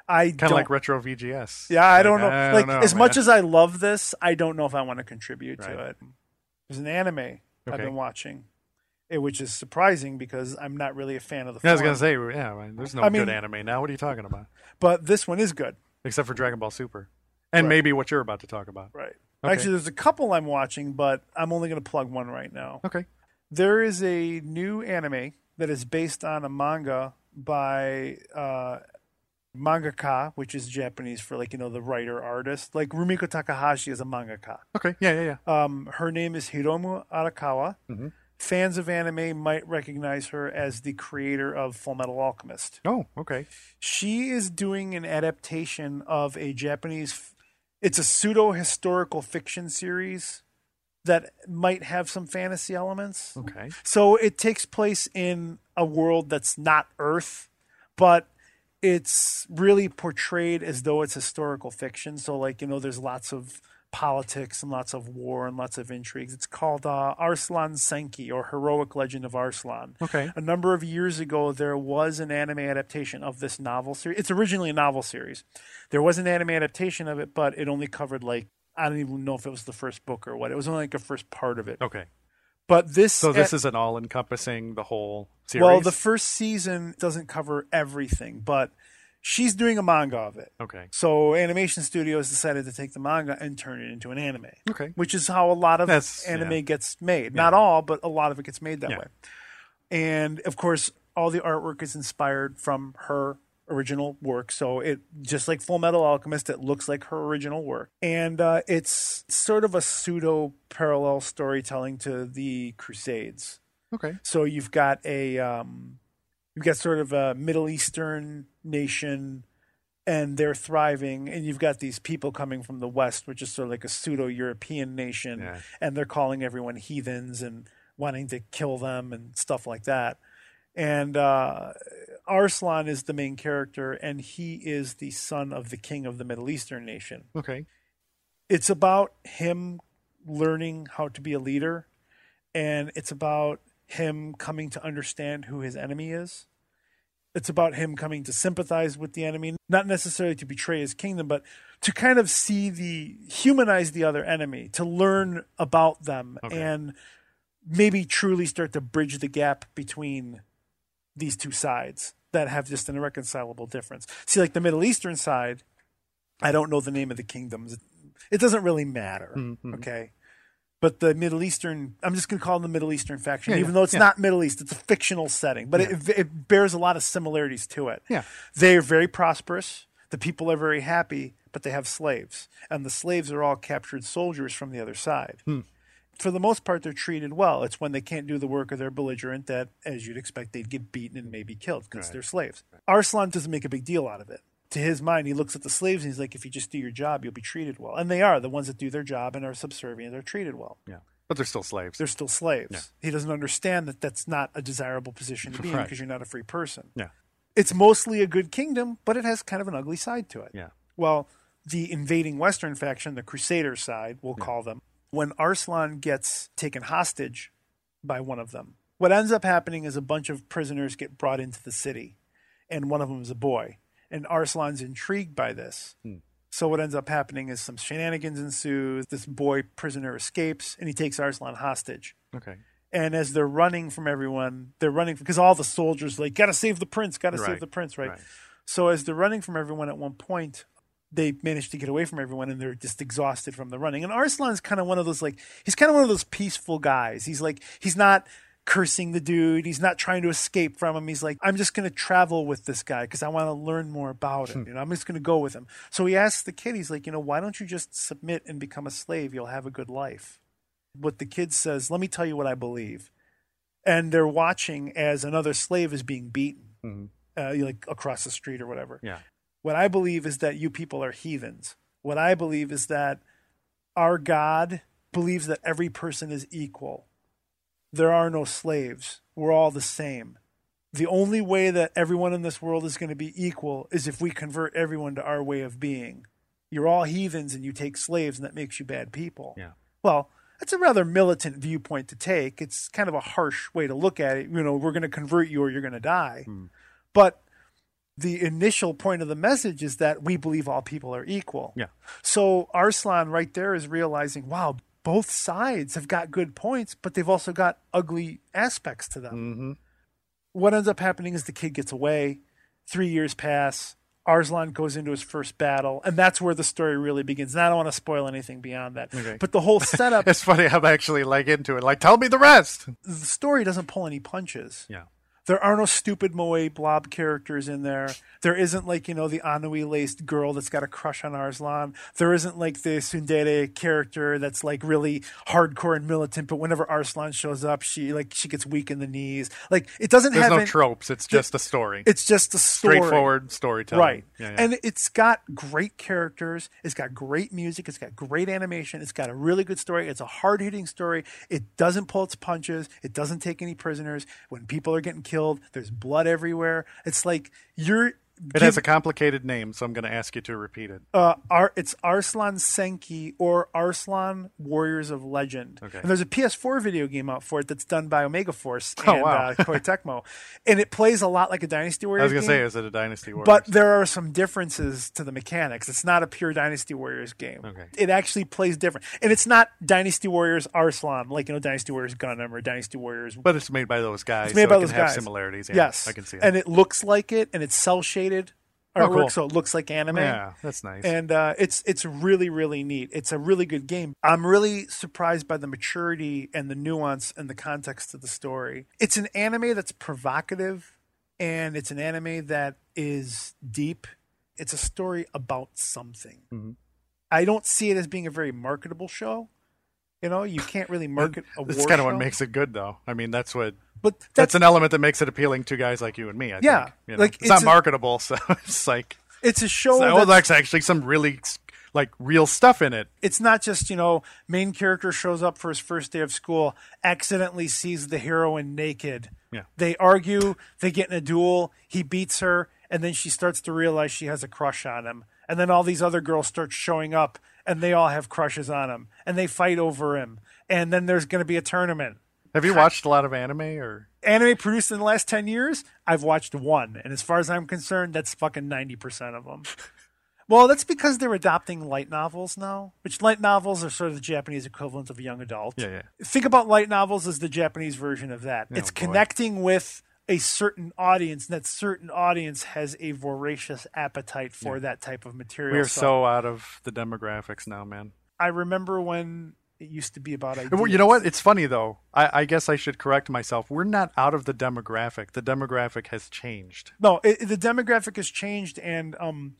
Speaker 5: I
Speaker 4: kind
Speaker 5: don't-
Speaker 4: of like retro VGS.
Speaker 5: Yeah, I don't know. like as much
Speaker 4: man.
Speaker 5: as I love this, I don't know if I want to contribute to
Speaker 4: Right.
Speaker 5: it. There's an anime I've
Speaker 4: Okay.
Speaker 5: been watching, eh, which is surprising because I'm not really a fan of the.
Speaker 4: Yeah, I was gonna
Speaker 5: form.
Speaker 4: say, yeah, man, there's no
Speaker 5: I mean-
Speaker 4: good anime now. What are you talking about?
Speaker 5: but this one is good,
Speaker 4: Except for Dragon Ball Super, and
Speaker 5: Right.
Speaker 4: maybe what you're about to talk about.
Speaker 5: right?
Speaker 4: Okay.
Speaker 5: Actually, there's a couple I'm watching, but I'm only going to plug one right now.
Speaker 4: Okay,
Speaker 5: There is a new anime that is based on a manga by uh, mangaka, which is Japanese for like you know the writer artist. Like Rumiko Takahashi is a mangaka.
Speaker 4: okay, yeah, yeah, yeah.
Speaker 5: Um, her name is Hiromu Arakawa.
Speaker 4: Mhm.
Speaker 5: Fans of anime might recognize her as the creator of Full Metal Alchemist.
Speaker 4: Oh, okay.
Speaker 5: She is doing an adaptation of a Japanese. It's a pseudo historical fiction series that might have some fantasy elements.
Speaker 4: Okay.
Speaker 5: So it takes place in a world that's not Earth, but it's really portrayed as though it's historical fiction. So, like, you know, there's lots of politics and lots of war and lots of intrigues. It's called uh, Arslan Senki or Heroic Legend of Arslan.
Speaker 4: Okay.
Speaker 5: A number of years ago, there was an anime adaptation of this novel series. It's originally a novel series. There was an anime adaptation of it, but it only covered, like, I don't even know if it was the first book or what. It was only like a first part of it.
Speaker 4: Okay.
Speaker 5: But this.
Speaker 4: So this is an all encompassing the whole series.
Speaker 5: Eh Well, the first season doesn't cover everything, but she's doing a manga of it.
Speaker 4: okay.
Speaker 5: So Animation Studios decided to take the manga and turn it into an anime.
Speaker 4: Okay.
Speaker 5: Which is how a lot of
Speaker 4: That's-
Speaker 5: anime
Speaker 4: yeah.
Speaker 5: gets made. Not all, but a lot of it gets made that
Speaker 4: Yeah.
Speaker 5: way. And of course, all the artwork is inspired from her original work. So it just like Full Metal Alchemist, it looks like her original work. And uh, it's sort of a pseudo parallel storytelling to the Crusades.
Speaker 4: Okay.
Speaker 5: So you've got a um, you've got sort of a Middle Eastern nation, and they're thriving, and you've got these people coming from the West, which is sort of like a pseudo European nation,
Speaker 4: Yeah.
Speaker 5: and they're calling everyone heathens and wanting to kill them and stuff like that. And uh, Arslan is the main character, and he is the son of the king of the Middle Eastern nation
Speaker 4: Okay.
Speaker 5: it's about him learning how to be a leader and it's about him coming to understand who his enemy is it's about him coming to sympathize with the enemy not necessarily to betray his kingdom but to kind of see the humanize the other enemy to learn about them
Speaker 4: Okay.
Speaker 5: and maybe truly start to bridge the gap between these two sides that have just an irreconcilable difference see like the middle eastern side i don't know the name of the kingdoms it doesn't really matter
Speaker 4: Mm-hmm,
Speaker 5: okay but the middle eastern i'm just going to call them the middle eastern faction
Speaker 4: Yeah,
Speaker 5: even
Speaker 4: yeah,
Speaker 5: though it's
Speaker 4: yeah.
Speaker 5: not middle east it's a fictional setting but it, it bears a lot of similarities to it
Speaker 4: Yeah.
Speaker 5: they are very prosperous the people are very happy but they have slaves and the slaves are all captured soldiers from the other side for the most part, they're treated well. It's when they can't do the work of their belligerent that, as you'd expect, they'd get beaten and maybe killed because they're slaves. Arslan doesn't make a big deal out of it. To his mind, he looks at the slaves and he's like, if you just do your job, you'll be treated well. And they are. The ones that do their job and are subservient are treated well.
Speaker 4: Yeah. But they're still slaves.
Speaker 5: They're still slaves. He doesn't understand that that's not a desirable position to be in
Speaker 4: Right.
Speaker 5: because you're not a free person.
Speaker 4: yeah.
Speaker 5: It's mostly a good kingdom, but it has kind of an ugly side to it.
Speaker 4: Yeah.
Speaker 5: Well, the invading Western faction, the Crusader side, we'll call them, when Arslan gets taken hostage by one of them, what ends up happening is a bunch of prisoners get brought into the city, and one of them is a boy. And Arslan's intrigued by this. So, what ends up happening is some shenanigans ensue. This boy prisoner escapes, and he takes Arslan hostage
Speaker 4: Okay.
Speaker 5: and as they're running from everyone, they're running because all the soldiers like gotta save the prince, gotta
Speaker 4: Right,
Speaker 5: save the prince, right?
Speaker 4: right.
Speaker 5: So as they're running from everyone, at one point they manage to get away from everyone, and they're just exhausted from the running. And Arslan's kind of one of those like he's kind of one of those peaceful guys. He's like he's not cursing the dude. He's not trying to escape from him. He's like I'm just gonna travel with this guy because I want to learn more about
Speaker 4: Hmm.
Speaker 5: him. You know, I'm just gonna go with him. So he asks the kid, he's like, you know, why don't you just submit and become a slave? You'll have a good life what the kid says, let me tell you what I believe. And they're watching as another slave is being beaten, uh, like across the street or whatever.
Speaker 4: Yeah.
Speaker 5: What I believe is that you people are heathens. What I believe is that our God believes that every person is equal. There are no slaves. We're all the same. The only way that everyone in this world is going to be equal is if we convert everyone to our way of being. You're all heathens and you take slaves, and that makes you bad people.
Speaker 4: Yeah.
Speaker 5: Well, that's a rather militant viewpoint to take. It's kind of a harsh way to look at it. You know, we're going to convert you or you're going to die. But the initial point of the message is that we believe all people are equal.
Speaker 4: Yeah.
Speaker 5: So Arslan right there is realizing, wow, both sides have got good points, but they've also got ugly aspects to them. What ends up happening is the kid gets away. Three years pass. Arslan goes into his first battle, and that's where the story really begins. And I don't want to spoil anything beyond that. But the whole setup,
Speaker 4: It's funny. I'm actually like into it. Like, tell me the rest.
Speaker 5: the story doesn't pull any punches.
Speaker 4: Yeah.
Speaker 5: There are no stupid moe blob characters in there. There isn't like you know the Anui laced girl that's got a crush on Arslan. There isn't like the Sundere character that's like really hardcore and militant. But whenever Arslan shows up, she like she gets weak in the knees. Like it doesn't
Speaker 4: There's
Speaker 5: have
Speaker 4: no
Speaker 5: an-
Speaker 4: tropes. It's just a story.
Speaker 5: It's just a story.
Speaker 4: Straightforward storytelling.
Speaker 5: Right.
Speaker 4: Yeah, yeah.
Speaker 5: And it's got great characters. It's got great music. It's got great animation. It's got a really good story. It's a hard hitting story. It doesn't pull its punches. It doesn't take any prisoners. When people are getting killed, there's blood everywhere. It's like you're
Speaker 4: It has a complicated name, so I'm going to ask you to repeat it.
Speaker 5: uh, Ar- it's Arslan Senki or Arslan Warriors of Legend.
Speaker 4: Okay.
Speaker 5: And there's a PS4 video game out for it that's done by Omega Force and
Speaker 4: Oh, wow.
Speaker 5: uh, Koei Tecmo, and it plays a lot like a Dynasty
Speaker 4: I
Speaker 5: Warriors.
Speaker 4: was going to
Speaker 5: game,
Speaker 4: say, is it a Dynasty Warriors?
Speaker 5: but there are some differences to the mechanics. It's not a pure Dynasty Warriors game.
Speaker 4: Okay.
Speaker 5: It actually plays different, and it's not Dynasty Warriors Arslan like you know Dynasty Warriors Gundam or Dynasty Warriors
Speaker 4: But it's made by those guys.
Speaker 5: it's made
Speaker 4: so
Speaker 5: by
Speaker 4: it
Speaker 5: those
Speaker 4: can
Speaker 5: guys.
Speaker 4: Have similarities. Yeah,
Speaker 5: yes,
Speaker 4: I can see it.
Speaker 5: and it looks like it, and it's cell shaded artwork,
Speaker 4: Oh, cool.
Speaker 5: so it looks like anime.
Speaker 4: yeah, that's nice.
Speaker 5: And uh, it's it's really really neat. It's a really good game. I'm really surprised by the maturity and the nuance and the context of the story. It's an anime that's provocative, and it's an anime that is deep. It's a story about something.
Speaker 4: Mm-hmm.
Speaker 5: I don't see it as being a very marketable show. You know, you can't really market a war.
Speaker 4: that's kind of what
Speaker 5: show.
Speaker 4: makes it good, though. I mean, that's what
Speaker 5: But
Speaker 4: that's, an element that makes it appealing to guys like you and me. I
Speaker 5: Yeah,
Speaker 4: think. You
Speaker 5: like,
Speaker 4: it's,
Speaker 5: it's
Speaker 4: not
Speaker 5: a-
Speaker 4: marketable, so it's like
Speaker 5: it's a show.
Speaker 4: so, oh,
Speaker 5: that's-
Speaker 4: that's actually some really like real stuff in it.
Speaker 5: it's not just you know main character shows up for his first day of school accidentally sees the heroine naked
Speaker 4: Yeah.
Speaker 5: they argue they get in a duel he beats her and then she starts to realize she has a crush on him and then all these other girls start showing up and they all have crushes on him and they fight over him and then there's going to be a tournament
Speaker 4: Have you watched a lot of anime or?
Speaker 5: anime produced in the last 10 years i've watched one and as far as i'm concerned that's fucking 90% of them well that's because they're adopting light novels now which light novels are sort of the japanese equivalent of young adult
Speaker 4: Yeah, yeah.
Speaker 5: think about light novels as the japanese version of that it's
Speaker 4: boy.
Speaker 5: connecting with a certain audience and that certain audience has a voracious appetite for that type of material
Speaker 4: We are so out of the demographics now, man.
Speaker 5: i remember when it used to be about ideas.
Speaker 4: Well, You know what? It's funny though. I, I guess I should correct myself. We're not out of the demographic. The demographic has changed.
Speaker 5: no it, the demographic has changed and um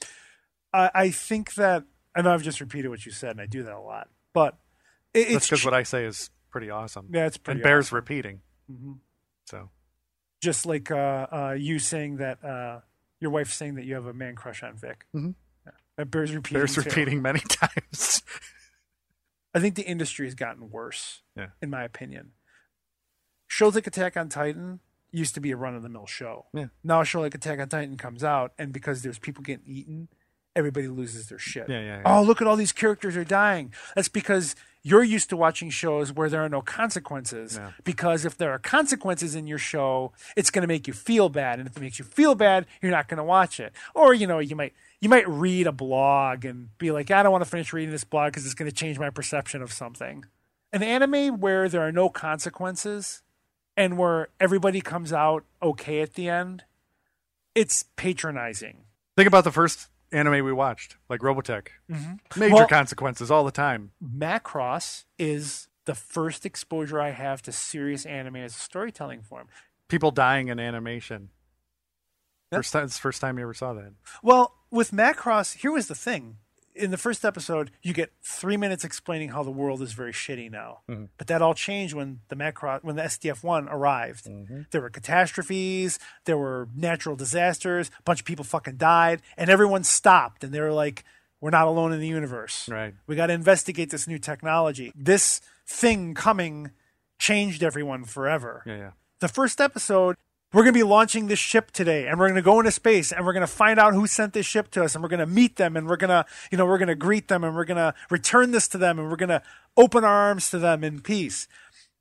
Speaker 5: I, I think that i know i've just repeated what you said and i do that a lot but it,
Speaker 4: That's
Speaker 5: it's
Speaker 4: because
Speaker 5: ch-
Speaker 4: what I say is pretty awesome.
Speaker 5: Yeah, it's pretty
Speaker 4: and bears
Speaker 5: awesome. Mm-hmm.
Speaker 4: repeating. So
Speaker 5: just like uh, uh you saying that uh your wife saying that you have a man crush on vic
Speaker 4: Mhm.
Speaker 5: Yeah. That bears repeating
Speaker 4: bears
Speaker 5: too.
Speaker 4: repeating many times.
Speaker 5: i think the industry has gotten worse
Speaker 4: Yeah.
Speaker 5: in my opinion shows like attack on titan used to be a run-of-the-mill show
Speaker 4: Yeah.
Speaker 5: now a show like attack on titan comes out and because there's people getting eaten everybody loses their shit
Speaker 4: Yeah, yeah, yeah.
Speaker 5: oh look at all these characters are dying that's because you're used to watching shows where there are no consequences
Speaker 4: Yeah.
Speaker 5: because if there are consequences in your show it's going to make you feel bad and if it makes you feel bad you're not going to watch it or you know you might you might read a blog and be like i don't want to finish reading this blog because it's going to change my perception of something an anime where there are no consequences and where everybody comes out okay at the end it's patronizing
Speaker 4: Think about the first anime we watched, like Robotech. Major
Speaker 5: Mm-hmm. Well-
Speaker 4: consequences all the time.
Speaker 5: Macross is the first exposure I have to serious anime as a storytelling form.
Speaker 4: People dying in animation.
Speaker 5: Yep.
Speaker 4: First time, it's the first time you ever saw that.
Speaker 5: Well, with Macross, here was the thing. In the first episode, you get three minutes explaining how the world is very shitty now. But that all changed when the Macross, when the SDF one arrived. There were catastrophes, there were natural disasters, a bunch of people fucking died, and everyone stopped. And they were like, "We're not alone in the universe.
Speaker 4: Right.
Speaker 5: We got to investigate this new technology. This thing coming changed everyone forever."
Speaker 4: Yeah, yeah.
Speaker 5: the first episode, we're going to be launching this ship today and we're going to go into space and we're going to find out who sent this ship to us and we're going to meet them and we're going to, you know, we're going to greet them and we're going to return this to them and we're going to open our arms to them in peace.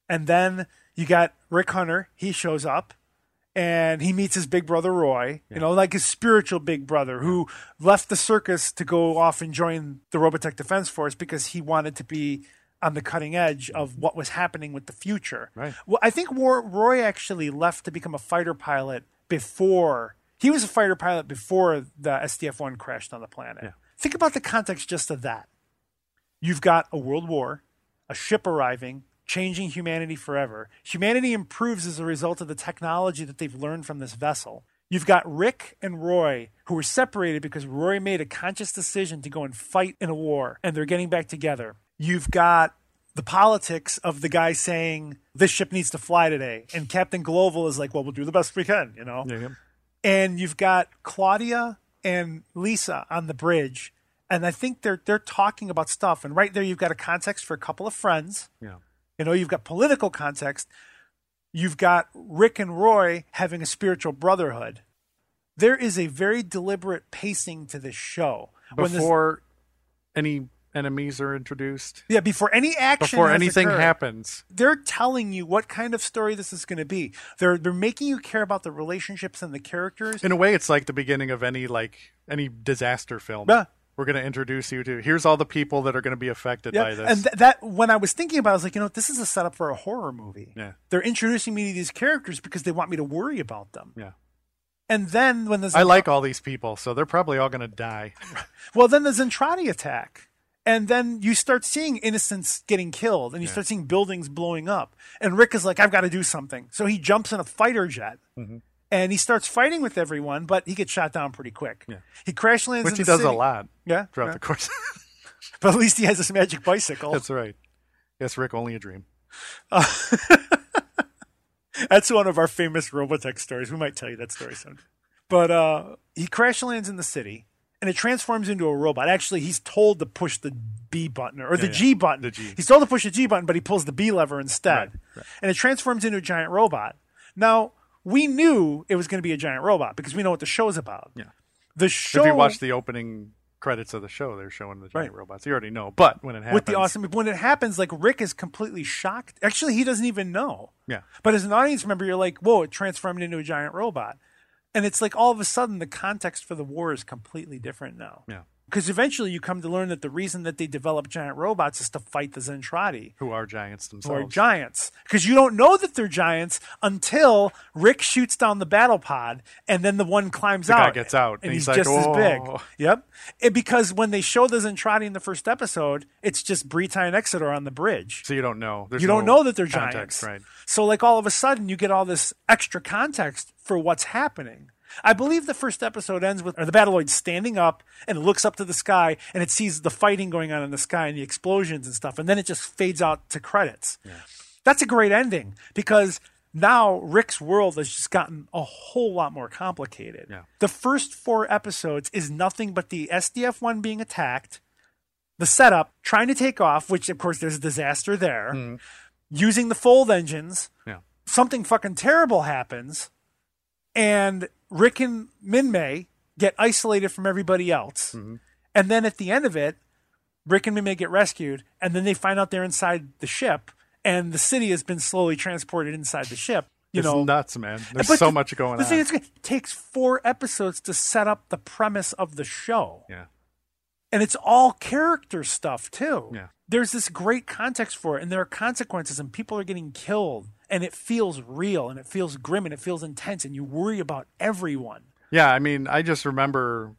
Speaker 5: And then you got Rick Hunter, he shows up and he meets his big brother Roy, you know, like his spiritual big brother who left the circus to go off and join the Robotech Defense Force because he wanted to be on the cutting edge of what was happening with the future.
Speaker 4: Right.
Speaker 5: Well, I think War- Roy actually left to become a fighter pilot before he was a fighter pilot before the SDF one crashed on the planet. Think about the context just of that. You've got a world war, a ship arriving, changing humanity forever. Humanity improves as a result of the technology that they've learned from this vessel. You've got Rick and Roy, who were separated because Roy made a conscious decision to go and fight in a war, and they're getting back together. You've got the politics of the guy saying, This ship needs to fly today. And Captain Global is like, Well, we'll do the best we can, you know?
Speaker 4: Yeah, yeah.
Speaker 5: and you've got Claudia and Lisa on the bridge, and I think they're they're talking about stuff. And right there, you've got a context for a couple of friends.
Speaker 4: Yeah.
Speaker 5: You know, you've got political context. You've got Rick and Roy having a spiritual brotherhood. there is a very deliberate pacing to this show. When this-
Speaker 4: before any enemies are introduced,
Speaker 5: yeah, before any action,
Speaker 4: before
Speaker 5: has
Speaker 4: anything
Speaker 5: occurred,
Speaker 4: happens.
Speaker 5: they're telling you what kind of story this is going to be. They're they're making you care about the relationships and the characters.
Speaker 4: In a way, it's like the beginning of any like any disaster film.
Speaker 5: Yeah.
Speaker 4: We're going to introduce you to here's all the people that are going to be affected by this.
Speaker 5: And th- that when I was thinking about, it, I was like, you know, this is a setup for a horror movie.
Speaker 4: Yeah.
Speaker 5: They're introducing me to these characters because they want me to worry about them.
Speaker 4: yeah.
Speaker 5: And then when there's
Speaker 4: I like all these people, so they're probably all going to die.
Speaker 5: well, then the Zentradi attack. And then you start seeing innocents getting killed and you start seeing buildings blowing up. And Rick is like, I've got to do something. So he jumps in a fighter jet
Speaker 4: Mm-hmm.
Speaker 5: and he starts fighting with everyone, but he gets shot down pretty quick. He crash lands
Speaker 4: Which
Speaker 5: in
Speaker 4: he
Speaker 5: the
Speaker 4: does a
Speaker 5: city.
Speaker 4: lot
Speaker 5: Yeah.
Speaker 4: throughout
Speaker 5: yeah.
Speaker 4: the course.
Speaker 5: But at least he has this magic bicycle.
Speaker 4: That's right. Yes, Rick, only a dream.
Speaker 5: That's one of our famous Robotech stories. We might tell you that story soon. But uh, he crash lands in the city and it transforms into a robot. Actually, he's told to push the B button or the
Speaker 4: yeah.
Speaker 5: G button.
Speaker 4: The G.
Speaker 5: He's told to push the G button, but he pulls the B lever instead. And it transforms into a giant robot. Now, we knew it was going to be a giant robot because we know what the show's about.
Speaker 4: Yeah.
Speaker 5: The show
Speaker 4: If you watch the opening credits of the show, they're showing the giant
Speaker 5: Right.
Speaker 4: robots. You already know, but when it happens,
Speaker 5: with the awesome when it happens, like Rick is completely shocked. Actually, he doesn't even know.
Speaker 4: yeah,
Speaker 5: But as an audience member, you're like, whoa, it transformed into a giant robot. And it's like all of a sudden the context for the war is completely different now.
Speaker 4: yeah,
Speaker 5: Because eventually you come to learn that the reason that they develop giant robots is to fight the Zentradi,
Speaker 4: who are giants
Speaker 5: who are
Speaker 4: themselves?
Speaker 5: giants. Because you don't know that they're giants until Rick shoots down the battle pod and then the one climbs
Speaker 4: guy
Speaker 5: out.
Speaker 4: gets out,
Speaker 5: And,
Speaker 4: and
Speaker 5: he's,
Speaker 4: he's like,
Speaker 5: just as big.
Speaker 4: "Whoa."
Speaker 5: Yep. It- because when they show the Zentradi in the first episode, it's just Brita and Exeter on the bridge
Speaker 4: so you don't know. There's
Speaker 5: you don't
Speaker 4: no
Speaker 5: know that they're
Speaker 4: context,
Speaker 5: giants.
Speaker 4: right?
Speaker 5: So like all of a sudden you get all this extra context for what's happening. I believe the first episode ends with or the battleoid standing up and it looks up to the sky and it sees the fighting going on in the sky and the explosions and stuff and then it just fades out to credits. That's a great ending because now Rick's world has just gotten a whole lot more complicated.
Speaker 4: Yeah.
Speaker 5: The first four episodes is nothing but the SDF one being attacked, the setup, trying to take off, which of course there's a disaster there,
Speaker 4: Hmm.
Speaker 5: using the fold engines,
Speaker 4: Yeah,
Speaker 5: something fucking terrible happens, and Rick and Minmay get isolated from everybody else.
Speaker 4: Mm-hmm.
Speaker 5: And then at the end of it, Rick and Minmay get rescued, and then they find out they're inside the ship, and the city has been slowly transported inside the ship. You
Speaker 4: it's
Speaker 5: know,
Speaker 4: nuts, man. There's
Speaker 5: But
Speaker 4: so
Speaker 5: the-
Speaker 4: much going
Speaker 5: the
Speaker 4: on.
Speaker 5: Thing is, it takes four episodes to set up the premise of the show
Speaker 4: yeah,
Speaker 5: and it's all character stuff too.
Speaker 4: Yeah.
Speaker 5: There's this great context for it, and there are consequences, and people are getting killed, and it feels real, and it feels grim, and it feels intense, and you worry about everyone.
Speaker 4: yeah. I mean, I just remember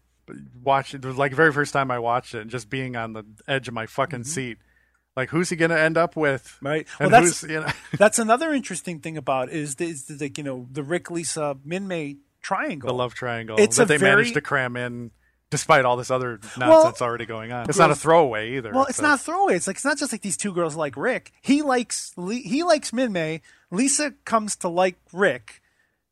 Speaker 4: watching the like very first time I watched it, and just being on the edge of my fucking seat. Like, who's he going to end up with?
Speaker 5: Mm-hmm. Right. Well,
Speaker 4: And
Speaker 5: that's-
Speaker 4: who's, you know,
Speaker 5: That's another interesting thing about it is the, is the like you know the Rick Lisa Min May triangle.
Speaker 4: the love triangle
Speaker 5: It's
Speaker 4: that
Speaker 5: a
Speaker 4: they
Speaker 5: very-
Speaker 4: managed to cram in despite all this other nonsense already going on. It's not a throwaway either.
Speaker 5: Well, it's
Speaker 4: a-
Speaker 5: not throwaway. It's like it's not just like these two girls like Rick. He likes Li- he likes Min May. Lisa comes to like Rick.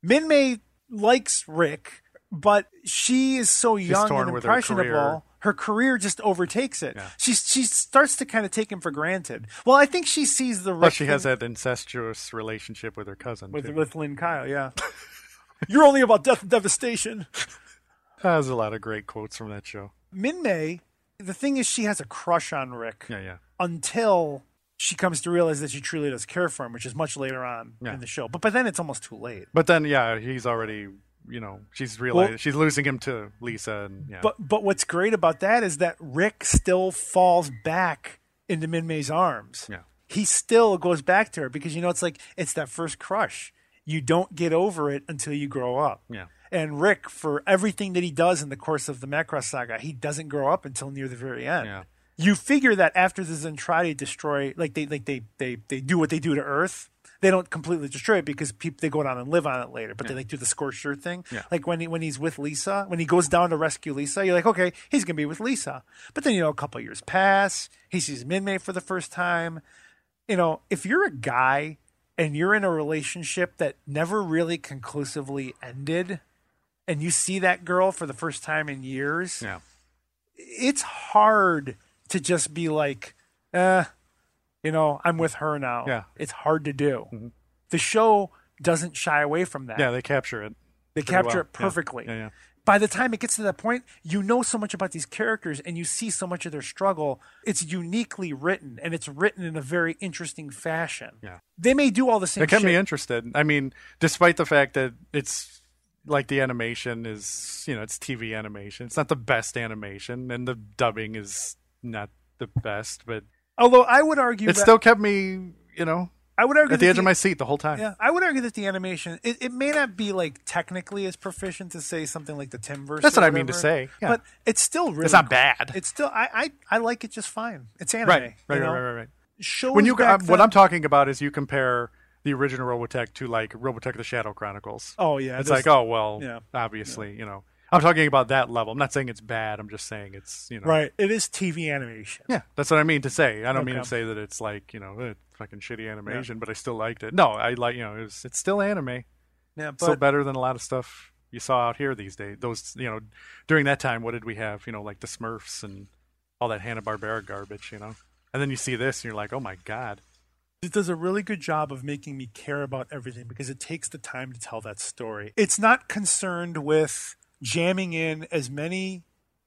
Speaker 5: Min May likes Rick, but she is so young
Speaker 4: torn
Speaker 5: and
Speaker 4: with her
Speaker 5: impressionable.
Speaker 4: career.
Speaker 5: her career just overtakes it.
Speaker 4: Yeah.
Speaker 5: She she starts to kind of take him for granted. Well, I think she sees the
Speaker 4: Plus,
Speaker 5: Rick
Speaker 4: she has
Speaker 5: thing-
Speaker 4: that incestuous relationship with her cousin.
Speaker 5: with
Speaker 4: too.
Speaker 5: with Lynn Kyle. Yeah, you're only about death and devastation.
Speaker 4: Ah, There's a lot of great quotes from that show.
Speaker 5: Min May. The thing is, she has a crush on Rick.
Speaker 4: Yeah, yeah.
Speaker 5: until she comes to realize that she truly does care for him, which is much later on
Speaker 4: Yeah.
Speaker 5: in the show. But by then, it's almost too late.
Speaker 4: But then, yeah, he's already, you know, she's realized she's losing him to Lisa, and yeah,
Speaker 5: But but what's great about that is that Rick still falls back into Min May's arms.
Speaker 4: Yeah.
Speaker 5: He still goes back to her because you know it's like it's that first crush. You don't get over it until you grow up.
Speaker 4: Yeah.
Speaker 5: And Rick, for everything that he does in the course of the Macross saga, he doesn't grow up until near the very end.
Speaker 4: Yeah.
Speaker 5: You figure that after the Zentradi destroy, like they like they they they do what they do to Earth, they don't completely destroy it because people they go down and live on it later. But they like do the scorched earth thing.
Speaker 4: Yeah.
Speaker 5: Like when he, when he's with Lisa, when he goes down to rescue Lisa, you're like, okay, he's gonna be with Lisa. But then you know, a couple years pass. He sees Minmay for the first time. You know, if you're a guy and you're in a relationship that never really conclusively ended, and you see that girl for the first time in years,
Speaker 4: yeah,
Speaker 5: it's hard to just be like, eh, you know, I'm with her now.
Speaker 4: Yeah. Mm-hmm.
Speaker 5: It's hard to do. The show doesn't shy away from that.
Speaker 4: yeah. They capture it.
Speaker 5: They
Speaker 4: pretty
Speaker 5: capture
Speaker 4: well.
Speaker 5: it perfectly.
Speaker 4: Yeah, yeah.
Speaker 5: By the time it gets to that point, you know so much about these characters and you see so much of their struggle. It's uniquely written and it's written in a very interesting fashion.
Speaker 4: Yeah.
Speaker 5: They may do all the same
Speaker 4: It kept
Speaker 5: shit.
Speaker 4: me interested. I mean, despite the fact that it's like the animation is, you know, it's TV animation. It's not the best animation, and the dubbing is not the best, but
Speaker 5: Although I would argue
Speaker 4: it
Speaker 5: that,
Speaker 4: still kept me, you know,
Speaker 5: I would argue
Speaker 4: at the
Speaker 5: that
Speaker 4: edge of my seat the whole time.
Speaker 5: yeah, I would argue that the animation it, it may not be like technically as proficient to say something like the Timverse.
Speaker 4: That's
Speaker 5: or
Speaker 4: what I mean to
Speaker 5: whatever,
Speaker 4: say, yeah.
Speaker 5: But it's still really
Speaker 4: It's not
Speaker 5: cool.
Speaker 4: bad.
Speaker 5: It's still I, I I like it just fine. It's anime.
Speaker 4: right, right,
Speaker 5: you
Speaker 4: right,
Speaker 5: know?
Speaker 4: right, right, right.
Speaker 5: Shows
Speaker 4: When you, uh,
Speaker 5: back
Speaker 4: what
Speaker 5: then-
Speaker 4: I'm talking about is you compare the original Robotech to like Robotech: The Shadow Chronicles.
Speaker 5: Oh yeah,
Speaker 4: it's
Speaker 5: there's-
Speaker 4: like, oh well,
Speaker 5: yeah.
Speaker 4: obviously, you know. I'm talking about that level. I'm not saying it's bad. I'm just saying it's, you know,
Speaker 5: right. It is TV animation.
Speaker 4: Yeah, that's what I mean to say. I don't mean
Speaker 5: Okay.
Speaker 4: to say that it's like you know eh, fucking shitty animation, but I still liked it. No, I like you know it was, it's still anime,
Speaker 5: Yeah,
Speaker 4: still
Speaker 5: but
Speaker 4: better than a lot of stuff you saw out here these days. Those you know during that time, what did we have? You know, like the Smurfs and all that Hanna Barbera garbage. You know, and then you see this and you're like, oh my god,
Speaker 5: it does a really good job of making me care about everything because it takes the time to tell that story. It's not concerned with jamming in as many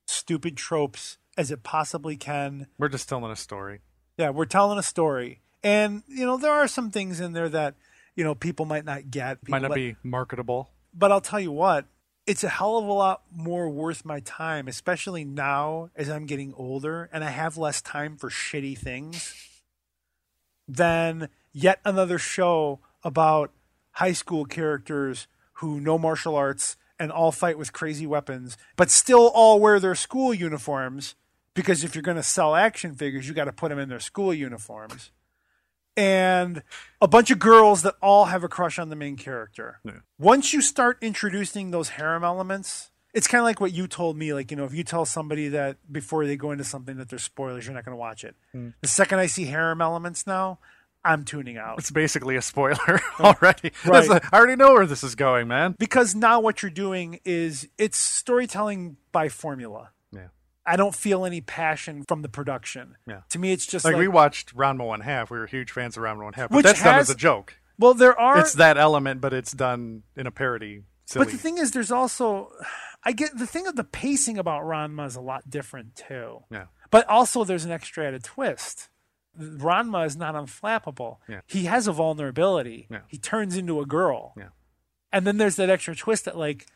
Speaker 5: stupid tropes as it possibly can.
Speaker 4: we're just telling a story.
Speaker 5: Yeah, we're telling a story. And, you know, there are some things in there that, you know, people might not get.
Speaker 4: Might
Speaker 5: people
Speaker 4: not
Speaker 5: let-
Speaker 4: be marketable.
Speaker 5: But I'll tell you what, it's a hell of a lot more worth my time, especially now as I'm getting older and I have less time for shitty things than yet another show about high school characters who know martial arts and all fight with crazy weapons, but still all wear their school uniforms because if you're going to sell action figures, you got to put them in their school uniforms. And a bunch of girls that all have a crush on the main character once you start introducing those harem elements, it's kind of like what you told me. Like, you know, if you tell somebody that before they go into something that they're spoilers, you're not going to watch it.
Speaker 4: Hmm.
Speaker 5: The second I see harem elements now, I'm tuning out.
Speaker 4: It's basically a spoiler already. That's
Speaker 5: Right.
Speaker 4: a- I already know where this is going, man.
Speaker 5: Because now what you're doing is it's storytelling by formula.
Speaker 4: Yeah.
Speaker 5: I don't feel any passion from the production.
Speaker 4: Yeah.
Speaker 5: To me, it's just
Speaker 4: Like,
Speaker 5: like,
Speaker 4: we watched Ranma One Half. We were huge fans of Ranma One Half, but
Speaker 5: Which
Speaker 4: that's done
Speaker 5: has-
Speaker 4: as a joke.
Speaker 5: well, there are.
Speaker 4: it's that element, but it's done in a parody. Silly.
Speaker 5: But the thing is, there's also, I get the thing of the pacing about Ranma is a lot different too.
Speaker 4: Yeah.
Speaker 5: But also, there's an extra added twist. Ranma is not unflappable.
Speaker 4: Yeah.
Speaker 5: He has a vulnerability.
Speaker 4: Yeah.
Speaker 5: He turns into a girl.
Speaker 4: Yeah.
Speaker 5: And then there's that extra twist that like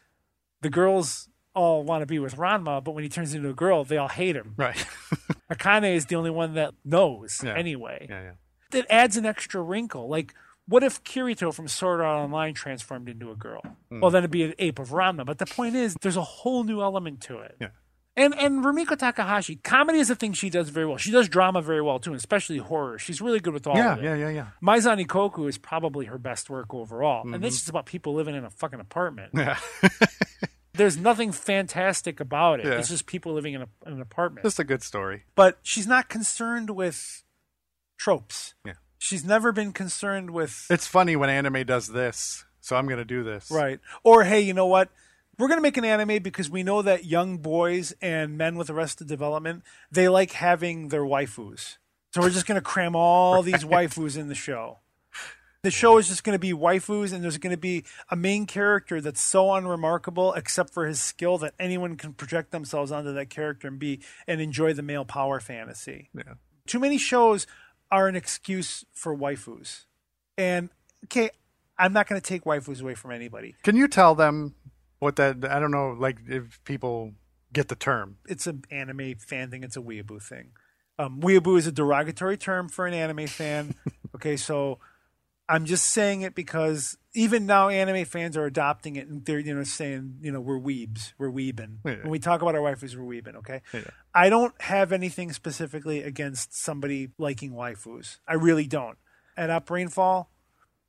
Speaker 5: the girls all want to be with Ranma, but when he turns into a girl, they all hate him.
Speaker 4: right?
Speaker 5: Akane is the only one that knows
Speaker 4: Yeah.
Speaker 5: anyway.
Speaker 4: yeah, yeah.
Speaker 5: That adds an extra wrinkle. Like, what if Kirito from Sword Art Online transformed into a girl?
Speaker 4: Hmm.
Speaker 5: Well, then it'd be an ape of Ranma. But the point is, there's a whole new element to it.
Speaker 4: Yeah.
Speaker 5: And and Rumiko Takahashi, comedy is a thing she does very well. She does drama very well too, and especially horror. She's really good with all
Speaker 4: Yeah,
Speaker 5: of it.
Speaker 4: yeah, yeah, yeah.
Speaker 5: Maizan Ikoku is probably her best work overall. And this is about people living in a fucking apartment.
Speaker 4: Mm-hmm. Yeah.
Speaker 5: There's nothing fantastic about it.
Speaker 4: Yeah.
Speaker 5: It's just people living in, a, in an apartment
Speaker 4: Just a good story.
Speaker 5: but she's not concerned with tropes.
Speaker 4: Yeah.
Speaker 5: She's never been concerned with
Speaker 4: It's funny when anime does this, so I'm gonna do this.
Speaker 5: right or hey, you know what? We're going to make an anime because we know that young boys and men with arrested development, they like having their waifus. So we're just going to cram all these waifus in the show. The show is just going to be waifus and there's going to be a main character that's so unremarkable except for his skill that anyone can project themselves onto that character and be and enjoy the male power fantasy.
Speaker 4: Yeah.
Speaker 5: too many shows are an excuse for waifus. And okay, I'm not going to take waifus away from anybody.
Speaker 4: Can you tell them what that? I don't know, like if people get the term.
Speaker 5: It's an anime fan thing. It's a weeaboo thing. Um, weeaboo is a derogatory term for an anime fan. okay, so I'm just saying it because even now anime fans are adopting it and they're you know saying you know we're weebs, we're weebin.
Speaker 4: Yeah.
Speaker 5: When we talk about our waifus, we're weebin. Okay, I don't have anything specifically against somebody liking waifus. I really don't. At Up Rainfall,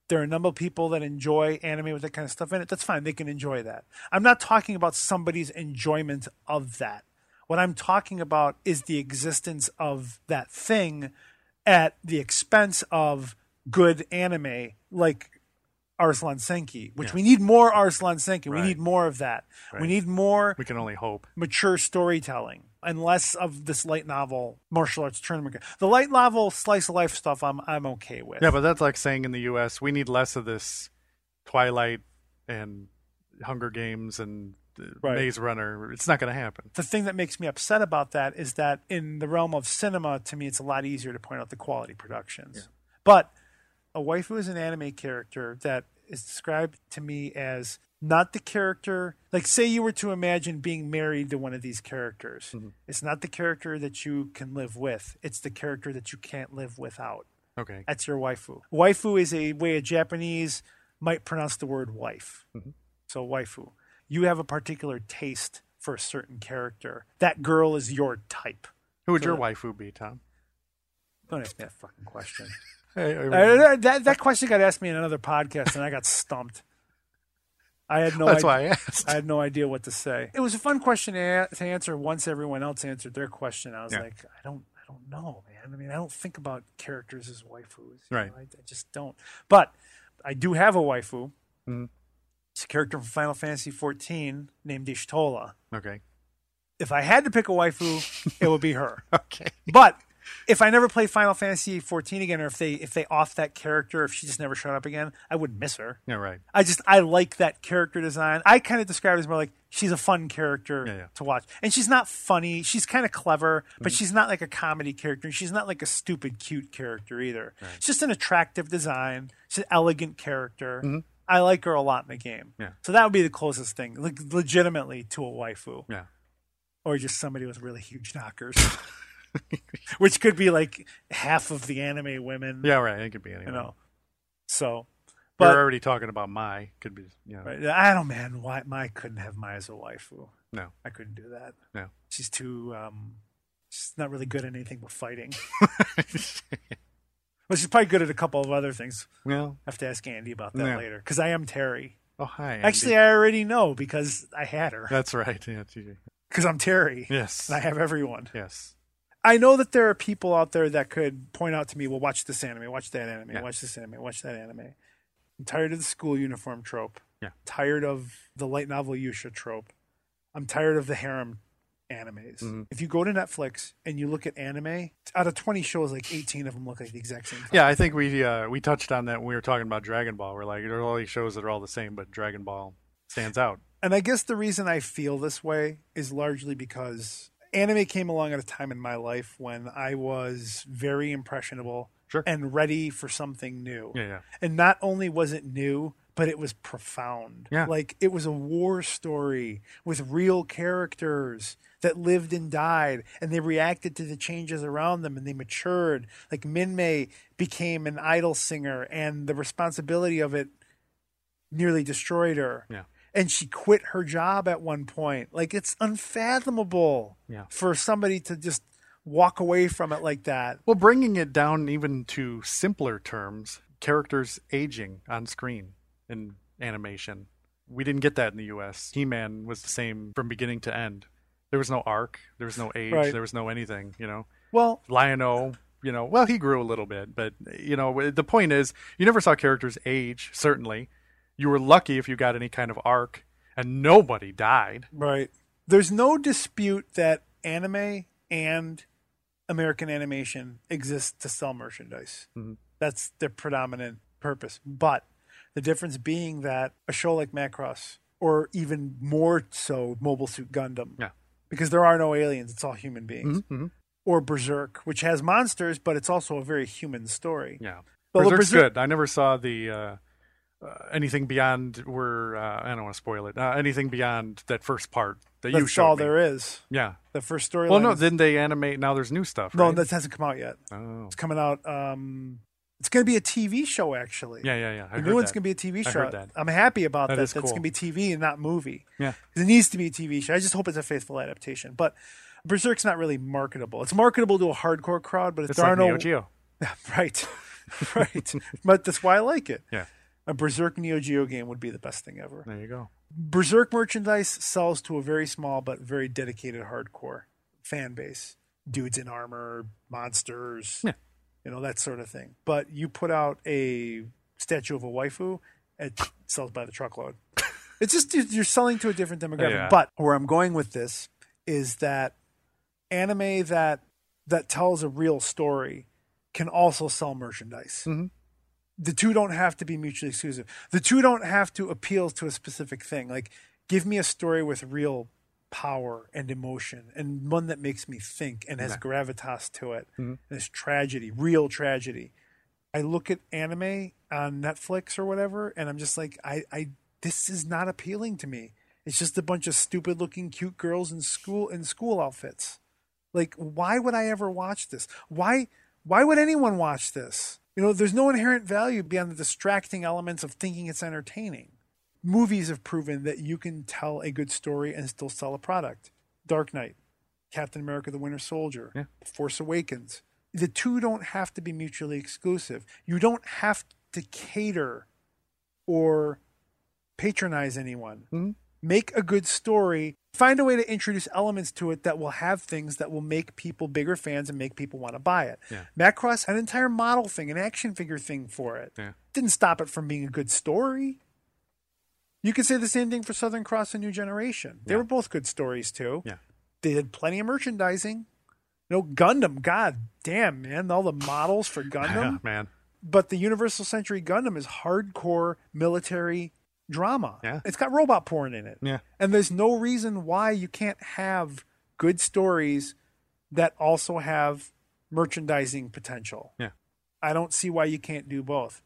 Speaker 5: there are a number of people that enjoy anime with that kind of stuff in it. That's fine. They can enjoy that. I'm not talking about somebody's enjoyment of that. What I'm talking about is the existence of that thing at the expense of good anime like Arslan Senki, which we need more Arslan Senki.
Speaker 4: Right.
Speaker 5: We need more of that. We need more
Speaker 4: We can only hope.
Speaker 5: mature storytelling and less of this light novel martial arts tournament. The light novel slice of life stuff I'm I'm okay with.
Speaker 4: Yeah, but that's like saying in the U.S. we need less of this Twilight and Hunger Games and uh,
Speaker 5: Right.
Speaker 4: Maze Runner. It's not going to happen.
Speaker 5: The thing that makes me upset about that is that in the realm of cinema, to me, it's a lot easier to point out the quality productions. But a waifu is an anime character that is described to me as not the character. Like, say you were to imagine being married to one of these characters, it's not the character that you can live with, it's the character that you can't live without.
Speaker 4: Okay.
Speaker 5: That's your waifu. Waifu is a way a Japanese might pronounce the word wife.
Speaker 4: Mm-hmm.
Speaker 5: So waifu. You have a particular taste for a certain character. That girl is your type.
Speaker 4: Who would your waifu be, Tom?
Speaker 5: Don't ask me that fucking question.
Speaker 4: Hey, I-
Speaker 5: Uh, that, that question got asked me in another podcast, and I got stumped. I had no.
Speaker 4: That's
Speaker 5: idea.
Speaker 4: why I asked.
Speaker 5: I had no idea what to say. It was a fun question to, a- to answer once everyone else answered their question. I was
Speaker 4: Yeah.
Speaker 5: like, I don't, I don't know, man. I mean, I don't think about characters as waifus. you
Speaker 4: Right.
Speaker 5: know, I, I just don't. But I do have a waifu.
Speaker 4: Mm-hmm.
Speaker 5: It's a character from Final Fantasy XIV named Ishtola.
Speaker 4: Okay.
Speaker 5: If I had to pick a waifu, it would be her.
Speaker 4: Okay.
Speaker 5: But if I never play Final Fantasy XIV again, or if they if they off that character, if she just never showed up again, I wouldn't miss her.
Speaker 4: Yeah, right.
Speaker 5: I just I like that character design. I kind of describe it as more like she's a fun character
Speaker 4: Yeah, Mm-hmm. yeah.
Speaker 5: to watch, and she's not funny. She's kind of clever, but she's not like a comedy character. and She's not like a stupid cute character either. It's just an attractive design. She's an elegant character. I like her a lot in the game.
Speaker 4: Mm-hmm. Yeah.
Speaker 5: So that would be the closest thing, like legitimately to a waifu,
Speaker 4: Yeah.
Speaker 5: or just somebody with really huge knockers, which could be like half of the anime women.
Speaker 4: Yeah, right. It could be anyone.
Speaker 5: You know. So,
Speaker 4: We're
Speaker 5: but
Speaker 4: already talking about my. Could be. Yeah.
Speaker 5: Right. I don't, man. Why my couldn't have my as a waifu?
Speaker 4: No.
Speaker 5: I couldn't do that.
Speaker 4: No.
Speaker 5: She's too. Um, she's not really good at anything but fighting. But she's probably good at a couple of other things.
Speaker 4: well.
Speaker 5: I have to ask Andy about that
Speaker 4: Yeah.
Speaker 5: later because I am Terry.
Speaker 4: Oh hi. Andy.
Speaker 5: Actually, I already know because I had her.
Speaker 4: That's right. Yeah, TJ.
Speaker 5: Because I'm Terry.
Speaker 4: Yes.
Speaker 5: And I have everyone.
Speaker 4: Yes.
Speaker 5: I know that there are people out there that could point out to me, well, watch this anime, watch that anime,
Speaker 4: Yeah.
Speaker 5: watch this anime, watch that anime. I'm tired of the school uniform trope.
Speaker 4: Yeah.
Speaker 5: Tired of the light novel Yusha trope. I'm tired of the harem animes.
Speaker 4: Mm-hmm.
Speaker 5: If you go to Netflix and you look at anime, out of 20 shows, like 18 of them look like the exact same. thing.
Speaker 4: Yeah, I think we uh, we touched on that when we were talking about Dragon Ball. We're like, there are all these shows that are all the same, but Dragon Ball stands out.
Speaker 5: And I guess the reason I feel this way is largely because anime came along at a time in my life when I was very impressionable
Speaker 4: Sure.
Speaker 5: and ready for something new.
Speaker 4: Yeah, yeah.
Speaker 5: And not only was it new, but it was profound.
Speaker 4: Yeah.
Speaker 5: Like it was a war story with real characters that lived and died and they reacted to the changes around them and they matured. Like Minmay became an idol singer and the responsibility of it nearly destroyed her.
Speaker 4: Yeah.
Speaker 5: And she quit her job at one point. Like it's unfathomable
Speaker 4: Yeah.
Speaker 5: for somebody to just walk away from it like that.
Speaker 4: Well, bringing it down even to simpler terms, characters aging on screen in animation. We didn't get that in the U.S. He-Man was the same from beginning to end. There was no arc. There was no age.
Speaker 5: Right.
Speaker 4: There was no anything. You know.
Speaker 5: Well,
Speaker 4: Lion-O, you know, well, he grew a little bit, but you know, the point is, you never saw characters age. Certainly, you were lucky if you got any kind of arc, and nobody died.
Speaker 5: Right. There's no dispute that anime and American animation exist to sell merchandise.
Speaker 4: Mm-hmm.
Speaker 5: That's their predominant purpose. But the difference being that a show like Macross, or even more so, Mobile Suit Gundam,
Speaker 4: Yeah. Mm-hmm.
Speaker 5: because there are no aliens, it's all human beings, or Berserk, which has monsters, but it's also a very human story.
Speaker 4: Yeah,
Speaker 5: Well, the
Speaker 4: Berserk's
Speaker 5: Berserk-
Speaker 4: good. I never saw the uh, uh, anything beyond where uh, I don't want to spoil it. Uh, anything beyond that first part that you
Speaker 5: That's
Speaker 4: showed
Speaker 5: all
Speaker 4: me.
Speaker 5: there is.
Speaker 4: Yeah.
Speaker 5: The first storyline.
Speaker 4: Well, no,
Speaker 5: is-
Speaker 4: then they animate. Now there's new stuff.
Speaker 5: no,
Speaker 4: right?
Speaker 5: that hasn't come out yet.
Speaker 4: Oh.
Speaker 5: It's coming out. Um, it's going to be a TV show, actually.
Speaker 4: Yeah, yeah, yeah. I
Speaker 5: the
Speaker 4: heard
Speaker 5: new one's
Speaker 4: that.
Speaker 5: going to be a TV
Speaker 4: I
Speaker 5: show.
Speaker 4: heard that.
Speaker 5: am happy about
Speaker 4: That
Speaker 5: that.
Speaker 4: is
Speaker 5: That's
Speaker 4: cool.
Speaker 5: going to be TV and not movie.
Speaker 4: Yeah.
Speaker 5: It needs to be a TV show. I just hope it's a faithful adaptation. But Berserk's not really marketable. It's marketable to a hardcore crowd, but if
Speaker 4: It's
Speaker 5: there
Speaker 4: like
Speaker 5: are no
Speaker 4: Neo Geo.
Speaker 5: right, right. but that's why I like it.
Speaker 4: Yeah.
Speaker 5: A Berserk Neo Geo game would be the best thing ever.
Speaker 4: There you go.
Speaker 5: Berserk merchandise sells to a very small but very dedicated hardcore fan base. Dudes in armor, monsters,
Speaker 4: Yeah.
Speaker 5: you know, that sort of thing. But you put out a statue of a waifu, it sells by the truckload. it's just you- you're selling to a different demographic.
Speaker 4: Yeah.
Speaker 5: But where I'm going with this is that anime that that tells a real story can also sell merchandise. the two don't have to be mutually exclusive. The two don't have to appeal to a specific thing. Like, give me a story with real power and emotion, and one that makes me think and has gravitas to it. And is tragedy, real tragedy. I look at anime on Netflix or whatever, and I'm just like, I, I this is not appealing to me. It's just a bunch of stupid looking cute girls in school in school outfits. Like, why would I ever watch this? Why why would anyone watch this? You know, there's no inherent value beyond the distracting elements of thinking it's entertaining. Movies have proven that you can tell a good story and still sell a product. Dark Knight, Captain America the Winter Soldier, Force Awakens. The two don't have to be mutually exclusive. You don't have to cater or patronize anyone. Make a good story. Find a way to introduce elements to it that will have things that will make people bigger fans and make people want to buy it. Macross had an entire model thing, an action figure thing for it.
Speaker 4: Yeah.
Speaker 5: Didn't stop it from being a good story. You could say the same thing for Southern Cross and New Generation. They were both good stories too.
Speaker 4: Yeah.
Speaker 5: They had plenty of merchandising. No Gundam, god damn man, all the models for Gundam
Speaker 4: Yeah, man.
Speaker 5: but the Universal Century Gundam is hardcore military drama.
Speaker 4: Yeah.
Speaker 5: It's got robot porn in it.
Speaker 4: Yeah.
Speaker 5: And there's no reason why you can't have good stories that also have merchandising potential.
Speaker 4: Yeah.
Speaker 5: I don't see why you can't do both.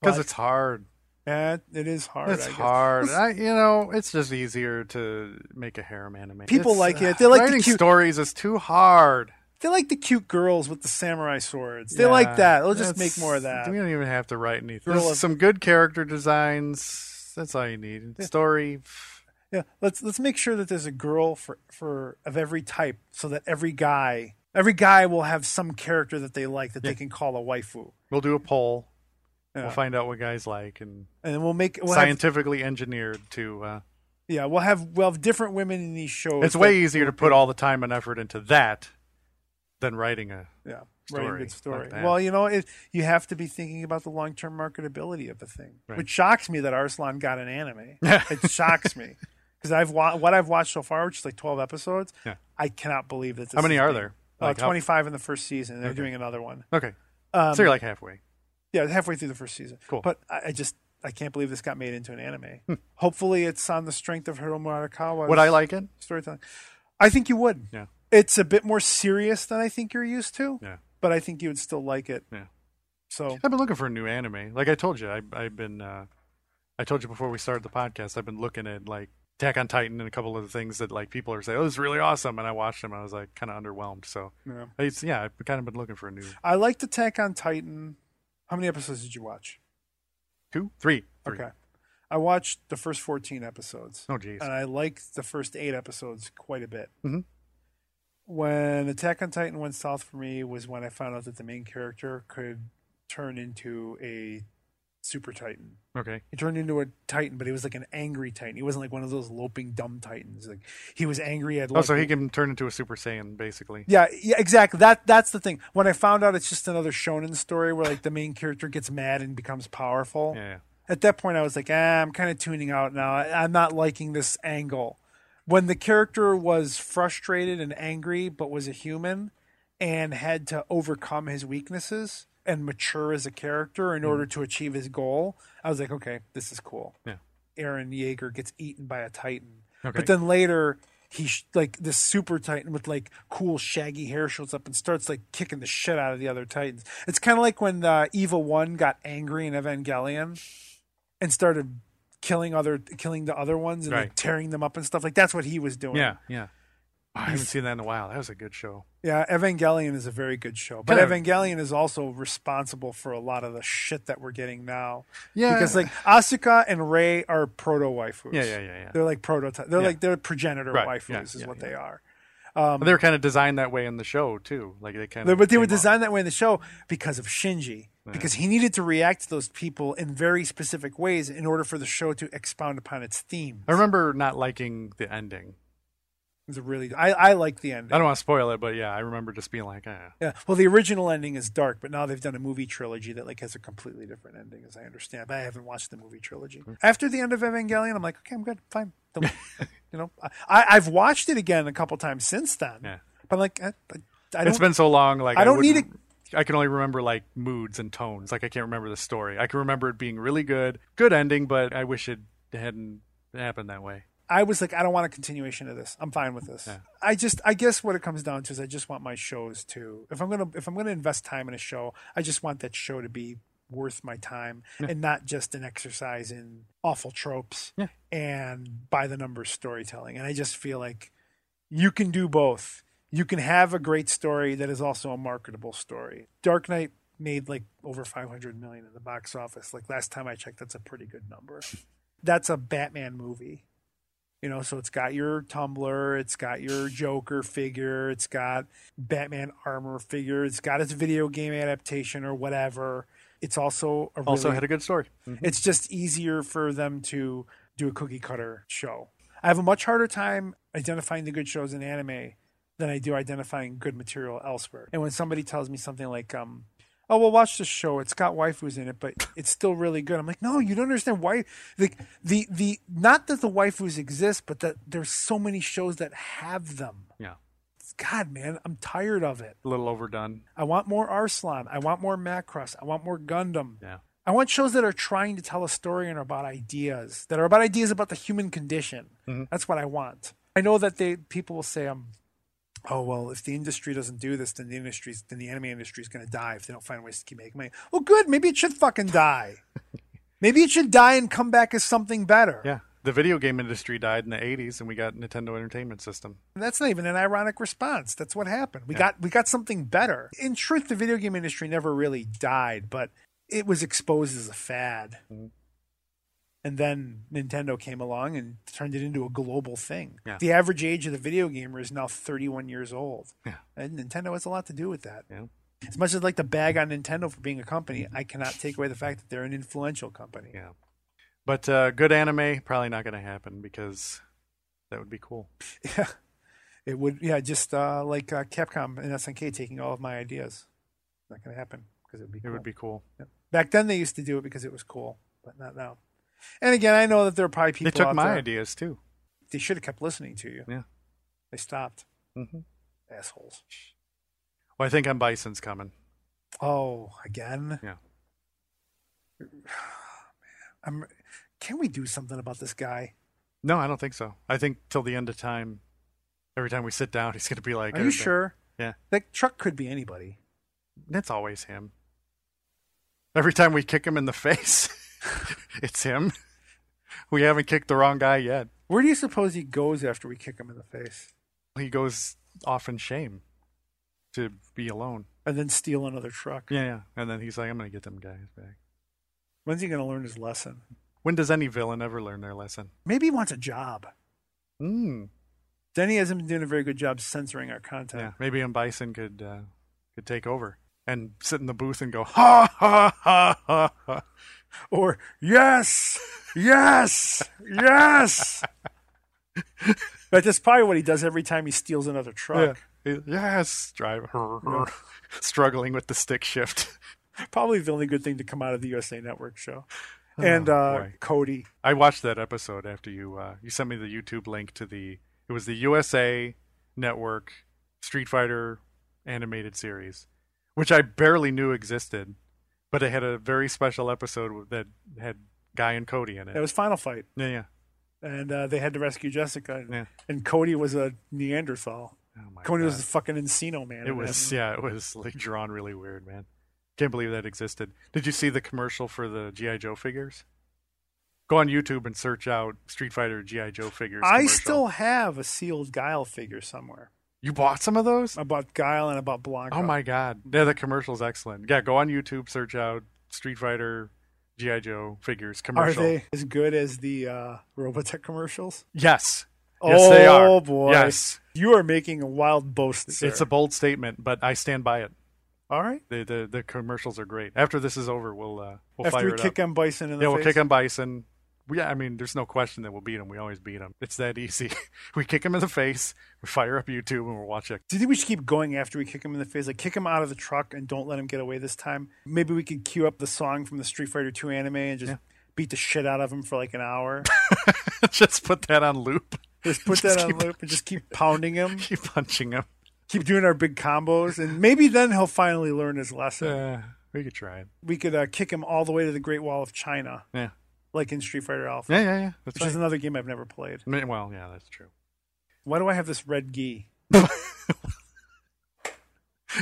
Speaker 4: Because
Speaker 5: But-
Speaker 4: it's hard.
Speaker 5: Eh, it is hard.
Speaker 4: It's
Speaker 5: I guess.
Speaker 4: hard. I, you know, it's just easier to make a harem anime.
Speaker 5: People
Speaker 4: It's-
Speaker 5: like it. They like the
Speaker 4: writing
Speaker 5: cute-
Speaker 4: stories is too hard.
Speaker 5: They like the cute girls with the samurai swords. They like
Speaker 4: Yeah.
Speaker 5: that. They'll just
Speaker 4: That's-
Speaker 5: make more of that.
Speaker 4: We don't even have to write anything.
Speaker 5: Girl
Speaker 4: Just
Speaker 5: of-
Speaker 4: some good character designs. That's all you need. Story. pff,
Speaker 5: Yeah, let's let's make sure that there's a girl for for of every type, so that every guy every guy will have some character that they like that they can call a waifu,
Speaker 4: We'll do a poll.
Speaker 5: Yeah.
Speaker 4: We'll find out what guys like and
Speaker 5: and then we'll make we'll have,
Speaker 4: scientifically engineered to. Uh,
Speaker 5: yeah we'll have we'll have different women in these shows.
Speaker 4: it's
Speaker 5: that-
Speaker 4: way easier to put all the time and effort into that than writing a.
Speaker 5: yeah writing a good
Speaker 4: story
Speaker 5: story.
Speaker 4: like that.
Speaker 5: well, you know, it, you have to be thinking about the long term marketability of the thing,
Speaker 4: Right.
Speaker 5: which shocks me that Arslan got an anime. it shocks me because I've wa- what I've watched so far, which is like twelve episodes.
Speaker 4: Yeah.
Speaker 5: I cannot believe that. This
Speaker 4: How many
Speaker 5: is
Speaker 4: are
Speaker 5: being-
Speaker 4: there?
Speaker 5: uh,
Speaker 4: Like how-
Speaker 5: Twenty five in the first season. They're doing another one.
Speaker 4: Okay,
Speaker 5: Um,
Speaker 4: so you're like halfway.
Speaker 5: Yeah, halfway through the first season.
Speaker 4: Cool.
Speaker 5: But I, I just I can't believe this got made into an anime. Hopefully, it's on the strength of Hiromu Arakawa's
Speaker 4: Would I like it?
Speaker 5: storytelling. I think you would.
Speaker 4: Yeah.
Speaker 5: It's a bit more serious than I think you're used to,
Speaker 4: Yeah.
Speaker 5: but I think you would still like it.
Speaker 4: Yeah.
Speaker 5: So
Speaker 4: I've been looking for a new anime. Like I told you, I, I've been. Uh, I told you before we started the podcast. I've been looking at like Attack on Titan and a couple of the things that like people are saying, "Oh, this is really awesome," and I watched them. and I was like kind of underwhelmed. So
Speaker 5: Yeah.
Speaker 4: it's, yeah, I've kind of been looking for a new
Speaker 5: I liked Attack on Titan. How many episodes did you watch?
Speaker 4: two, three, three.
Speaker 5: Okay. I watched the first 14 episodes.
Speaker 4: Oh, jeez.
Speaker 5: And I liked the first eight episodes quite a bit.
Speaker 4: Mhm.
Speaker 5: When Attack on Titan went south for me was when I found out that the main character could turn into a super titan.
Speaker 4: Okay.
Speaker 5: He turned into a titan, but he was like an angry titan. He wasn't like one of those loping dumb titans. Like he was angry at.
Speaker 4: Oh, so
Speaker 5: like,
Speaker 4: he can turn into a Super Saiyan, basically.
Speaker 5: yeah, yeah, exactly. That that's the thing. When I found out it's just another shonen story where like the main character gets mad and becomes powerful.
Speaker 4: Yeah. yeah.
Speaker 5: At that point, I was like, ah, I'm kind of tuning out now. I, I'm not liking this angle. When the character was frustrated and angry, but was a human and had to overcome his weaknesses and mature as a character in order to achieve his goal, I was like, okay, this is cool.
Speaker 4: Mm. Yeah.
Speaker 5: Aaron Yeager gets eaten by a Titan.
Speaker 4: Okay.
Speaker 5: But then later, he sh- like this super Titan with like cool shaggy hair shows up and starts like kicking the shit out of the other Titans. It's kind of like when uh, Evil One got angry in Evangelion and started killing other killing the other ones and like
Speaker 4: Right.
Speaker 5: tearing them up and stuff. Like that's what he was doing.
Speaker 4: Yeah. Yeah. Oh, I haven't seen that in a while. That was a good show.
Speaker 5: Yeah, Evangelion is a very good show, but
Speaker 4: Kind of-
Speaker 5: Evangelion is also responsible for a lot of the shit that we're getting now.
Speaker 4: Yeah.
Speaker 5: because like Asuka and Rei are proto waifus.
Speaker 4: Yeah, yeah, yeah, yeah.
Speaker 5: They're like prototype. They're
Speaker 4: Yeah.
Speaker 5: like they're progenitor
Speaker 4: Right,
Speaker 5: waifus
Speaker 4: yeah,
Speaker 5: is
Speaker 4: yeah,
Speaker 5: what
Speaker 4: yeah.
Speaker 5: they are.
Speaker 4: they were kind of designed that way in the show too. Like they kind of.
Speaker 5: but Um, they
Speaker 4: came
Speaker 5: were
Speaker 4: off-
Speaker 5: designed that way in the show because of Shinji, because he needed to react to those people in very specific ways in order for the show to expound upon its theme.
Speaker 4: I remember not liking the ending.
Speaker 5: It's a really I I like the ending.
Speaker 4: I don't want to spoil it, but yeah, I remember just being like, eh.
Speaker 5: Yeah. Well, the original ending is dark, but now they've done a movie trilogy that like has a completely different ending, as I understand. But I haven't watched the movie trilogy. After the end of Evangelion, I'm like, okay, I'm good, fine. Don't- you know, I, I've watched it again a couple times since then.
Speaker 4: Yeah.
Speaker 5: But I'm like, "Uh, I, I I don't.
Speaker 4: it's been so long. Like
Speaker 5: I don't need
Speaker 4: wouldn't-
Speaker 5: to
Speaker 4: I can only remember like moods and tones. Like I can't remember the story. I can remember it being really good, good ending, but I wish it hadn't happened that way.
Speaker 5: I was like, I don't want a continuation of this. I'm fine with this. I just, I guess what it comes down to is I just want my shows to, if I'm gonna, if I'm gonna invest time in a show, I just want that show to be worth my time and not just an exercise in awful tropes and by the numbers storytelling. And I just feel like you can do both. You can have a great story that is also a marketable story. Dark Knight made like over 500 million in the box office. Like last time I checked, that's a pretty good number. That's a Batman movie. You know, so it's got your tumbler, it's got your Joker figure, it's got Batman armor figure, it's got its video game adaptation or whatever. It's also a
Speaker 4: Also
Speaker 5: really-
Speaker 4: had a good story.
Speaker 5: it's just easier for them to do a cookie cutter show. I have a much harder time identifying the good shows in anime than I do identifying good material elsewhere. And when somebody tells me something like, um, "Oh, well, watch this show. It's got waifus in it, but it's still really good," I'm like, "No, you don't understand why." Like the the not that the waifus exist, but that there's so many shows that have them.
Speaker 4: Yeah,
Speaker 5: God, man, I'm tired of it.
Speaker 4: a little overdone.
Speaker 5: I want more Arslan. I want more Macross. I want more Gundam.
Speaker 4: Yeah.
Speaker 5: I want shows that are trying to tell a story and are about ideas, that are about ideas about the human condition. That's what I want. I know that they people will say, um, oh well, if the industry doesn't do this, then the industry's then the anime industry is going to die if they don't find ways to keep making money. Well, good. Maybe it should fucking die. maybe it should die and come back as something better.
Speaker 4: Yeah, the video game industry died in the '80s, and we got Nintendo Entertainment System.
Speaker 5: And that's not even an ironic response. That's what happened. We got we got something better. In truth, the video game industry never really died, but it was exposed as a fad. And then Nintendo came along and turned it into a global thing.
Speaker 4: Yeah.
Speaker 5: The average age of the video gamer is now 31 years old.
Speaker 4: Yeah.
Speaker 5: And Nintendo has a lot to do with that.
Speaker 4: Yeah.
Speaker 5: As much as I'd like to bag on Nintendo for being a company, I cannot take away the fact that they're an influential company.
Speaker 4: Yeah, but uh, good anime probably not going to happen because that would be cool.
Speaker 5: Yeah. It would, yeah, just uh, like uh, Capcom and SNK taking all of my ideas. Not going to happen because it would be
Speaker 4: It
Speaker 5: cool.
Speaker 4: would be cool.
Speaker 5: Back then, they used to do it because it was cool, but not now. And again, I know that there are probably people
Speaker 4: they took
Speaker 5: out
Speaker 4: my
Speaker 5: there-
Speaker 4: ideas too.
Speaker 5: They should have kept listening to you.
Speaker 4: Yeah.
Speaker 5: They stopped. Mm-hmm.
Speaker 4: hmm
Speaker 5: Assholes.
Speaker 4: Well, I think I'm Bison's coming.
Speaker 5: Oh, again?
Speaker 4: Yeah.
Speaker 5: I'm, can we do something about this guy?
Speaker 4: No, I don't think so. I think till the end of time, every time we sit down, he's going to be like,
Speaker 5: Are you
Speaker 4: everything.
Speaker 5: sure?
Speaker 4: Yeah,
Speaker 5: That truck could be anybody.
Speaker 4: that's always him. Every time we kick him in the face, it's him. We haven't kicked the wrong guy yet.
Speaker 5: Where do you suppose he goes after we kick him in the face?
Speaker 4: He goes off in shame to be alone.
Speaker 5: And then steal another truck?
Speaker 4: Yeah, yeah. And then he's like, I'm going to get them guys back.
Speaker 5: When's he going to learn his lesson?
Speaker 4: When does any villain ever learn their lesson?
Speaker 5: Maybe he wants a job. Hmm.
Speaker 4: Mm.
Speaker 5: Denny hasn't been doing a very good job censoring our
Speaker 4: Yeah,
Speaker 5: content.
Speaker 4: maybe him Bison could uh, could take over and sit in the booth and go ha ha ha ha. ha.
Speaker 5: Or yes, yes, yes. but that's probably what he does every time he steals another
Speaker 4: Yeah.
Speaker 5: truck.
Speaker 4: Yes, drive. Struggling with the stick shift.
Speaker 5: Probably the only good thing to come out of the USA Network show. And uh,
Speaker 4: Oh, boy.
Speaker 5: Cody.
Speaker 4: I watched that episode after you uh, you sent me the YouTube link to the it was the USA Network Street Fighter animated series, which I barely knew existed, but it had a very special episode that had Guy and Cody in it.
Speaker 5: That was Final Fight,
Speaker 4: yeah, yeah.
Speaker 5: and uh, they had to rescue Jessica. And,
Speaker 4: Yeah.
Speaker 5: and Cody was a Neanderthal.
Speaker 4: Oh my
Speaker 5: Cody was
Speaker 4: God.
Speaker 5: the fucking Encino man.
Speaker 4: It
Speaker 5: in
Speaker 4: was yeah, it was like drawn really weird, man. Can't believe that existed. Did you see the commercial for the GI Joe figures? Go on YouTube and search out Street Fighter GI Joe figures.
Speaker 5: I
Speaker 4: commercial.
Speaker 5: still have a sealed Guile figure somewhere.
Speaker 4: you bought some of those?
Speaker 5: About Guile and about Blanco.
Speaker 4: Oh my god! Yeah, the commercial's excellent. Yeah, go on YouTube, search out Street Fighter GI Joe figures
Speaker 5: Are
Speaker 4: commercial.
Speaker 5: they as good as the uh, Robotech commercials?
Speaker 4: Yes, yes they are.
Speaker 5: Oh boy!
Speaker 4: yes,
Speaker 5: you are making a wild boast. Sir.
Speaker 4: it's a bold statement, but I stand by it.
Speaker 5: all right.
Speaker 4: The the, the commercials are great. After this is over, we'll uh, we'll
Speaker 5: After
Speaker 4: fire
Speaker 5: we
Speaker 4: it up.
Speaker 5: kick M Bison in the
Speaker 4: yeah, we'll
Speaker 5: face,
Speaker 4: kick him Bison. We, I mean, there's no question that we'll beat him. We always beat him. It's that easy. we kick him in the face. We fire up YouTube and we'll watch it.
Speaker 5: Do you think we should keep going after we kick him in the face? Like kick him out of the truck and don't let him get away this time. Maybe we could cue up the song from the Street Fighter Two anime and just beat the shit out of him for like an hour.
Speaker 4: Just put that on loop.
Speaker 5: Just put
Speaker 4: Just
Speaker 5: that on
Speaker 4: keep-
Speaker 5: loop and just keep pounding him.
Speaker 4: Keep punching him.
Speaker 5: keep doing our big combos, and maybe then he'll finally learn his lesson.
Speaker 4: Uh, we could try it.
Speaker 5: We could uh, kick him all the way to the Great Wall of China,
Speaker 4: Yeah.
Speaker 5: like in Street Fighter Alpha,
Speaker 4: Yeah, yeah, yeah. That's
Speaker 5: which is
Speaker 4: right.
Speaker 5: another game I've never played.
Speaker 4: I mean, Well, yeah, that's true.
Speaker 5: Why do I have this red gi?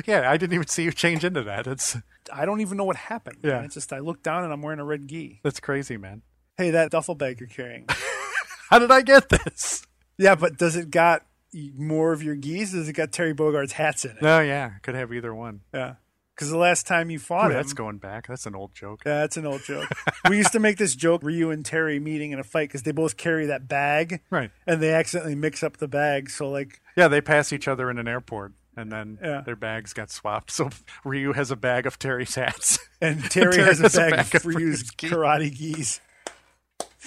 Speaker 4: Yeah, I didn't even see you change into that. That's
Speaker 5: I don't even know what happened.
Speaker 4: Yeah.
Speaker 5: It's just I look down and I'm wearing a red gi.
Speaker 4: that's crazy, man.
Speaker 5: Hey, that duffel bag you're carrying.
Speaker 4: How did I get this?
Speaker 5: yeah, but does it got more of your gis? Does it got Terry Bogart's hats in it?
Speaker 4: No, yeah, could have either one.
Speaker 5: Yeah. Because the last time you fought
Speaker 4: Ooh,
Speaker 5: him,
Speaker 4: that's going back. That's an old joke.
Speaker 5: Yeah, that's an old joke. we used to make this joke Ryu and Terry meeting in a fight because they both carry that bag.
Speaker 4: Right.
Speaker 5: And they accidentally mix up the bag. So, like,
Speaker 4: Yeah, they pass each other in an airport, and then
Speaker 5: Yeah.
Speaker 4: their bags got swapped. So Ryu has a bag of Terry's hats.
Speaker 5: and Terry, has, a bag, of Ryu's
Speaker 4: gi.
Speaker 5: karate geese.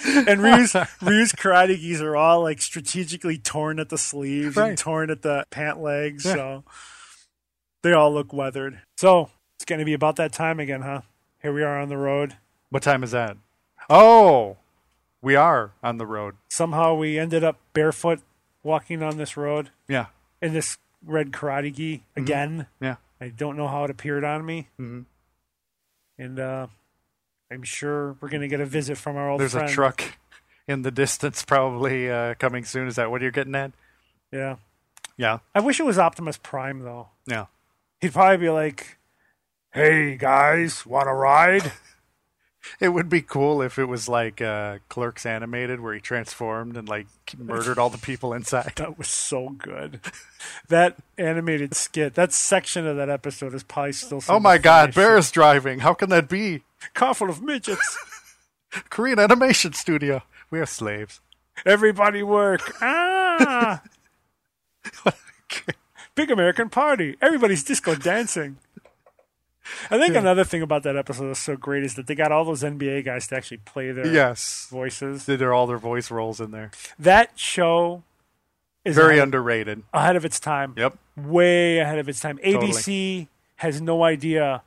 Speaker 5: And Ryu's, Ryu's karate geese are all like strategically torn at the sleeves
Speaker 4: Right.
Speaker 5: and torn at the pant legs.
Speaker 4: Yeah.
Speaker 5: So they all look weathered. So it's going to be about that time again, huh? Here we are on the road.
Speaker 4: What time is that? Oh, we are on the road.
Speaker 5: Somehow we ended up barefoot walking on this road
Speaker 4: Yeah,
Speaker 5: in this red karate gi again.
Speaker 4: yeah.
Speaker 5: I don't know how it appeared on me. And uh, I'm sure we're going to get a visit from our old
Speaker 4: There's
Speaker 5: friend.
Speaker 4: a truck in the distance, probably uh, coming soon. Is that what you're getting at?
Speaker 5: Yeah.
Speaker 4: Yeah,
Speaker 5: I wish it was Optimus Prime, though.
Speaker 4: yeah.
Speaker 5: He'd probably be like, hey, guys, want to ride?
Speaker 4: It would be cool if it was like uh, Clerks animated, where he transformed and like murdered all the people inside.
Speaker 5: that was so good. That animated skit, that section of that episode is probably still some
Speaker 4: Oh
Speaker 5: of
Speaker 4: my
Speaker 5: the
Speaker 4: God,
Speaker 5: funniest
Speaker 4: Bear is driving. How can that be?
Speaker 5: shit. Car full of midgets.
Speaker 4: Korean animation studio. We are slaves.
Speaker 5: Everybody work. Ah. Big American Party. Everybody's disco dancing. I think another thing about that episode that's so great is that they got all those NBA guys to actually play their
Speaker 4: Yes.
Speaker 5: voices.
Speaker 4: Did there all their voice roles in there?
Speaker 5: That show is
Speaker 4: Very
Speaker 5: ahead,
Speaker 4: underrated.
Speaker 5: ahead of its time.
Speaker 4: Yep.
Speaker 5: Way ahead of its time. ABC has no idea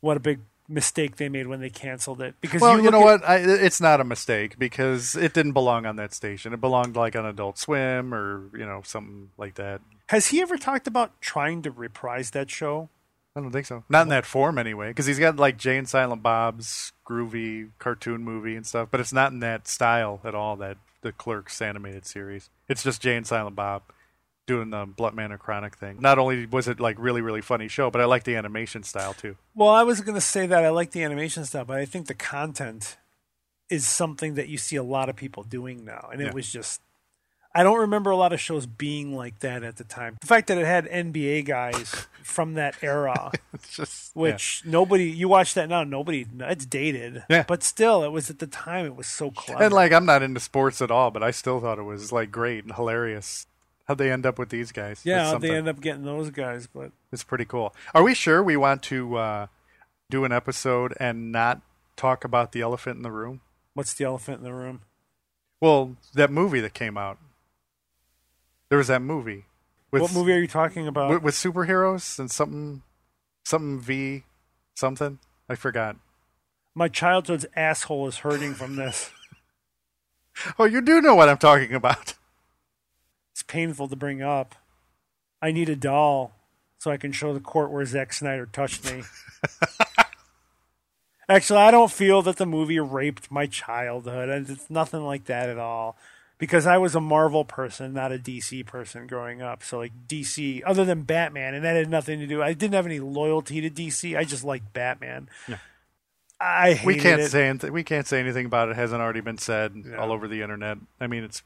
Speaker 5: what a big mistake they made when they canceled it. Because
Speaker 4: Well, you,
Speaker 5: look
Speaker 4: know
Speaker 5: at-
Speaker 4: what? I, it's not a mistake because it didn't belong on that station. It belonged like on Adult Swim or you know something like that.
Speaker 5: Has he ever talked about trying to reprise that show?
Speaker 4: I don't think so. Not in that form anyway. Because he's got like Jay and Silent Bob's groovy cartoon movie and stuff, but it's not in that style at all. That the Clerks animated series. It's just Jay and Silent Bob doing the Blunt Manor Chronic thing. Not only was it like really really funny show, but I like the animation style too.
Speaker 5: Well, I was going to say that I like the animation stuff, but I think the content is something that you see a lot of people doing now. And
Speaker 4: Yeah.
Speaker 5: it was just, I don't remember a lot of shows being like that at the time. The fact that it had NBA guys from that era,
Speaker 4: It's just yeah.
Speaker 5: which nobody, you watch that now, nobody, it's dated.
Speaker 4: Yeah.
Speaker 5: But still, it was at the time, it was so clever.
Speaker 4: And like, I'm not into sports at all, but I still thought it was like great and hilarious. How'd they end up with these guys? It's
Speaker 5: yeah, they
Speaker 4: something.
Speaker 5: end up getting those guys, but
Speaker 4: It's pretty cool. Are we sure we want to uh, do an episode and not talk about the elephant in the room?
Speaker 5: what's the elephant in the room?
Speaker 4: Well, that movie that came out. There was that movie. With,
Speaker 5: what movie uh, are you talking about?
Speaker 4: With, with superheroes and something, something V, something. I forgot.
Speaker 5: My childhood's asshole is hurting from this.
Speaker 4: Oh, you do know what I'm talking about.
Speaker 5: it's painful to bring up. I need a doll so I can show the court where Zack Snyder touched me. Actually, I don't feel that the movie raped my childhood, and it's nothing like that at all. Because I was a Marvel person, not a DC person growing up. So, like DC, other than Batman, and that had nothing to do. I didn't have any loyalty to DC. I just liked Batman. I hated
Speaker 4: we can't
Speaker 5: it.
Speaker 4: say anything. We can't say anything about it. it hasn't already been said all over the internet. I mean, it's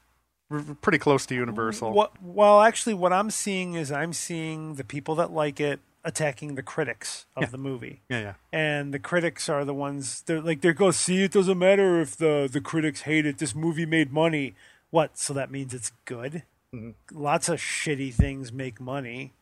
Speaker 4: r- r- pretty close to universal.
Speaker 5: What, well, actually, what I'm seeing is I'm seeing the people that like it attacking the critics of the movie.
Speaker 4: Yeah, yeah.
Speaker 5: and the critics are the ones they're like they're go see it doesn't matter if the the critics hate it this movie made money what so that means it's good
Speaker 4: Mm-hmm.
Speaker 5: lots of shitty things make money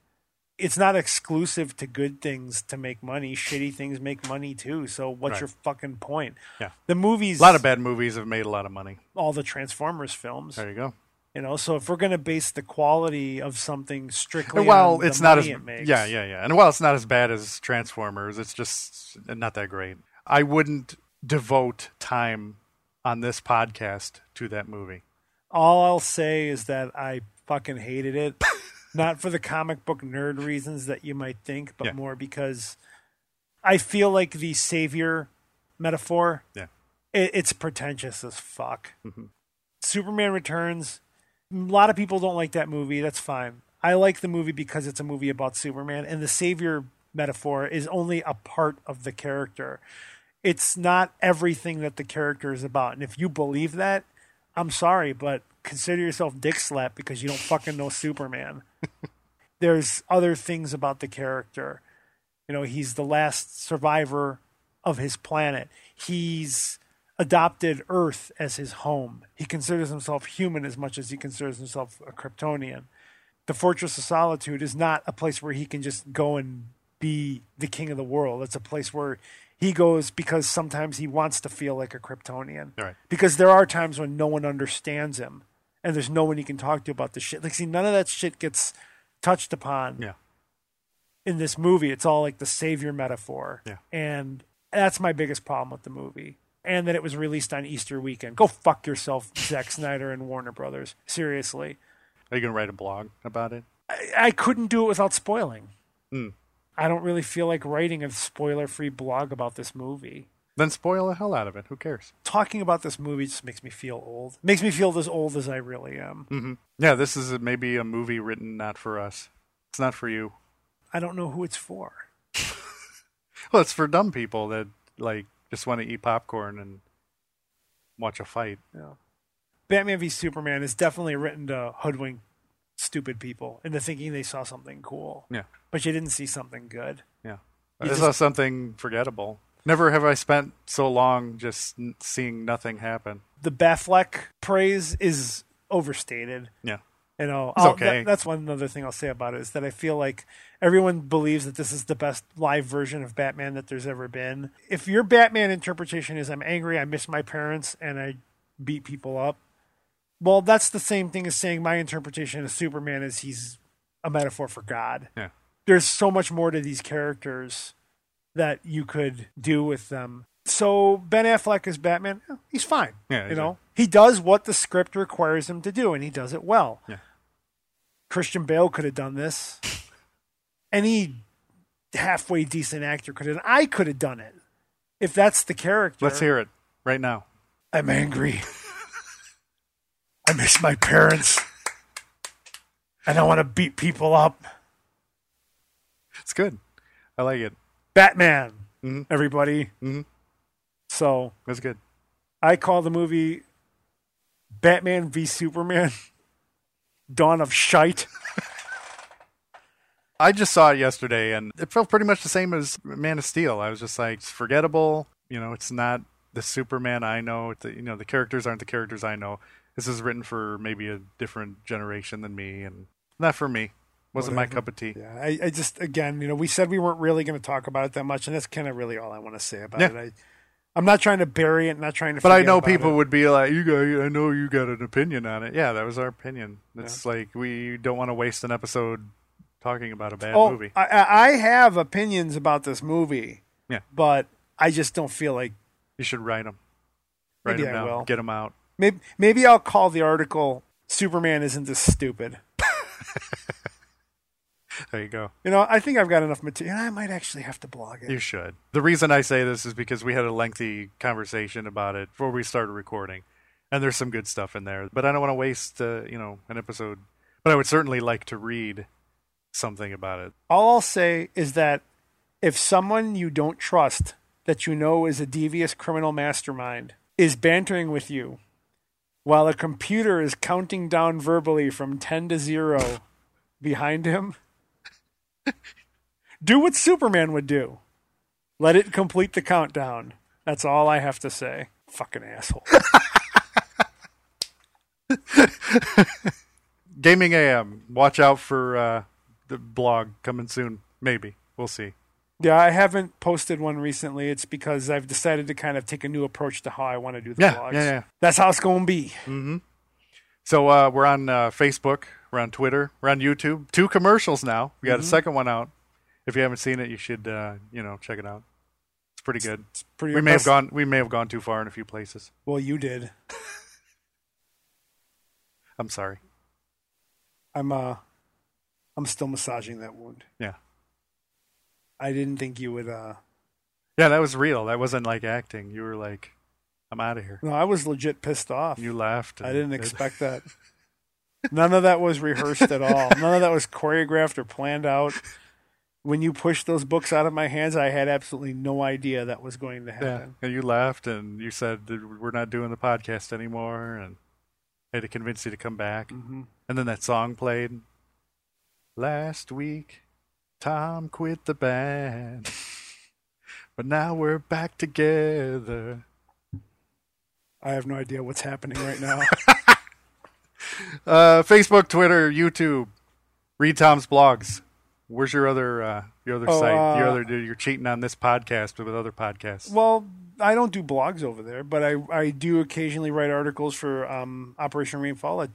Speaker 5: it's not exclusive to good things to make money shitty things make money too so
Speaker 4: Right.
Speaker 5: what's your fucking point
Speaker 4: Yeah.
Speaker 5: the movies
Speaker 4: A lot of bad movies have made a lot of money.
Speaker 5: all the transformers films
Speaker 4: There you go.
Speaker 5: you know so if we're going to base the quality of something strictly
Speaker 4: And while
Speaker 5: on the
Speaker 4: it's not as
Speaker 5: money it makes,
Speaker 4: yeah, yeah, yeah, and while it's not as bad as Transformers, it's just not that great. I wouldn't devote time on this podcast to that movie.
Speaker 5: all I'll say is that I fucking hated it. not for the comic book nerd reasons that you might think, but
Speaker 4: Yeah.
Speaker 5: more because I feel like the savior metaphor
Speaker 4: Yeah.
Speaker 5: it, it's pretentious as fuck. Superman Returns. A lot of people don't like that movie. That's fine. I like the movie because it's a movie about Superman, and the savior metaphor is only a part of the character. It's not everything that the character is about. And if you believe that, I'm sorry, but consider yourself dick slapped because you don't fucking know Superman. There's other things about the character. You know, he's the last survivor of his planet. He's adopted Earth as his home. He considers himself human as much as he considers himself a Kryptonian. The Fortress of Solitude is not a place where he can just go and be the king of the world. It's a place where he goes because sometimes he wants to feel like a Kryptonian.
Speaker 4: Right.
Speaker 5: Because there are times when no one understands him and there's no one he can talk to about this shit. Like, see, none of that shit gets touched upon
Speaker 4: Yeah.
Speaker 5: in this movie. It's all like the savior metaphor.
Speaker 4: Yeah.
Speaker 5: And that's my biggest problem with the movie. And that it was released on Easter weekend. Go fuck yourself, Zack Snyder and Warner Brothers. Seriously.
Speaker 4: Are you gonna write a blog about it?
Speaker 5: I, I couldn't do it without spoiling. I don't really feel like writing a spoiler free blog about this movie.
Speaker 4: Then spoil the hell out of it. Who cares?
Speaker 5: Talking about this movie just makes me feel old. Makes me feel as old as I really am.
Speaker 4: Mm-hmm. Yeah, this is maybe a movie written not for us. It's not for you.
Speaker 5: I don't know who it's for.
Speaker 4: Well, it's for dumb people that like just want to eat popcorn and watch a fight.
Speaker 5: Batman v Superman is definitely written to hoodwink stupid people into thinking they saw something cool.
Speaker 4: Yeah.
Speaker 5: but you didn't see something good.
Speaker 4: Yeah.
Speaker 5: You
Speaker 4: I saw something forgettable. Never have I spent so long just n- seeing nothing happen.
Speaker 5: The Batfleck praise is overstated.
Speaker 4: Yeah.
Speaker 5: You know,
Speaker 4: It's
Speaker 5: I'll-
Speaker 4: okay.
Speaker 5: that- that's one other thing I'll say about it is that I feel like everyone believes that this is the best live version of Batman that there's ever been. If your Batman interpretation is I'm angry, I miss my parents, and I beat people up, well, that's the same thing as saying my interpretation of Superman is he's a metaphor for God.
Speaker 4: Yeah.
Speaker 5: there's so much more to these characters that you could do with them. So Ben Affleck as Batman, eh, he's fine.
Speaker 4: Yeah,
Speaker 5: you
Speaker 4: he's
Speaker 5: know, he does what the script requires him to do, and he does it well.
Speaker 4: Yeah.
Speaker 5: Christian Bale could have done this. Any halfway decent actor could have. I could have done it if that's the character.
Speaker 4: Let's hear it right now.
Speaker 5: I'm angry. I miss my parents, and I want to beat people up.
Speaker 4: It's good. I like it.
Speaker 5: Batman,
Speaker 4: Mhm.
Speaker 5: Mm-hmm. everybody.
Speaker 4: Mhm.
Speaker 5: So
Speaker 4: It's good.
Speaker 5: I call the movie Batman v Superman Dawn of Shite.
Speaker 4: I just saw it yesterday and it felt pretty much the same as Man of Steel. I was just like, it's forgettable. You know, it's not the Superman I know. The, you know, the characters aren't the characters I know. This is written for maybe a different generation than me and not for me. Wasn't my cup of tea.
Speaker 5: Yeah, I, I just again, you know, we said we weren't really going to talk about it that much, and that's kind of really all I want to say about
Speaker 4: Yeah.
Speaker 5: it. I, I'm not trying to bury it, not trying to.
Speaker 4: But I
Speaker 5: forget
Speaker 4: know
Speaker 5: about
Speaker 4: people
Speaker 5: it.
Speaker 4: would be like, "You got, I know you got an opinion on it." Yeah, that was our opinion. It's like we don't want to waste an episode talking about a bad
Speaker 5: Oh,
Speaker 4: movie.
Speaker 5: I- I, I have opinions about this movie.
Speaker 4: Yeah.
Speaker 5: but I just don't feel like
Speaker 4: You should write them. Write
Speaker 5: Maybe
Speaker 4: them
Speaker 5: I
Speaker 4: down.
Speaker 5: will.
Speaker 4: Get them out.
Speaker 5: maybe maybe I'll call the article "Superman isn't this stupid."
Speaker 4: There you go.
Speaker 5: You know, I think I've got enough material. I might actually have to blog it.
Speaker 4: You should. The reason I say this is because we had a lengthy conversation about it before we started recording, and there's some good stuff in there. But I don't want to waste, uh, you know, an episode. But I would certainly like to read something about it.
Speaker 5: All I'll say is that if someone you don't trust that you know is a devious criminal mastermind is bantering with you while a computer is counting down verbally from 10 to 0 behind him, do what Superman would do. Let it complete the countdown. That's all I have to say. Fucking asshole.
Speaker 4: Gaming AM. Watch out for uh, the blog coming soon. Maybe we'll see.
Speaker 5: yeah, I haven't posted one recently. It's because I've decided to kind of take a new approach to how I want to do the
Speaker 4: Yeah,
Speaker 5: vlogs.
Speaker 4: yeah, yeah.
Speaker 5: That's how it's going to be.
Speaker 4: So uh, we're on uh, Facebook, we're on Twitter, we're on YouTube. Two commercials now. We got
Speaker 5: Mm-hmm.
Speaker 4: a second one out. If you haven't seen it, you should uh, you know check it out. It's pretty good.
Speaker 5: pretty
Speaker 4: we may have gone
Speaker 5: impressive.
Speaker 4: we may have gone too far in a few places.
Speaker 5: Well, you did.
Speaker 4: I'm sorry.
Speaker 5: I'm uh I'm still massaging that wound.
Speaker 4: Yeah.
Speaker 5: I didn't think you would. uh
Speaker 4: Yeah, that was real. That wasn't like acting. You were like, I'm out of here.
Speaker 5: No, I was legit pissed off.
Speaker 4: You laughed.
Speaker 5: I
Speaker 4: and-
Speaker 5: didn't expect that. None of that was rehearsed at all. None of that was choreographed or planned out. When you pushed those books out of my hands, I had absolutely no idea that was going to
Speaker 4: Yeah.
Speaker 5: happen.
Speaker 4: And you laughed and you said, that We're not doing the podcast anymore. And I had to convince you to come back.
Speaker 5: Mm-hmm.
Speaker 4: And then that song played. Last week, Tom quit the band. but now we're back together.
Speaker 5: I have no idea what's happening right now.
Speaker 4: Uh, Facebook, Twitter, YouTube. Read Tom's blogs. Where's your other uh, your other
Speaker 5: Oh,
Speaker 4: site? Your
Speaker 5: uh,
Speaker 4: other you're cheating on this podcast with other podcasts.
Speaker 5: well, I don't do blogs over there, but I, I do occasionally write articles for um, Operation Rainfall at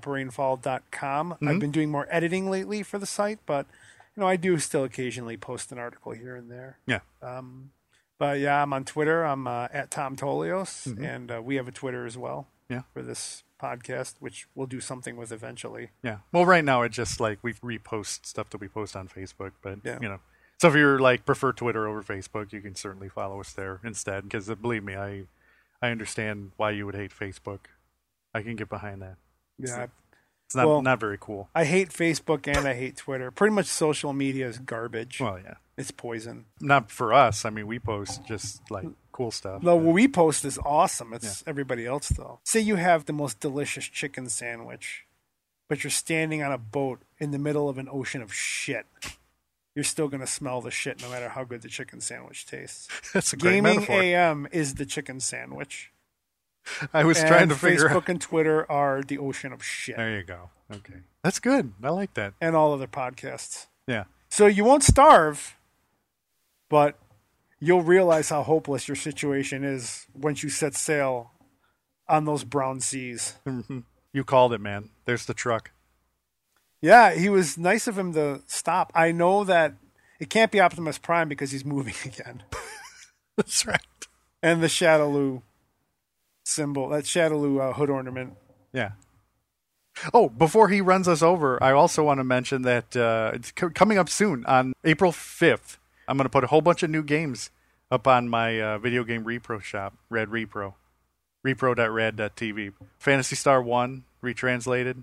Speaker 5: www.operainfall.com.
Speaker 4: Mm-hmm.
Speaker 5: I've been doing more editing lately for the site, but you know I do still occasionally post an article here and there.
Speaker 4: yeah.
Speaker 5: But yeah, I'm on Twitter. I'm uh, at Tom Tolios, and uh, we have a Twitter as well.
Speaker 4: Mm-hmm. Yeah.
Speaker 5: For this podcast, which we'll do something with eventually.
Speaker 4: Yeah. Well, right now it just like we repost stuff that we post on Facebook, but
Speaker 5: Yeah.
Speaker 4: you know. So if you're like prefer Twitter over Facebook, you can certainly follow us there instead. Because believe me, I I understand why you would hate Facebook. I can get behind that.
Speaker 5: Yeah.
Speaker 4: It's not
Speaker 5: Well-
Speaker 4: not very cool.
Speaker 5: I, I hate Facebook and I hate Twitter. Pretty much social media is garbage.
Speaker 4: Well, yeah,
Speaker 5: It's poison.
Speaker 4: not for us. I mean, we post just like cool stuff.
Speaker 5: No, what we post is awesome. It's everybody else though. Say you have the most delicious chicken sandwich, but you're standing on a boat in the middle of an ocean of shit. You're still gonna smell the shit no matter how good the chicken sandwich tastes.
Speaker 4: That's a great
Speaker 5: Gaming
Speaker 4: metaphor.
Speaker 5: AM is the chicken sandwich.
Speaker 4: I was
Speaker 5: and
Speaker 4: trying to figure
Speaker 5: Facebook
Speaker 4: out.
Speaker 5: and Twitter are the ocean of shit,
Speaker 4: There you go. Okay, that's good. I like that.
Speaker 5: and all other podcasts.
Speaker 4: Yeah.
Speaker 5: So you won't starve, but you'll realize how hopeless your situation is once you set sail on those brown seas.
Speaker 4: You called it, man. There's the truck.
Speaker 5: Yeah, he was nice of him to stop. I know that it can't be Optimus Prime because he's moving again,
Speaker 4: That's right.
Speaker 5: and the Shadaloo symbol, that Shadaloo uh, hood ornament.
Speaker 4: Yeah. Oh, before he runs us over, I also want to mention that uh, it's c- coming up soon on April 5th, I'm going to put a whole bunch of new games up on my uh, video game repro shop, Red Repro. Repro.red.tv. Fantasy Star 1 retranslated,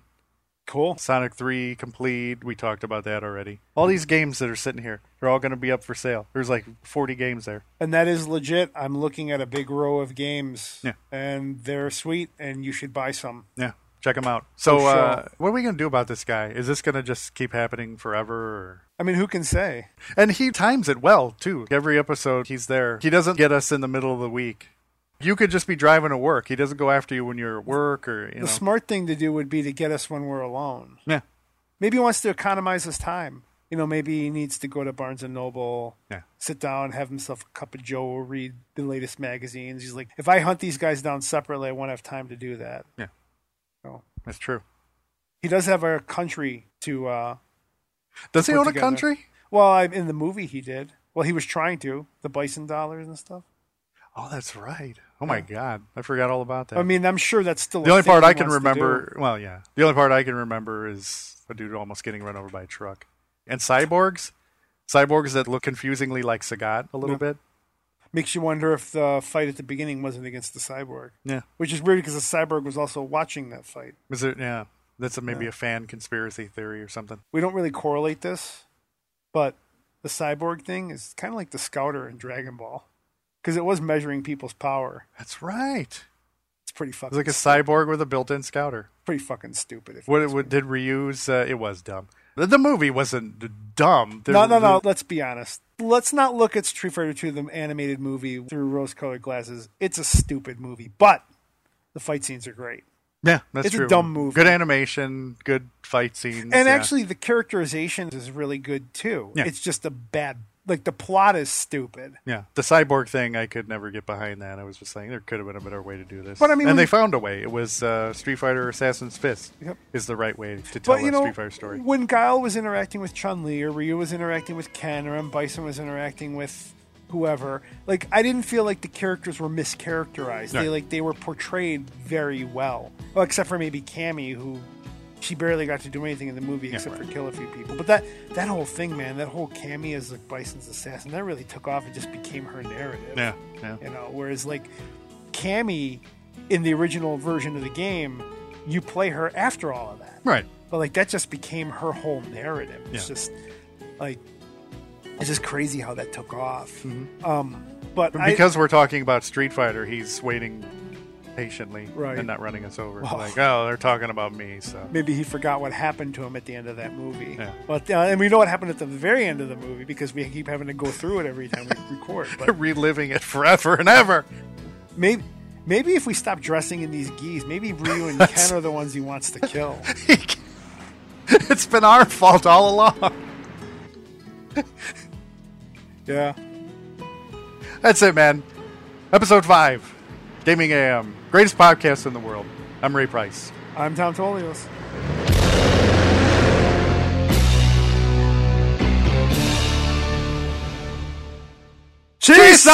Speaker 5: Cool.
Speaker 4: Sonic 3 complete. We talked about that already. All these games that are sitting here, they're all going to be up for sale. There's like 40 games there.
Speaker 5: And that is legit. I'm looking at a big row of games,
Speaker 4: Yeah.
Speaker 5: and they're sweet, and you should buy some.
Speaker 4: Yeah, check them out. So,
Speaker 5: For sure.
Speaker 4: uh, what are we going to do about this guy? Is this going to just keep happening forever? Or?
Speaker 5: I mean, who can say?
Speaker 4: And he times it well, too. Every episode, he's there. He doesn't get us in the middle of the week. You could just be driving to work. He doesn't go after you when you're at work or, you know.
Speaker 5: The smart thing to do would be to get us when we're alone.
Speaker 4: yeah.
Speaker 5: Maybe he wants to economize his time. You know, maybe he needs to go to Barnes and Noble,
Speaker 4: Yeah.
Speaker 5: sit down, have himself a cup of Joe, read the latest magazines. He's like, if I hunt these guys down separately, I won't have time to do that.
Speaker 4: Yeah.
Speaker 5: So
Speaker 4: That's true.
Speaker 5: he does have a country to. Uh,
Speaker 4: Does he
Speaker 5: Put
Speaker 4: own a
Speaker 5: together.
Speaker 4: country?
Speaker 5: well, I- in the movie he did. Well, he was trying to the bison dollars and stuff.
Speaker 4: Oh, that's right. Oh, my God. I forgot all about that.
Speaker 5: I mean, I'm sure that's still a
Speaker 4: the only
Speaker 5: thing
Speaker 4: part
Speaker 5: he
Speaker 4: I can
Speaker 5: wants to do.
Speaker 4: remember, well, yeah. The only part I can remember is a dude almost getting run over by a truck. And cyborgs? Cyborgs that look confusingly like Sagat a little bit?
Speaker 5: makes you wonder if the fight at the beginning wasn't against the cyborg,
Speaker 4: Yeah.
Speaker 5: which is weird because the cyborg was also watching that fight.
Speaker 4: Is it, yeah. That's a, maybe a fan conspiracy theory or something.
Speaker 5: We don't really correlate this, but the cyborg thing is kind of like the scouter in Dragon Ball because it was measuring people's power.
Speaker 4: That's right.
Speaker 5: It's pretty fucking
Speaker 4: It's like a cyborg with a built-in scouter.
Speaker 5: pretty fucking stupid. If
Speaker 4: What, what did reuse? Uh, it was dumb. The, the movie wasn't d- dumb. The-
Speaker 5: no, no, no.
Speaker 4: the-
Speaker 5: Let's be honest. Let's not look at Street Fighter II, the animated movie, through rose-colored glasses. It's a stupid movie, but the fight scenes are great.
Speaker 4: yeah, that's
Speaker 5: it's a
Speaker 4: true.
Speaker 5: dumb movie.
Speaker 4: Good animation, good fight scenes,
Speaker 5: And
Speaker 4: yeah.
Speaker 5: actually, the characterization is really good too.
Speaker 4: Yeah.
Speaker 5: It's just a bad, like the plot is stupid.
Speaker 4: yeah, the cyborg thing, I could never get behind that. I was just saying there could have been a better way to do this.
Speaker 5: But I mean,
Speaker 4: and
Speaker 5: we-
Speaker 4: they found a way. It was uh, Street Fighter Assassin's Fist
Speaker 5: Yep.
Speaker 4: is the right way to tell
Speaker 5: But
Speaker 4: that
Speaker 5: you know,
Speaker 4: Street Fighter story.
Speaker 5: when Guile was interacting with Chun Li, or Ryu was interacting with Ken, or M Bison was interacting with whoever, like I didn't feel like the characters were mischaracterized.
Speaker 4: No.
Speaker 5: They like they were portrayed very well, well except for maybe Cammy, who she barely got to do anything in the movie except for kill a few people. But that that whole thing, man, that whole Cammy as like Bison's assassin, that really took off. It just became her narrative.
Speaker 4: Yeah, yeah.
Speaker 5: You know, whereas like Cammy in the original version of the game, you play her after all of that.
Speaker 4: Right.
Speaker 5: But like that just became her whole narrative. It's
Speaker 4: Yeah.
Speaker 5: just like it's just crazy how that took off. Um, but I-
Speaker 4: Mm-hmm. Because we're talking about Street Fighter, he's waiting patiently
Speaker 5: Right.
Speaker 4: and not running us over.
Speaker 5: Well-
Speaker 4: Like, oh, they're talking about me, so
Speaker 5: maybe he forgot what happened to him at the end of that movie.
Speaker 4: Yeah.
Speaker 5: But uh, and we know what happened at the very end of the movie because we keep having to go through it every time we record. But
Speaker 4: reliving it forever and ever.
Speaker 5: maybe. Maybe if we stop dressing in these geese, maybe Ryu and Ken are the ones he wants to kill.
Speaker 4: it's been our fault all along.
Speaker 5: Yeah.
Speaker 4: That's it, man. Episode five, Gaming AM, greatest podcast in the world. I'm Ray Price.
Speaker 5: I'm Tom Tolios.
Speaker 4: Cheese